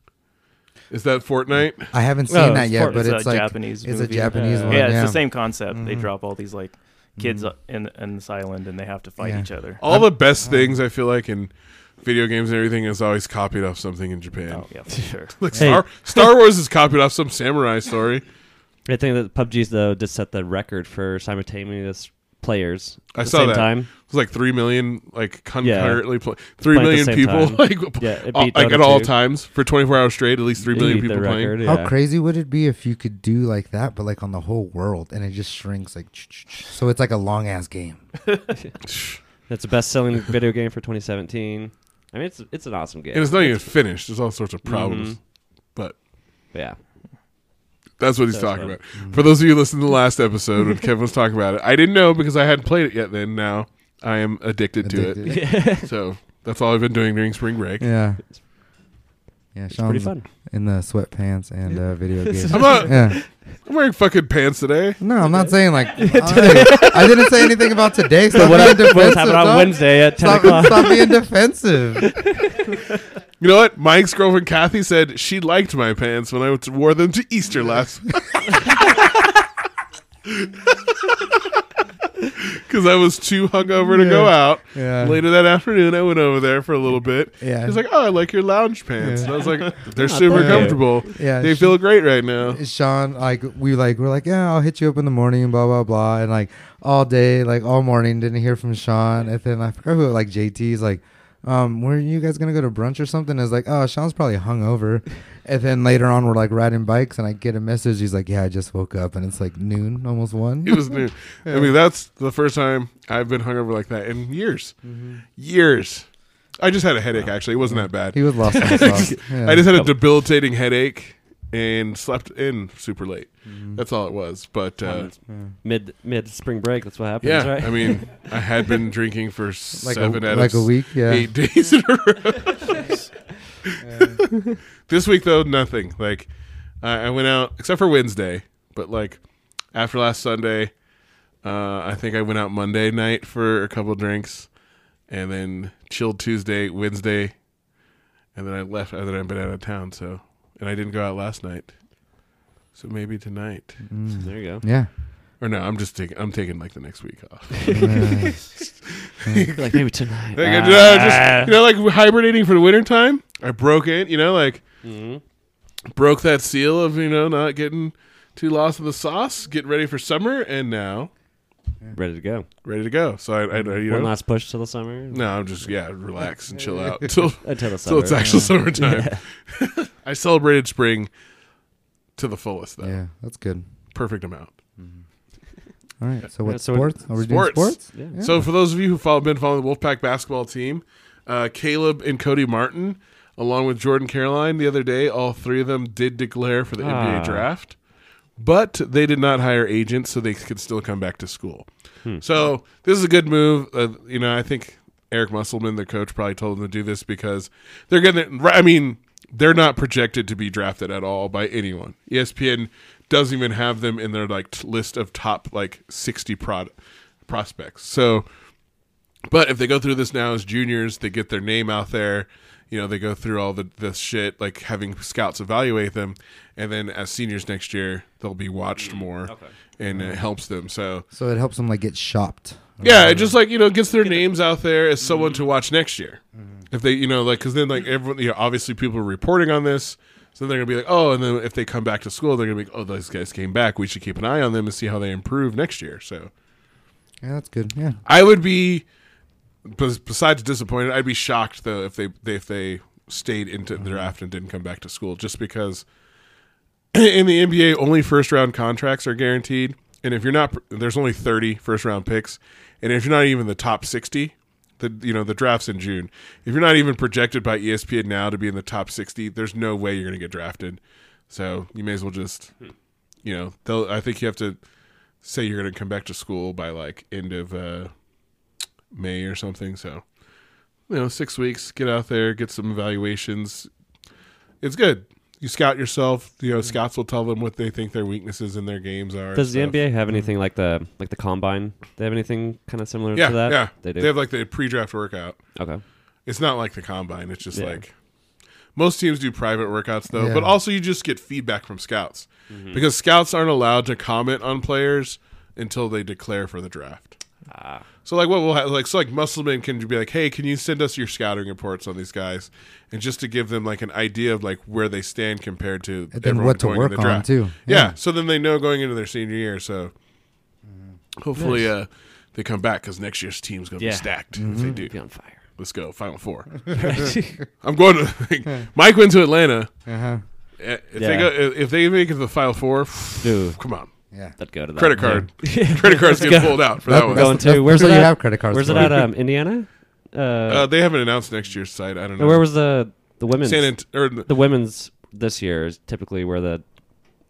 Speaker 2: Is that Fortnite?
Speaker 3: I haven't seen
Speaker 4: No,
Speaker 5: Oh,
Speaker 3: that
Speaker 4: it's
Speaker 3: yet,
Speaker 4: part-
Speaker 3: but
Speaker 5: a
Speaker 3: it's, like
Speaker 5: Japanese.
Speaker 3: it's a
Speaker 5: movie.
Speaker 3: Japanese
Speaker 4: Uh,
Speaker 3: one.
Speaker 5: yeah,
Speaker 3: Yeah,
Speaker 5: it's the same concept. They
Speaker 3: Mhm.
Speaker 5: drop all these like kids uh in in this island, and they have to fight
Speaker 3: Yeah.
Speaker 5: each other.
Speaker 2: All the best
Speaker 3: Uh-huh.
Speaker 2: things I feel like in video games and everything is always copied off something in Japan.
Speaker 5: Oh, yeah, for sure.
Speaker 2: Like
Speaker 4: Hey.
Speaker 2: Star Star Wars is copied off some samurai story.
Speaker 4: I think that PUBG's though did set the record for simultaneous players.
Speaker 2: I
Speaker 4: at the
Speaker 2: saw
Speaker 4: same
Speaker 2: that.
Speaker 4: Time.
Speaker 2: It's like three million, like concurrently, pla- three
Speaker 4: Play at the
Speaker 2: million
Speaker 4: same
Speaker 2: people,
Speaker 4: time.
Speaker 2: like,
Speaker 4: Yeah, it beat
Speaker 2: all- like
Speaker 4: Dota
Speaker 2: at Uh, all
Speaker 4: 2.
Speaker 2: times for twenty four hours straight. At least three
Speaker 4: It
Speaker 2: million
Speaker 4: beat the
Speaker 2: people playing.
Speaker 4: record,
Speaker 3: How
Speaker 4: yeah.
Speaker 3: crazy would it be if you could do like that, but like on the whole world, and it just shrinks like, so it's like a long ass game.
Speaker 4: That's the best-selling video game for 2017. I mean, it's it's an awesome game.
Speaker 2: and it's not even finished. There's all sorts of problems.
Speaker 4: Mhm.
Speaker 2: But
Speaker 4: Yeah.
Speaker 2: that's what he's
Speaker 4: That's
Speaker 2: talking
Speaker 4: right.
Speaker 2: about. For those of you listening to the last episode when Kevin was talking about it, I didn't know because I hadn't played it yet. Then now I am addicted,
Speaker 3: Addicted.
Speaker 2: to it. so that's all I've been doing during spring break.
Speaker 3: Yeah. Yeah,
Speaker 4: It's pretty
Speaker 3: Sean's
Speaker 4: fun.
Speaker 3: in the sweatpants and uh, video games.
Speaker 2: I'm not-
Speaker 3: yeah.
Speaker 2: I'm wearing fucking pants today.
Speaker 3: No, I'm not saying like I, I didn't say anything about today. So
Speaker 4: But what,
Speaker 3: being
Speaker 4: happened, what
Speaker 3: defensive.
Speaker 4: happened on
Speaker 3: dog.
Speaker 4: Wednesday at 10
Speaker 3: Stop,
Speaker 4: o'clock?
Speaker 2: Uh,
Speaker 3: stop being defensive.
Speaker 2: You know what? Mike's girlfriend Kathy said she liked my pants when I wore them to Easter last. Because I was too hungover to go
Speaker 3: Yeah.
Speaker 2: out.
Speaker 3: Yeah.
Speaker 2: Later that afternoon, I went over there for a little bit.
Speaker 3: Yeah.
Speaker 2: She's like, "Oh, I like your lounge pants."
Speaker 3: Yeah.
Speaker 2: And I was like, "They're super
Speaker 3: you.
Speaker 2: comfortable.
Speaker 3: Yeah,
Speaker 2: they
Speaker 3: she-
Speaker 2: feel great right now."
Speaker 3: Sean, like we like we're like, yeah, I'll hit you up in the morning, blah blah blah, and like all day, like all morning, didn't hear from Sean, and then I forgot who like JT's like, um, were you guys gonna go to brunch or something? I was like, oh, Sean's probably hungover. And then later on, we're like riding bikes, and I get a message. He's like, yeah, I just woke up, and it's like noon, almost one.
Speaker 2: It was new. I mean, that's the first time I've been hungover like that in years,
Speaker 3: Mm-hmm.
Speaker 2: years. I just had a headache. Actually, it wasn't that bad.
Speaker 3: He was lost. in the sauce. Yeah.
Speaker 2: I just had a debilitating headache and slept in super late.
Speaker 3: Mm-hmm.
Speaker 2: That's all it was. But uh,
Speaker 4: mid mid spring break. That's what happens,
Speaker 2: yeah,
Speaker 4: right?
Speaker 2: I mean, I had been drinking for
Speaker 3: like
Speaker 2: seven
Speaker 3: a,
Speaker 2: out
Speaker 3: like
Speaker 2: of
Speaker 3: a week. Yeah,
Speaker 2: eight days in a row. this week though, nothing. Like I I went out except for Wednesday, but like after last Sunday, uh, I think I went out Monday night for a couple drinks, and then chilled Tuesday, Wednesday, and then I left. And then I've been out of town, so and I didn't go out last night. So maybe tonight,
Speaker 3: Mm.
Speaker 4: there you go.
Speaker 3: yeah.
Speaker 2: or no? I'm just taking. I'm taking like the next week off.
Speaker 3: Uh,
Speaker 4: like maybe tonight.
Speaker 2: Like, you know, just, you know, like hibernating for the winter time. I broke in, you know, like
Speaker 4: Mm-hmm.
Speaker 2: broke that seal of you know not getting too lost in the sauce, getting ready for summer, and now
Speaker 4: Ready to go.
Speaker 2: ready to go. So I, I you
Speaker 4: One
Speaker 2: know,
Speaker 4: last push till the summer.
Speaker 2: no, I'm just yeah, relax and chill out till
Speaker 4: Until the
Speaker 2: till
Speaker 4: summer.
Speaker 2: it's actual summertime. I celebrated spring to the fullest, though,
Speaker 3: yeah, that's good.
Speaker 2: perfect amount.
Speaker 3: All right. So
Speaker 4: Yeah,
Speaker 3: what
Speaker 4: so
Speaker 3: sports? Are we doing
Speaker 2: sports.
Speaker 3: sports?
Speaker 4: Yeah.
Speaker 2: So for those of you who've follow, been following the Wolfpack basketball team, uh, Caleb and Cody Martin, along with Jordan Caroline, the other day, all three of them did declare for the
Speaker 4: Ah.
Speaker 2: NBA draft, but they did not hire agents, so they could still come back to school. So this is a good move. Uh, you know, I think Eric Musselman, their coach, probably told them to do this because they're going to. I mean, they're not projected to be drafted at all by anyone. E ESPN doesn't even have them in their like t- list of top like sixty prod prospects. So, but if they go through this now as juniors, they get their name out there. You know, they go through all the this shit, like having scouts evaluate them, and then as seniors next year, they'll be watched more, and it helps them. So
Speaker 3: So it helps them like get shopped.
Speaker 2: yeah, it just like you know gets their names out there as someone to watch next year. If they you know like because then like everyone you know obviously people are reporting on this, so they're gonna be like oh, and then if they come back to school, they're gonna be like, oh those guys came back. We should keep an eye on them and see how they improve next year. So
Speaker 3: Yeah, that's good. Yeah.
Speaker 2: I would be bes- besides disappointed, I'd be shocked though if they they- if they stayed into the draft and didn't come back to school just because in the NBA only first round contracts are guaranteed and if you're not there's only 30 first round picks and if you're not even the top 60 the you know the drafts in June if you're not even projected by E ESPN now to be in the top 60 there's no way you're going to get drafted so you may as well just you know they'll I think you have to say you're going to come back to school by like end of uh May or something. So, you know, six weeks, get out there, get some evaluations. It's good. You scout yourself. You know, scouts will tell them what they think their weaknesses in their games are. and
Speaker 4: Mm-hmm. Does the
Speaker 2: stuff.
Speaker 4: NBA
Speaker 2: Mm-hmm.
Speaker 4: have anything like the like the combine? They have anything kind of similar
Speaker 2: Yeah,
Speaker 4: to that?
Speaker 2: yeah.
Speaker 4: They do.
Speaker 2: have like the pre-draft workout.
Speaker 4: okay.
Speaker 2: It's not like the combine. It's just
Speaker 4: Yeah.
Speaker 2: like most teams do private workouts though,
Speaker 3: Yeah.
Speaker 2: but also you just get feedback from scouts
Speaker 5: Mm-hmm.
Speaker 2: because scouts aren't allowed to comment on players until they declare for the draft.
Speaker 5: Ah.
Speaker 2: So like what will ha- like so like Musselman can be like, hey, can you send us your scouting reports on these guys, and just to give them like an idea of like where they stand compared to
Speaker 3: And then
Speaker 2: everyone
Speaker 3: what to
Speaker 2: going in
Speaker 3: work
Speaker 2: the
Speaker 3: on,
Speaker 2: draft.
Speaker 3: too.
Speaker 2: Yeah.
Speaker 3: Yeah.
Speaker 2: so then they know going into their senior year. So
Speaker 3: Mm-hmm.
Speaker 2: hopefully uh, they come back because next year's team's gonna
Speaker 5: Yeah.
Speaker 2: be stacked if they do.
Speaker 4: Be on fire.
Speaker 2: Let's go. Final four. I'm going to. Mike went to Atlanta.
Speaker 3: Uh huh.
Speaker 2: Eh, If they
Speaker 4: Yeah.
Speaker 2: go, if they make it to the final four,
Speaker 4: Dude.
Speaker 2: come on.
Speaker 3: Yeah.
Speaker 4: Let go to that.
Speaker 2: Credit card. Credit cards
Speaker 4: Let's
Speaker 2: get
Speaker 4: go.
Speaker 2: pulled out for that
Speaker 4: We're
Speaker 2: one.
Speaker 4: going
Speaker 3: That's- that's-
Speaker 4: to where's
Speaker 3: that's
Speaker 4: it
Speaker 3: why you
Speaker 4: at?
Speaker 3: have credit cards
Speaker 4: Where's it
Speaker 3: for.
Speaker 4: at? Um, Indiana. Uh,
Speaker 2: Uh, they haven't announced next year's site. I don't know.
Speaker 4: where was the the women's
Speaker 2: San Ant- or n-
Speaker 4: the women's this year is typically where the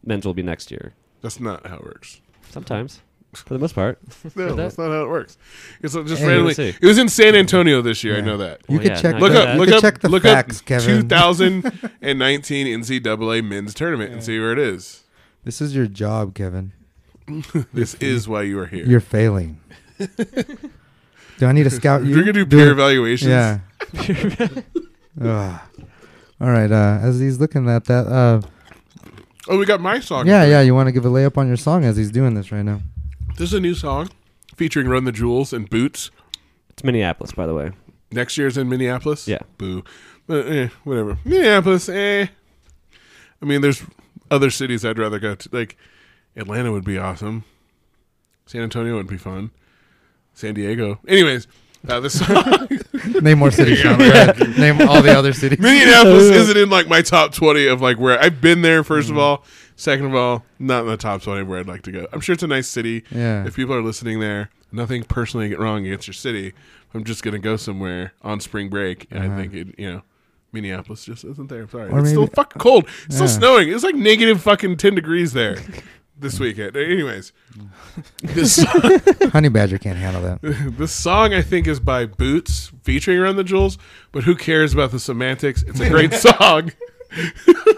Speaker 4: men's will be next year.
Speaker 2: That's not how it works.
Speaker 4: Sometimes, for the most part.
Speaker 2: No, that's not how it works. It's just
Speaker 3: Hey,
Speaker 2: randomly.
Speaker 4: let's see.
Speaker 2: It was in San Antonio this year. I
Speaker 3: Yeah.
Speaker 2: know that.
Speaker 3: You
Speaker 4: Oh,
Speaker 3: could
Speaker 4: yeah,
Speaker 3: check.
Speaker 4: no, I
Speaker 2: Look
Speaker 4: know
Speaker 3: the-
Speaker 2: up,
Speaker 4: that.
Speaker 2: look
Speaker 3: you could
Speaker 2: up,
Speaker 3: check the
Speaker 2: look
Speaker 3: facts,
Speaker 2: up.
Speaker 3: Kevin.
Speaker 2: 2019 NCAA men's tournament and see where it is.
Speaker 3: This is your job, Kevin.
Speaker 2: This is why you are here.
Speaker 3: You're failing. do I need to scout you?
Speaker 2: You're gonna do
Speaker 3: Do-
Speaker 2: peer evaluations.
Speaker 3: Yeah. Ugh. All right. Uh, as he's looking at that, uh,
Speaker 2: Oh, we got my song.
Speaker 3: yeah, yeah. You want to give a layup on your song as he's doing this right now?
Speaker 2: This is a new song featuring Run the Jewels and Boots.
Speaker 4: It's Minneapolis, by the way.
Speaker 2: Next year's in Minneapolis.
Speaker 4: Yeah.
Speaker 2: Boo. But, eh, whatever. Minneapolis. Eh. I mean, there's other cities I'd rather go to. Like Atlanta would be awesome. San Antonio would be fun. San Diego. Anyways, Uh, this
Speaker 3: Name more cities. Sean. Go ahead. Name all the other cities.
Speaker 2: Minneapolis isn't in like my top twenty of like where I've been there. First of all, second of all, not in the top twenty of where I'd like to go. I'm sure it's a nice city.
Speaker 3: Yeah.
Speaker 2: If people are listening there, nothing personally wrong against your city. I'm just gonna go somewhere on spring break, and I
Speaker 3: Uh-huh.
Speaker 2: think it, you know, Minneapolis just isn't there. I'm sorry,
Speaker 3: Or
Speaker 2: it's still
Speaker 3: maybe-
Speaker 2: fucking cold. It's still
Speaker 3: Yeah.
Speaker 2: snowing. It's like negative fucking ten degrees there this weekend. Anyways, this
Speaker 3: Honey Badger can't handle that.
Speaker 2: this song I think is by Boots featuring Run the Jewels, but who cares about the semantics? It's a great song.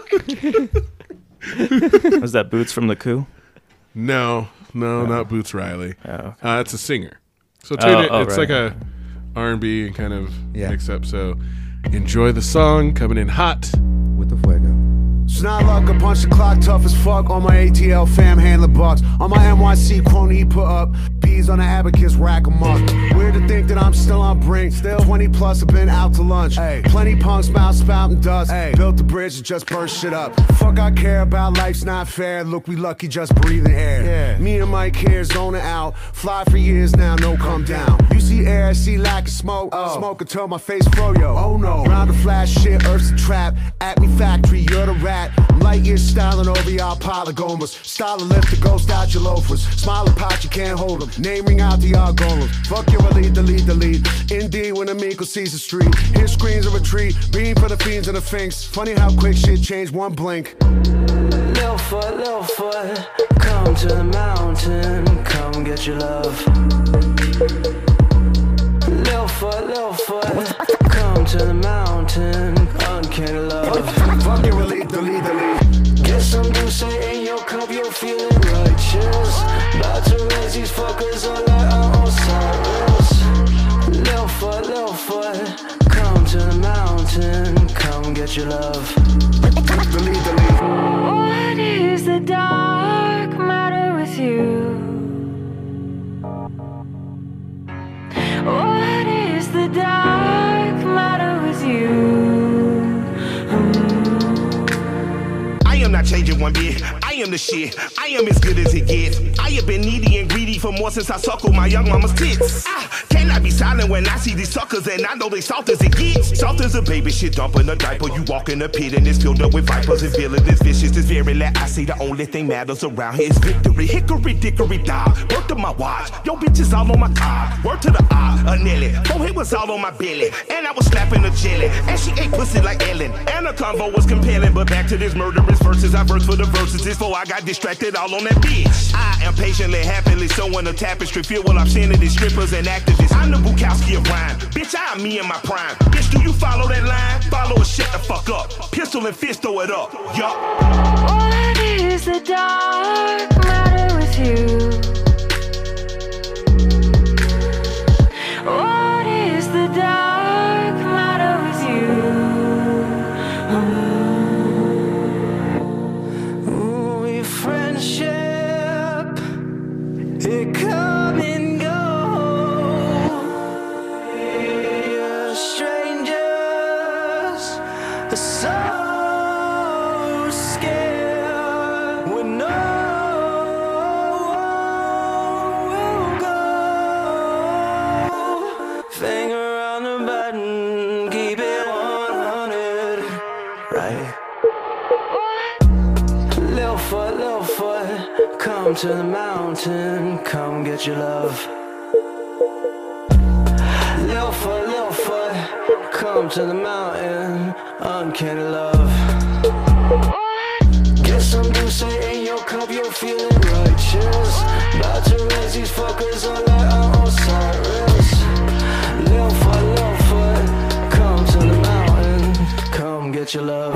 Speaker 5: Was that Boots from the Coup?
Speaker 2: No, no, not Boots Riley.
Speaker 5: Oh, okay.
Speaker 2: Uh, it's a singer. So
Speaker 5: Oh,
Speaker 2: tune in-
Speaker 5: oh,
Speaker 2: it's
Speaker 5: right.
Speaker 2: like a R and B and kind of
Speaker 3: Yeah.
Speaker 2: mix up. So enjoy the song coming in hot.
Speaker 3: With the fuego.
Speaker 7: It's not luck, I punch the clock tough as fuck on my ATL fam handler bucks. On my NYC crony, he put up B's on the abacus, rack 'em up. Weird to think that I'm still on brink. Still 20 plus, I've been out to lunch. Ay. Plenty punks, mouth spouting dust. Ay. Built the bridge and just burst shit up. Fuck, I care about life's not fair. Look, we lucky just breathing air. Me and Mike here, zoning out. Fly for years now, no come down. You see air, I see lack of smoke. Smoke until my face froyo. Oh no. Round of flash shit, earth's a trap. At me factory, you're the rat. I'm light years styling over y'all polygomas. Style and lift the ghost out your loafers. Smile and pot, you can't hold 'em. Name ring out to y'all golems. Fuck your elite, delete, delete. Indeed, when Amico sees the street, his screens a retreat. Beam for the fiends and the finks. Funny how quick shit changed one blink.
Speaker 8: Little foot, little foot, come to the mountain, come get your love. Little foot, little foot, come to the mountain, uncanny love.
Speaker 7: Fuck your elite, delete, delete.
Speaker 8: Get some new say in your cup, you're feeling righteous. About to raise these fuckers on like our own Cyrus. Little foot, little foot, come to the mountain, come get your love.
Speaker 7: Delete, delete.
Speaker 9: What is the dark matter with you? What is the dark matter with you?
Speaker 10: I am not changing one bit. I am the shit. I am as good as it gets. I have been needy and greedy for more since I suckled my young mama's tits. I cannot be silent when I see these suckers and I know they soft as it gets. Soft as a baby shit dump in a diaper. You walk in a pit and it's filled up with vipers and villains. It's vicious, it's very loud. I see the only thing matters around here is victory. Hickory dickory die. Work to my watch. Yo bitches all on my eye. Work to the eye. A nelly. Forehead was all on my belly. And I was slapping her jelly. And she ate pussy like Ellen. And the convo was compelling. But back to this murderous verses. I verse for the verses. Before I got distracted all on that bitch. I am patiently, happily sewing a tapestry filled with obscenity, strippers, and activists. I'm the Bukowski of rhyme. Bitch, I am me in my prime. Bitch, do you follow that line? Follow it, shut the fuck up. Pistol and fist, throw it up. Yup.
Speaker 9: What is the dark matter with you? What is the dark matter with you?
Speaker 8: Ooh, your friendship, it come and go. You're strangers, so scared when no one will go. Finger on the button, keep it 100, right? Little foot, little foot, come to the mountain, come get your love. Little foot, little foot, come to the mountain, uncanny love. Get some juice in your cup, you're feeling righteous. About to raise these fuckers on like our Osiris. Little foot, little foot, come to the mountain, come get your love.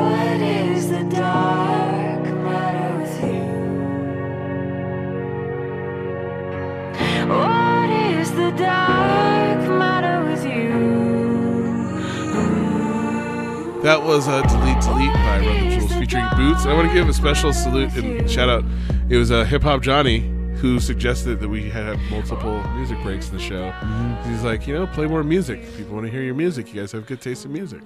Speaker 9: What is the dark matter with you? What is the dark matter with you?
Speaker 2: That was uh, Delete Delete by Run the Jewels featuring Boots. And I want to give a special salute and shout out. It was uh, Hip Hop Johnny who suggested that we had multiple music breaks in
Speaker 5: Mm-hmm.
Speaker 2: the show. He's like, you know, play more music. People want to hear your music. You guys have good taste in music.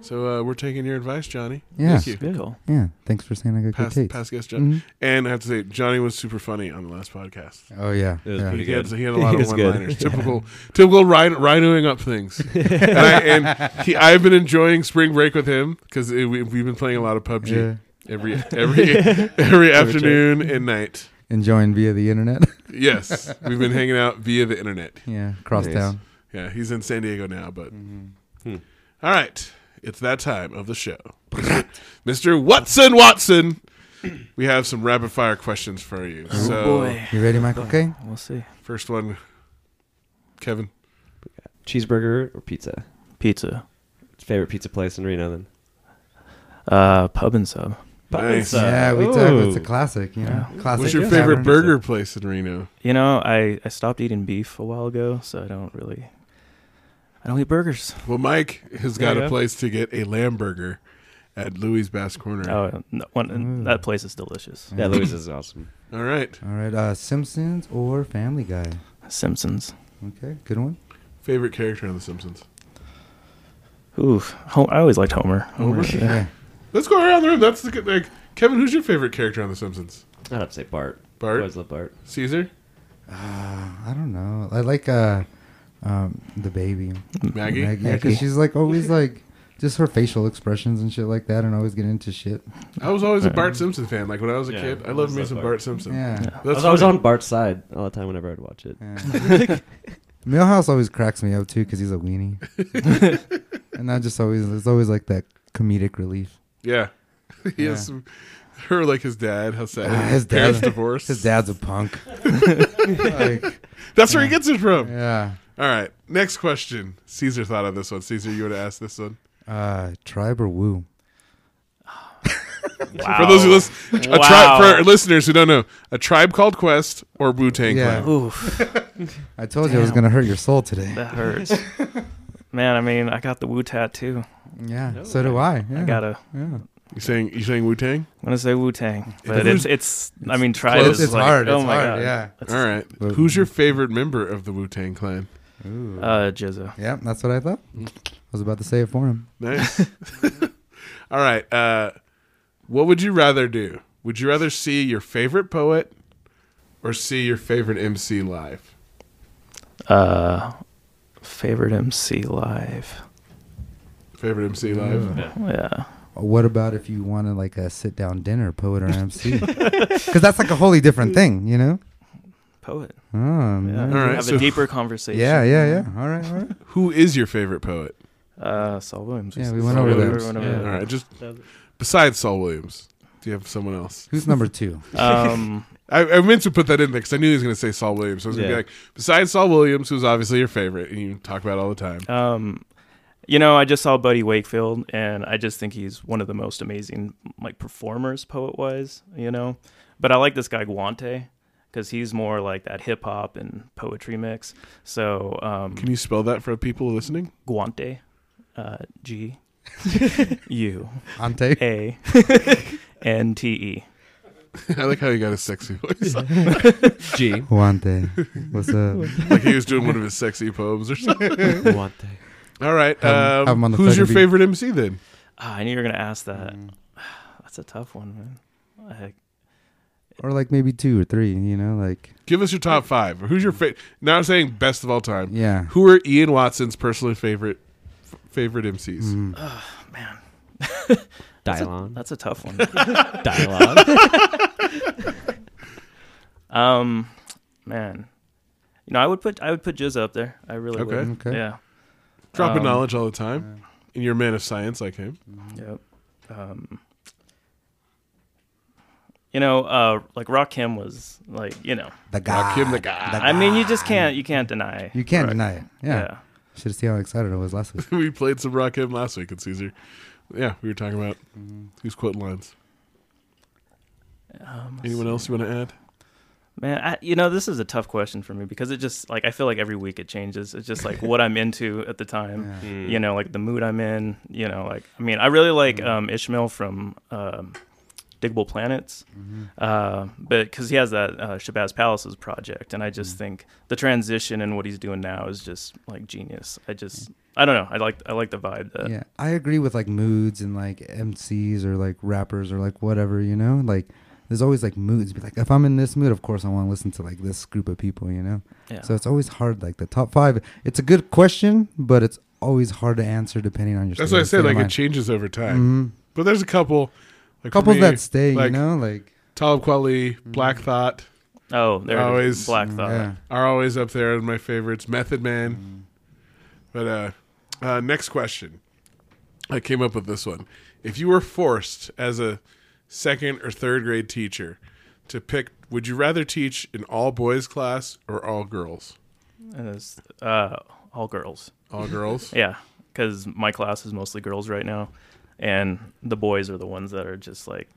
Speaker 2: So uh, we're taking your advice, Johnny.
Speaker 3: Yeah.
Speaker 2: Thank you.
Speaker 5: Good call.
Speaker 3: Yeah. Thanks for saying I got
Speaker 2: Past,
Speaker 3: good taste.
Speaker 2: past guest Johnny.
Speaker 3: Mhm.
Speaker 2: And I have to say, Johnny was super funny on the last podcast.
Speaker 3: Oh yeah.
Speaker 4: It was
Speaker 3: yeah.
Speaker 4: pretty
Speaker 2: He had,
Speaker 4: good.
Speaker 2: he had a lot
Speaker 4: He
Speaker 2: of
Speaker 4: was good.
Speaker 2: one-liners. Typical, typical rhin- rhinoing up things. and I, and he, I've been enjoying spring break with him because we, we've been playing a lot of PUBG
Speaker 3: Yeah.
Speaker 2: every every every afternoon and night.
Speaker 3: Enjoying via the internet.
Speaker 2: Yes, we've been hanging out via the internet.
Speaker 3: yeah. Cross
Speaker 4: Nice.
Speaker 3: town.
Speaker 2: Yeah, he's in San Diego now, but
Speaker 4: Hmm.
Speaker 2: all right, it's that time of the show, Mister Watson Watson. We have some rapid fire questions for you. so
Speaker 5: Oh, boy.
Speaker 3: You ready, Michael? Okay.
Speaker 5: We'll see.
Speaker 2: first one, Kevin.
Speaker 4: Cheeseburger or pizza?
Speaker 5: Pizza.
Speaker 4: Favorite pizza place in Reno then?
Speaker 5: Uh, pub and sub.
Speaker 4: Pub
Speaker 2: Nice.
Speaker 4: Pizza.
Speaker 3: yeah, we talk.
Speaker 4: Ooh.
Speaker 3: It's a classic. You know,
Speaker 5: Uh, Yeah.
Speaker 3: classic.
Speaker 2: What's your
Speaker 3: tavern.
Speaker 2: favorite burger place in Reno?
Speaker 5: You know, I, I stopped eating beef a while ago, so I don't really. I don't eat burgers.
Speaker 2: Well, Mike has
Speaker 5: There
Speaker 2: got
Speaker 5: you
Speaker 2: a
Speaker 5: go.
Speaker 2: place to get a lamb burger at Louis Bass Corner.
Speaker 5: Oh, no, one, and
Speaker 3: Ooh.
Speaker 5: that place is delicious.
Speaker 4: Yeah,
Speaker 2: Mm-hmm.
Speaker 4: Louis is awesome.
Speaker 2: All right,
Speaker 3: All right. Uh, Simpsons or Family Guy?
Speaker 5: Simpsons.
Speaker 3: Okay, good one.
Speaker 2: favorite character on The Simpsons.
Speaker 5: Ooh, Ho- I always liked Homer. Homer. Yeah.
Speaker 3: Yeah.
Speaker 2: Let's go around the room. That's the good. Like, Kevin, who's your favorite character on The Simpsons?
Speaker 4: I'd have to say Bart.
Speaker 2: Bart?
Speaker 4: Always love Bart.
Speaker 2: Caesar,
Speaker 3: I don't know. I like uh, um, the baby.
Speaker 2: Maggie.
Speaker 3: Maggie. Yeah, 'cause
Speaker 5: Maggie.
Speaker 3: she's like always like just her facial expressions and shit like that, and always getting into shit.
Speaker 2: I was always a Bart Simpson fan. Like when I was a
Speaker 4: Yeah,
Speaker 2: kid, I
Speaker 4: always
Speaker 2: loved me
Speaker 4: loved
Speaker 2: some
Speaker 4: Bart.
Speaker 2: Bart Simpson.
Speaker 3: Yeah.
Speaker 4: I
Speaker 2: That's
Speaker 4: was always
Speaker 2: funny.
Speaker 4: on Bart's side all the time whenever I'd watch it.
Speaker 3: yeah. Millhouse always cracks me up too because he's a weenie, and I just always it's always like that comedic relief.
Speaker 2: Yeah, he
Speaker 3: Yeah.
Speaker 2: has some, her like his dad. How sad.
Speaker 3: Ah,
Speaker 2: his
Speaker 3: his dad-
Speaker 2: parents divorced.
Speaker 3: His dad's a punk. like,
Speaker 2: That's where he gets it from.
Speaker 3: yeah.
Speaker 2: All right, next question. Caesar thought of this one. Caesar, you would have asked this one.
Speaker 3: Uh, tribe or woo?
Speaker 5: Wow.
Speaker 2: For those who listen, a
Speaker 5: Wow.
Speaker 2: tribe for our listeners who don't know, a tribe called Quest or Wu Tang
Speaker 3: Yeah.
Speaker 2: Clan.
Speaker 5: Oof,
Speaker 3: I told you I was gonna hurt your soul today.
Speaker 5: that hurts. Man, I mean, I got the Wu tattoo.
Speaker 3: Yeah. so do I. Yeah.
Speaker 5: I gotta.
Speaker 3: Yeah.
Speaker 2: You saying you saying Wu Tang?
Speaker 5: I'm gonna say Wu Tang, but
Speaker 2: Who's-
Speaker 5: it's, it's I mean, tribe
Speaker 2: close.
Speaker 5: is
Speaker 3: It's
Speaker 5: like,
Speaker 3: hard.
Speaker 5: Oh
Speaker 3: it's
Speaker 5: my
Speaker 3: hard.
Speaker 5: god.
Speaker 3: Yeah.
Speaker 2: All right.
Speaker 3: But-
Speaker 2: Who's your favorite member of the Wu Tang Clan?
Speaker 3: Ooh.
Speaker 5: Uh, Jizzo.
Speaker 3: yeah, that's what I thought. I was about to say it for him.
Speaker 2: Nice. All right. Uh, what would you rather do? Would you rather see your favorite poet or see your favorite MC live?
Speaker 5: Uh, favorite MC live.
Speaker 2: Favorite MC live.
Speaker 5: Yeah.
Speaker 3: What about if you want to like a sit down dinner, poet or MC? Because that's like a wholly different thing, you know.
Speaker 5: Poet.
Speaker 3: Oh,
Speaker 5: Yeah.
Speaker 3: man.
Speaker 2: All right,
Speaker 5: Have
Speaker 2: so-
Speaker 5: a deeper conversation.
Speaker 3: yeah, yeah, yeah. All right, all right.
Speaker 2: Who is your favorite poet?
Speaker 5: Uh, Saul Williams.
Speaker 3: Yeah,
Speaker 5: said
Speaker 3: we went
Speaker 5: Saul
Speaker 3: over
Speaker 5: Williams.
Speaker 3: those.
Speaker 5: We went
Speaker 4: Yeah.
Speaker 2: All
Speaker 5: over
Speaker 2: right. Just besides Saul Williams, do you have someone else?
Speaker 3: Who's number two?
Speaker 5: that. Um,
Speaker 2: I, I meant to put that in there because I knew he was going to say Saul Williams. So I was going to
Speaker 4: Yeah.
Speaker 2: be like, besides Saul Williams, who's obviously your favorite and you talk about all the time.
Speaker 5: um, you know, I just saw Buddy Wakefield, and I just think he's one of the most amazing like performers, poet wise. You know, but I like this guy Guante because he's more like that hip hop and poetry mix. So um,
Speaker 2: Can you spell that for people listening?
Speaker 5: Guante, uh, G U
Speaker 3: Ante.
Speaker 5: A N T E.
Speaker 2: I like how he got a sexy voice.
Speaker 4: G.
Speaker 3: Juante. What's up?
Speaker 2: like he was doing one of his sexy poems or something.
Speaker 4: Guante.
Speaker 2: All right.
Speaker 3: Have him-
Speaker 2: Um,
Speaker 3: have him on the
Speaker 2: who's
Speaker 3: fucking
Speaker 2: your
Speaker 3: beat.
Speaker 2: favorite MC then?
Speaker 5: Ah, I knew you were gonna ask that. That's a tough one, man. Like,
Speaker 3: Or like maybe two or three, you know, like
Speaker 2: Give us your top five. Who's your favorite? Now I'm saying best of all time.
Speaker 3: yeah.
Speaker 2: Who are Ian Watson's personal favorite f- favorite MCs?
Speaker 3: Mm.
Speaker 5: man,
Speaker 4: Dylon.
Speaker 5: that's a tough one.
Speaker 4: Dylon.
Speaker 5: um, man, you know, I would put I would put Jizz up there. I really
Speaker 2: Okay.
Speaker 5: would.
Speaker 3: Okay.
Speaker 5: Yeah.
Speaker 2: Dropping
Speaker 5: Um,
Speaker 2: knowledge all the time, and you're a man of science like him.
Speaker 5: Yep. Um, you know, uh, like Rakim was like, you know,
Speaker 3: The guy.
Speaker 2: Rakim the guy.
Speaker 5: I mean, you just can't you can't deny.
Speaker 3: You can't deny it. Yeah.
Speaker 5: Yeah.
Speaker 3: Should have seen how excited I was last week.
Speaker 2: we played some rock him last week at Caesar. Yeah, we were talking about who's quoting lines.
Speaker 5: Um,
Speaker 2: Anyone else you want to add?
Speaker 5: Man, I, you know, this is a tough question for me because it just like I feel like every week it changes. It's just like what I'm into at the time, you
Speaker 3: Hmm.
Speaker 5: know, like the mood I'm in, you know, like I mean, I really like um, Ishmael from um, Diggable Planets,
Speaker 3: Mm-hmm.
Speaker 5: uh, but because he has that uh, Shabazz Palaces project, and I
Speaker 3: Mm.
Speaker 5: just think the transition and what he's doing now is just like genius. I just I don't know. I like I like the vibe. That,
Speaker 3: yeah, I agree with like moods and like MCs or like rappers or like whatever, you know? Like there's always like moods. Be like if I'm in this mood, of course I want to listen to like this group of people, you know?
Speaker 5: Yeah.
Speaker 3: So it's always hard like the top 5. It's a good question, but it's always hard to answer depending on your
Speaker 2: That's what I
Speaker 3: state
Speaker 2: said.
Speaker 3: of
Speaker 2: Like it
Speaker 3: mind.
Speaker 2: changes over time. Mm-hmm. But there's a couple, like for
Speaker 3: couples
Speaker 2: me,
Speaker 3: that stay,
Speaker 2: like
Speaker 3: you know? Like
Speaker 2: Talib Kweli, Black Thought
Speaker 5: Oh, there it
Speaker 2: Always-
Speaker 5: is. Black Thought.
Speaker 3: Mm-hmm. yeah.
Speaker 2: are always up there in my favorites. Method Man.
Speaker 5: Mm-hmm.
Speaker 2: But uh, uh, next question, I came up with this one. If you were forced as a second or third grade teacher to pick, would you rather teach an all boys class or all girls?
Speaker 5: And it's, uh, all girls.
Speaker 2: All girls.
Speaker 5: Yeah, because my class is mostly girls right now, and the boys are the ones that are just like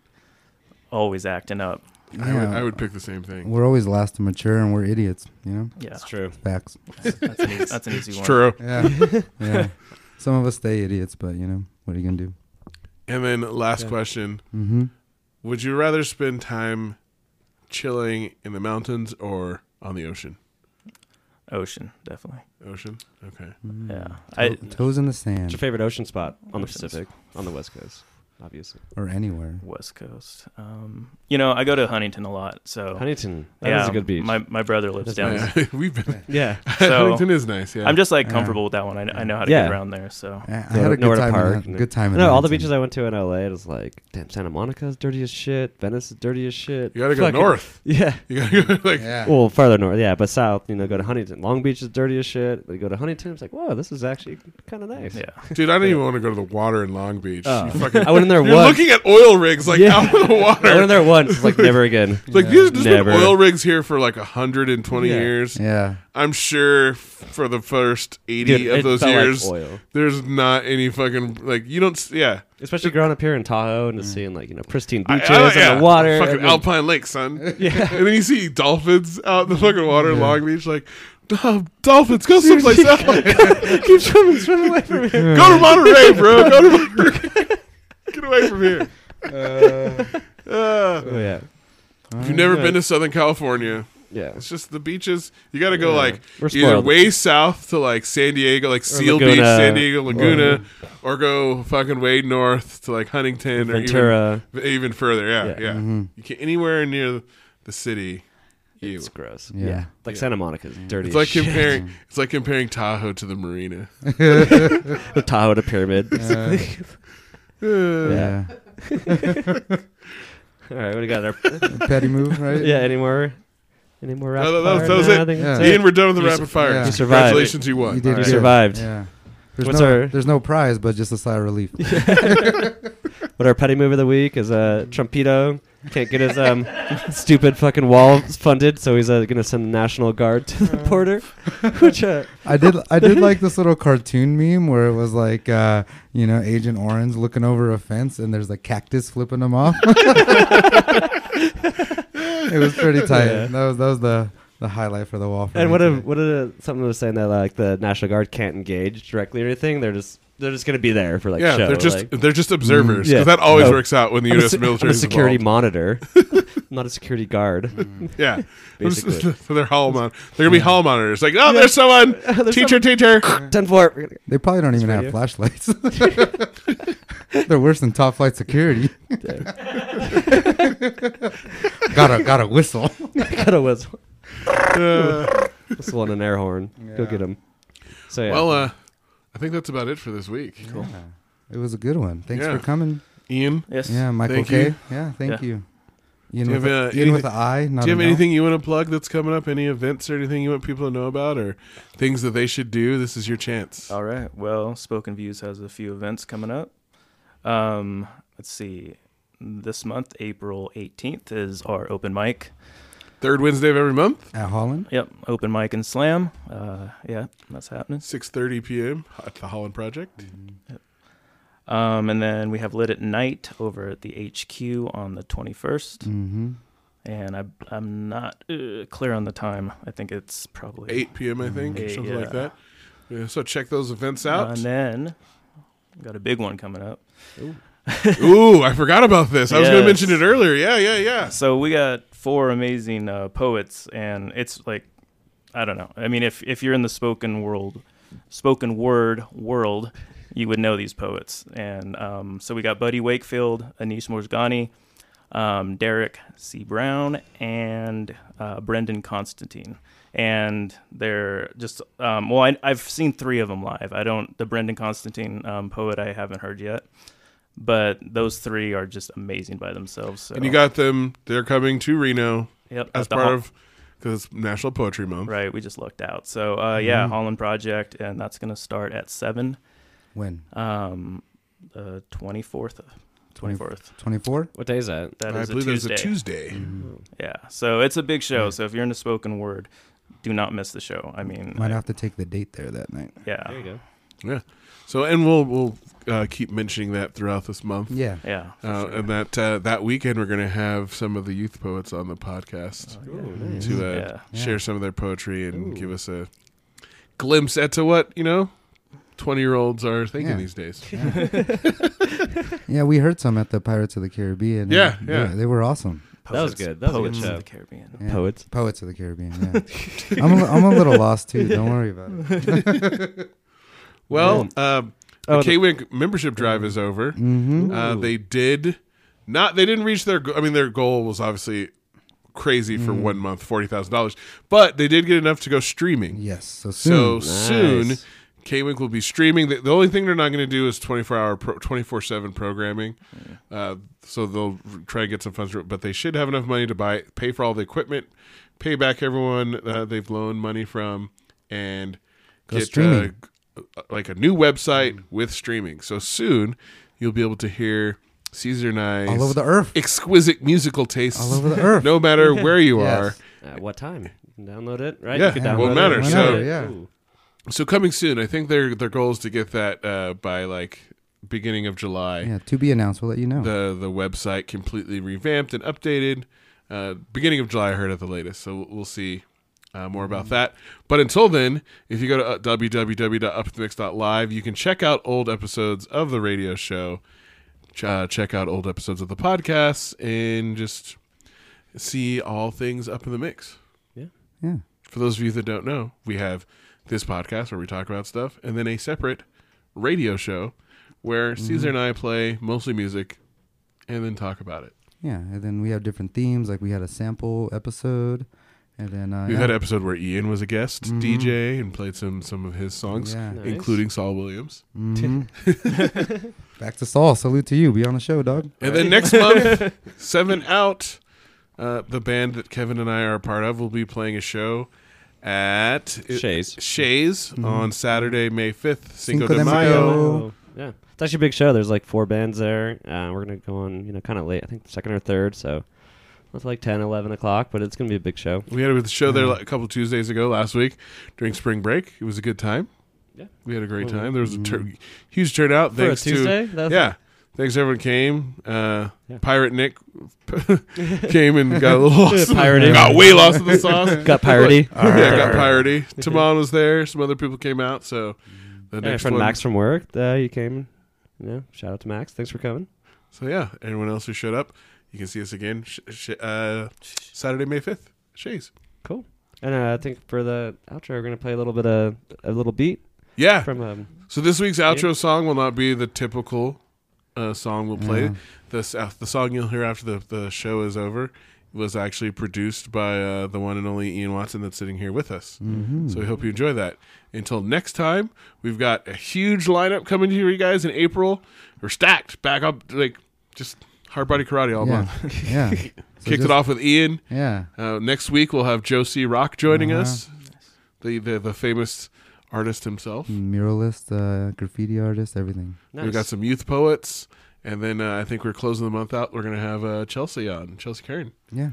Speaker 5: always acting up.
Speaker 2: I, would,
Speaker 3: Yeah.
Speaker 2: I would pick the same thing.
Speaker 3: we're always last to mature and we're idiots, you know?
Speaker 5: Yeah,
Speaker 4: true.
Speaker 3: Facts.
Speaker 5: that's an easy, that's an easy
Speaker 2: It's
Speaker 5: one.
Speaker 2: true.
Speaker 3: Yeah. yeah. Some of us stay idiots, but you know, what are you going to do?
Speaker 2: And then last question:
Speaker 3: Mhm.
Speaker 2: Would you rather spend time chilling in the mountains or on the ocean?
Speaker 5: Ocean, definitely.
Speaker 2: Ocean. Okay.
Speaker 4: Hmm.
Speaker 5: Yeah, I
Speaker 3: Toes in the
Speaker 4: What's your
Speaker 3: sand
Speaker 4: favorite ocean spot on the
Speaker 5: Ocean spot.
Speaker 4: Pacific, on the West Coast, obviously?
Speaker 3: or anywhere.
Speaker 5: West Coast. Um, you know, I go to Huntington a lot, so
Speaker 4: Huntington. That is
Speaker 5: yeah,
Speaker 4: a good beach.
Speaker 5: My my brother lives
Speaker 4: That's
Speaker 5: down.
Speaker 4: nice.
Speaker 5: there.
Speaker 2: Yeah, we've been.
Speaker 4: yeah.
Speaker 5: So-
Speaker 2: Huntington is nice. Yeah.
Speaker 5: I'm just like
Speaker 3: Yeah.
Speaker 5: comfortable with that one. I, I know how to
Speaker 4: Yeah.
Speaker 5: get around there. So
Speaker 3: I, I had a good
Speaker 4: Norwood
Speaker 3: time.
Speaker 4: Park.
Speaker 3: In, that- good time. In
Speaker 4: No, all the
Speaker 3: Huntington.
Speaker 4: beaches I went to in LA, it was like, damn, Santa Monica's dirty as shit. Venice is dirty as shit.
Speaker 2: You gotta go
Speaker 4: Fucking-
Speaker 2: north.
Speaker 4: Yeah.
Speaker 2: You gotta go like.
Speaker 3: Yeah.
Speaker 4: Well, farther north, yeah, but south, you know, go to Huntington. Long Beach is dirty as shit. They go to Huntington. It's like, whoa, this is actually kind of nice.
Speaker 5: yeah,
Speaker 2: Dude, I don't even want to go to the water in Long Beach.
Speaker 4: Oh.
Speaker 2: You fucking,
Speaker 4: I went in there
Speaker 2: you're
Speaker 4: once.
Speaker 2: looking at oil rigs like
Speaker 4: Yeah.
Speaker 2: out of the
Speaker 4: I went in
Speaker 2: water.
Speaker 4: there once. It's like never again.
Speaker 2: It's like these there's
Speaker 4: Never.
Speaker 2: been oil rigs here for like 120
Speaker 4: Yeah.
Speaker 2: years.
Speaker 3: Yeah.
Speaker 2: I'm sure f- for the first 80
Speaker 4: Dude,
Speaker 2: of
Speaker 4: it
Speaker 2: those
Speaker 4: felt like
Speaker 2: years,
Speaker 4: oil.
Speaker 2: there's not any fucking like you don't. s- Yeah,
Speaker 4: Especially growing up here in Tahoe
Speaker 3: Mm.
Speaker 4: and just seeing like you know pristine
Speaker 2: I- I
Speaker 4: beaches
Speaker 2: don't- yeah.
Speaker 4: and the water.
Speaker 2: fucking
Speaker 4: and then-
Speaker 2: Alpine Lake, son. Yeah, and then you see dolphins out in the fucking water, in Long Beach, like. "Duh, Dolphins, go someplace else.
Speaker 4: keep swimming, swimming away from here.
Speaker 2: Go to Monterey, bro. Go to Monterey. Get away from here. Uh,
Speaker 4: Oh, yeah,
Speaker 2: If you've never been to Southern California,
Speaker 4: yeah.
Speaker 2: it's just the beaches. You got to go
Speaker 4: Yeah.
Speaker 2: like
Speaker 4: We're
Speaker 2: either
Speaker 4: spoiled.
Speaker 2: way south to like San Diego, like Seal Beach,
Speaker 4: Laguna.
Speaker 2: San Diego, Laguna, or, go fucking way north to like Huntington or
Speaker 4: Ventura.
Speaker 2: even, even further. Yeah, yeah.
Speaker 4: Yeah.
Speaker 3: Mm-hmm.
Speaker 2: You can anywhere near the city. You.
Speaker 4: It's gross.
Speaker 3: Yeah.
Speaker 4: Yeah, like Santa Monica's dirty.
Speaker 2: It's like
Speaker 4: as shit.
Speaker 2: comparing. It's like comparing Tahoe to the marina.
Speaker 4: the Tahoe to Pyramid.
Speaker 3: Yeah.
Speaker 4: All right, what do you got there?
Speaker 3: Petty move, right?
Speaker 4: yeah, any more? Any more? Rapid
Speaker 2: No, that was-
Speaker 4: fire?
Speaker 2: that was
Speaker 4: No,
Speaker 2: it.
Speaker 4: I think that's
Speaker 3: Yeah.
Speaker 4: it.
Speaker 2: Ian, we're done with the
Speaker 4: You
Speaker 2: rapid
Speaker 4: s-
Speaker 2: fire.
Speaker 3: yeah. You
Speaker 4: survived.
Speaker 2: Congratulations, you won.
Speaker 3: You did
Speaker 4: You
Speaker 3: good.
Speaker 4: survived.
Speaker 3: Yeah. There's
Speaker 4: What's
Speaker 3: no
Speaker 4: our-
Speaker 3: there's no prize, but just a sigh of relief.
Speaker 4: But our petty move of the week is uh, Trumpito can't get his um, stupid fucking wall funded, so he's uh, gonna send the National Guard to the
Speaker 2: Uh.
Speaker 4: border. Which uh,
Speaker 3: I did I did like this little cartoon meme where it was like uh, you know Agent Orange looking over a fence and there's a cactus flipping him off. it was pretty tight.
Speaker 4: Yeah.
Speaker 3: That was that was the the highlight for the wall. for
Speaker 4: and
Speaker 3: me
Speaker 4: what
Speaker 3: today.
Speaker 4: if what if something was saying that like the National Guard can't engage directly or anything? They're just they're just gonna be there for like
Speaker 2: yeah,
Speaker 4: show.
Speaker 2: they're just
Speaker 4: like-
Speaker 2: they're just observers because
Speaker 4: Mm, Yeah.
Speaker 2: that always
Speaker 4: No.
Speaker 2: works out when the
Speaker 4: I'm a
Speaker 2: U.S.
Speaker 4: se-
Speaker 2: military
Speaker 4: I'm a
Speaker 2: is
Speaker 4: security
Speaker 2: involved. Mm.
Speaker 4: monitor, I'm not a security guard.
Speaker 2: Yeah,
Speaker 4: Basically.
Speaker 2: they're hall mon- They're gonna be hall monitors. Like, oh, there's someone. teacher, teacher.
Speaker 4: Ten four.
Speaker 3: they probably don't even
Speaker 4: for
Speaker 3: have
Speaker 4: you.
Speaker 3: flashlights. They're worse than top flight security. gotta gotta whistle.
Speaker 4: Got a whistle.
Speaker 2: Uh,
Speaker 4: Whistle and an air horn. Go
Speaker 3: Yeah.
Speaker 4: get him. So yeah.
Speaker 2: well, uh, I think that's about it for this week.
Speaker 3: Yeah. It was a good one. Thanks
Speaker 2: Yeah.
Speaker 3: for coming.
Speaker 2: Ian,
Speaker 5: yes.
Speaker 3: Yeah, Michael
Speaker 2: Thank
Speaker 3: K.
Speaker 2: you.
Speaker 3: Yeah, thank
Speaker 5: Yeah.
Speaker 3: you.
Speaker 2: Do
Speaker 3: Ian,
Speaker 2: you
Speaker 3: with,
Speaker 2: have, uh,
Speaker 3: a, Ian
Speaker 2: anything-
Speaker 3: with the eye. Not
Speaker 2: do you have
Speaker 3: an L.
Speaker 2: anything you want to plug that's coming up? Any events or anything you want people to know about, or things that they should do? This is your chance.
Speaker 4: Oh.
Speaker 5: All right. Well, Spoken Views has a few events coming up. Um, let's see. This month, April 18th, is our open mic.
Speaker 2: Third Wednesday of every month,
Speaker 3: At Holland?
Speaker 5: Yep, open mic and slam. Uh, yeah, that's happening.
Speaker 2: six thirty p.m. at the Holland Project.
Speaker 4: Mm-hmm.
Speaker 5: Um, and then we have Lit at Night over at the HQ on the 21st.
Speaker 3: Mm-hmm.
Speaker 5: And I, I'm not uh, clear on the time. I think it's probably
Speaker 2: Eight p.m. I think,
Speaker 5: Eight,
Speaker 2: something like
Speaker 5: yeah.
Speaker 2: that. Yeah, so check those events
Speaker 5: And
Speaker 2: out.
Speaker 5: then got a big one coming up.
Speaker 2: Ooh, I forgot about this. I was going to
Speaker 5: Yes.
Speaker 2: mention it earlier. Yeah, yeah, yeah.
Speaker 5: So we got four amazing uh, poets, and it's like, I don't know. I mean, if if you're in the spoken world, spoken word world, you would know these poets. And um, so we got Buddy Wakefield, Anish Morzgani, um, Derek C. Brown, and uh, Brendan Constantine. And they're just um, well, I, I've seen three of them live. I don't the Brendan Constantine um, poet I haven't heard yet. But those three are just amazing by themselves. So.
Speaker 2: And you got them. They're coming to Reno
Speaker 5: Yep,
Speaker 2: as
Speaker 5: at the
Speaker 2: part
Speaker 5: hall-
Speaker 2: of because it's National Poetry Month.
Speaker 5: Right, we just looked out. So uh, yeah,
Speaker 2: Mm-hmm.
Speaker 3: Mhm.
Speaker 5: Holland Project, and that's gonna start at seven,
Speaker 3: When?
Speaker 5: um, the twenty fourth, twenty fourth.
Speaker 3: 24?
Speaker 4: What day is that?
Speaker 5: That
Speaker 2: I
Speaker 5: is
Speaker 2: believe
Speaker 5: a
Speaker 2: there's
Speaker 5: Tuesday. Mm-hmm.
Speaker 2: a Tuesday.
Speaker 5: Yeah, so it's a big show. So if you're into spoken word, do not miss the show. I mean,
Speaker 3: Might
Speaker 5: I-
Speaker 3: have to take the date there that night.
Speaker 4: There you
Speaker 5: yeah,
Speaker 4: go.
Speaker 2: Yeah. So and we'll we'll uh, keep mentioning that throughout this
Speaker 5: Mm,
Speaker 2: month.
Speaker 3: Yeah.
Speaker 5: yeah,
Speaker 2: Uh, And that uh, that weekend we're going to have some of the youth poets on the podcast to uh,
Speaker 5: Oh, Yeah.
Speaker 2: share some of their poetry and give us a glimpse at to what you know twenty year olds are thinking
Speaker 3: Yeah.
Speaker 2: these days.
Speaker 3: Yeah, we heard some at the Pirates of the Caribbean. and
Speaker 2: Yeah,
Speaker 3: they-
Speaker 2: yeah.
Speaker 3: They were awesome.
Speaker 4: That was
Speaker 5: Poets-
Speaker 4: good. That was a good
Speaker 5: Poets
Speaker 4: show.
Speaker 5: of the Caribbean.
Speaker 3: Yeah.
Speaker 4: Poets.
Speaker 3: Poets of the Caribbean, yeah. I'm, a, I'm a little lost too. Don't worry about it.
Speaker 2: Well, um,
Speaker 4: Oh,
Speaker 2: the
Speaker 4: the-
Speaker 2: K Wing membership drive is over.
Speaker 3: Mm-hmm.
Speaker 2: Uh, they did not. They didn't reach their. go- I mean, their goal was obviously crazy
Speaker 4: Mm.
Speaker 2: for one month, forty thousand dollars. But they did get enough to go streaming.
Speaker 3: Yes. So
Speaker 2: So
Speaker 3: soon.
Speaker 2: soon,
Speaker 4: Nice.
Speaker 2: K Wink will be streaming. The, the only thing they're not going to do is twenty four hour, twenty four seven programming. Uh, so they'll r- try and get some funds, but they should have enough money to buy, pay for all the equipment, pay back everyone uh, they've loaned money from, and
Speaker 3: Go
Speaker 2: get
Speaker 3: streaming.
Speaker 2: Uh, g- like a new website with streaming. So soon, you'll be able to hear Caesar and I
Speaker 3: all over the earth.
Speaker 2: exquisite musical tastes
Speaker 3: All over the earth.
Speaker 2: no matter where you
Speaker 3: Yes.
Speaker 2: are.
Speaker 4: At what time? You can download it, right?
Speaker 2: Yeah,
Speaker 4: you can
Speaker 2: yeah,
Speaker 4: download
Speaker 2: won't
Speaker 4: it.
Speaker 2: matter,
Speaker 3: so- yeah.
Speaker 4: Ooh.
Speaker 2: So coming soon, I think their their goal is to get that uh, by like beginning of July.
Speaker 3: Yeah, to be announced. We'll let you know.
Speaker 2: The the website completely revamped and updated. Uh, beginning of July, I heard at the latest. So we'll- we'll see uh, more about that. But until then, if you go to uh, www.upthemix.live, you can check out old episodes of the radio show, ch- uh, check out old episodes of the podcast, and just see all things up in the mix.
Speaker 3: yeah.
Speaker 2: For those of you that don't know, we have this podcast where we talk about stuff, and then a separate radio show where Caesar and I play mostly music and then talk about it.
Speaker 3: Yeah. And then we have different themes. Like we had a sample episode. And then uh,
Speaker 2: We've
Speaker 3: yeah. Mm-hmm.
Speaker 2: had an episode where Ian was a guest DJ and played some some of his songs,
Speaker 3: Yeah. Nice.
Speaker 2: including Saul Williams.
Speaker 3: Mhm. Back to Saul. Salute to you. Be on the show, dog.
Speaker 2: And then next month, Seven Out, uh, the band that Kevin and I are a part of, will be playing a show at
Speaker 4: Shays.
Speaker 2: Shays on Saturday, May fifth, Cinco,
Speaker 3: Mm-hmm. Cinco
Speaker 2: de
Speaker 3: de
Speaker 2: Mayo.
Speaker 3: Mayo.
Speaker 4: Oh, yeah. It's actually a big show. There's like four bands there. Uh, we're going to go on, you know, kind of late. I think second or third. So it's like 10, 11 o'clock, but it's going to be a big show.
Speaker 2: We had a show there like, a couple Tuesdays ago last week during spring break. It was a good time.
Speaker 4: Yeah.
Speaker 2: we had a great time. There was a
Speaker 3: mm-hmm.
Speaker 2: tur- huge turnout.
Speaker 4: For a
Speaker 2: thanks
Speaker 4: Tuesday?
Speaker 2: to
Speaker 4: That's-
Speaker 2: yeah, thanks to everyone came. Uh,
Speaker 4: Yeah.
Speaker 2: Pirate Nick came and got a little lost.
Speaker 4: Pirated.
Speaker 2: got way lost in the sauce.
Speaker 4: Got parody.
Speaker 2: yeah, got piratey. Timon was there. Some other people came out. So the
Speaker 4: Yeah,
Speaker 2: next
Speaker 4: friend
Speaker 2: one.
Speaker 4: Max from work, uh, you came. Yeah, shout out to Max. Thanks for coming.
Speaker 2: So yeah, everyone else who showed up, you can see us again sh- sh- uh, Saturday, May fifth. Shays.
Speaker 4: Cool. And uh, I think for the outro, we're gonna play a little bit of a little beat
Speaker 2: Yeah,
Speaker 4: from um,
Speaker 2: So this week's outro song will not be the typical uh, song we'll play. This uh, the song you'll hear after the, the show is over was actually produced by uh, the one and only Ian Watson that's sitting here with us.
Speaker 3: Mm-hmm.
Speaker 2: So we hope you enjoy that. Until next time, we've got a huge lineup coming to you guys in April. We're stacked back up like just hard body karate all
Speaker 3: yeah.
Speaker 2: month.
Speaker 3: yeah. So
Speaker 2: Oh, Kicked
Speaker 3: just-
Speaker 2: it off with Ian.
Speaker 3: Yeah.
Speaker 2: Uh, next week we'll have Josie Rock joining
Speaker 3: Uh-huh.
Speaker 2: us, the, the the famous artist himself.
Speaker 3: Muralist, uh, graffiti artist, everything.
Speaker 2: We've got
Speaker 4: Nice.
Speaker 2: some youth poets, and then uh, I think we're closing the month out. We're gonna have uh, Chelsea on Chelsea Karen.
Speaker 3: Yeah.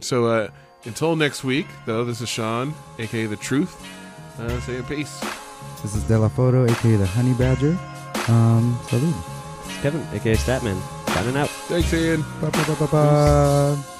Speaker 2: So uh, until next week, though, this is Sean, aka the Truth, uh, saying peace.
Speaker 3: This is De La Foto, aka the Honey Badger. Um, salute.
Speaker 4: Kevin, aka Statman, signing out.
Speaker 2: Thanks, Ian.
Speaker 3: Ba, ba, ba, ba, ba.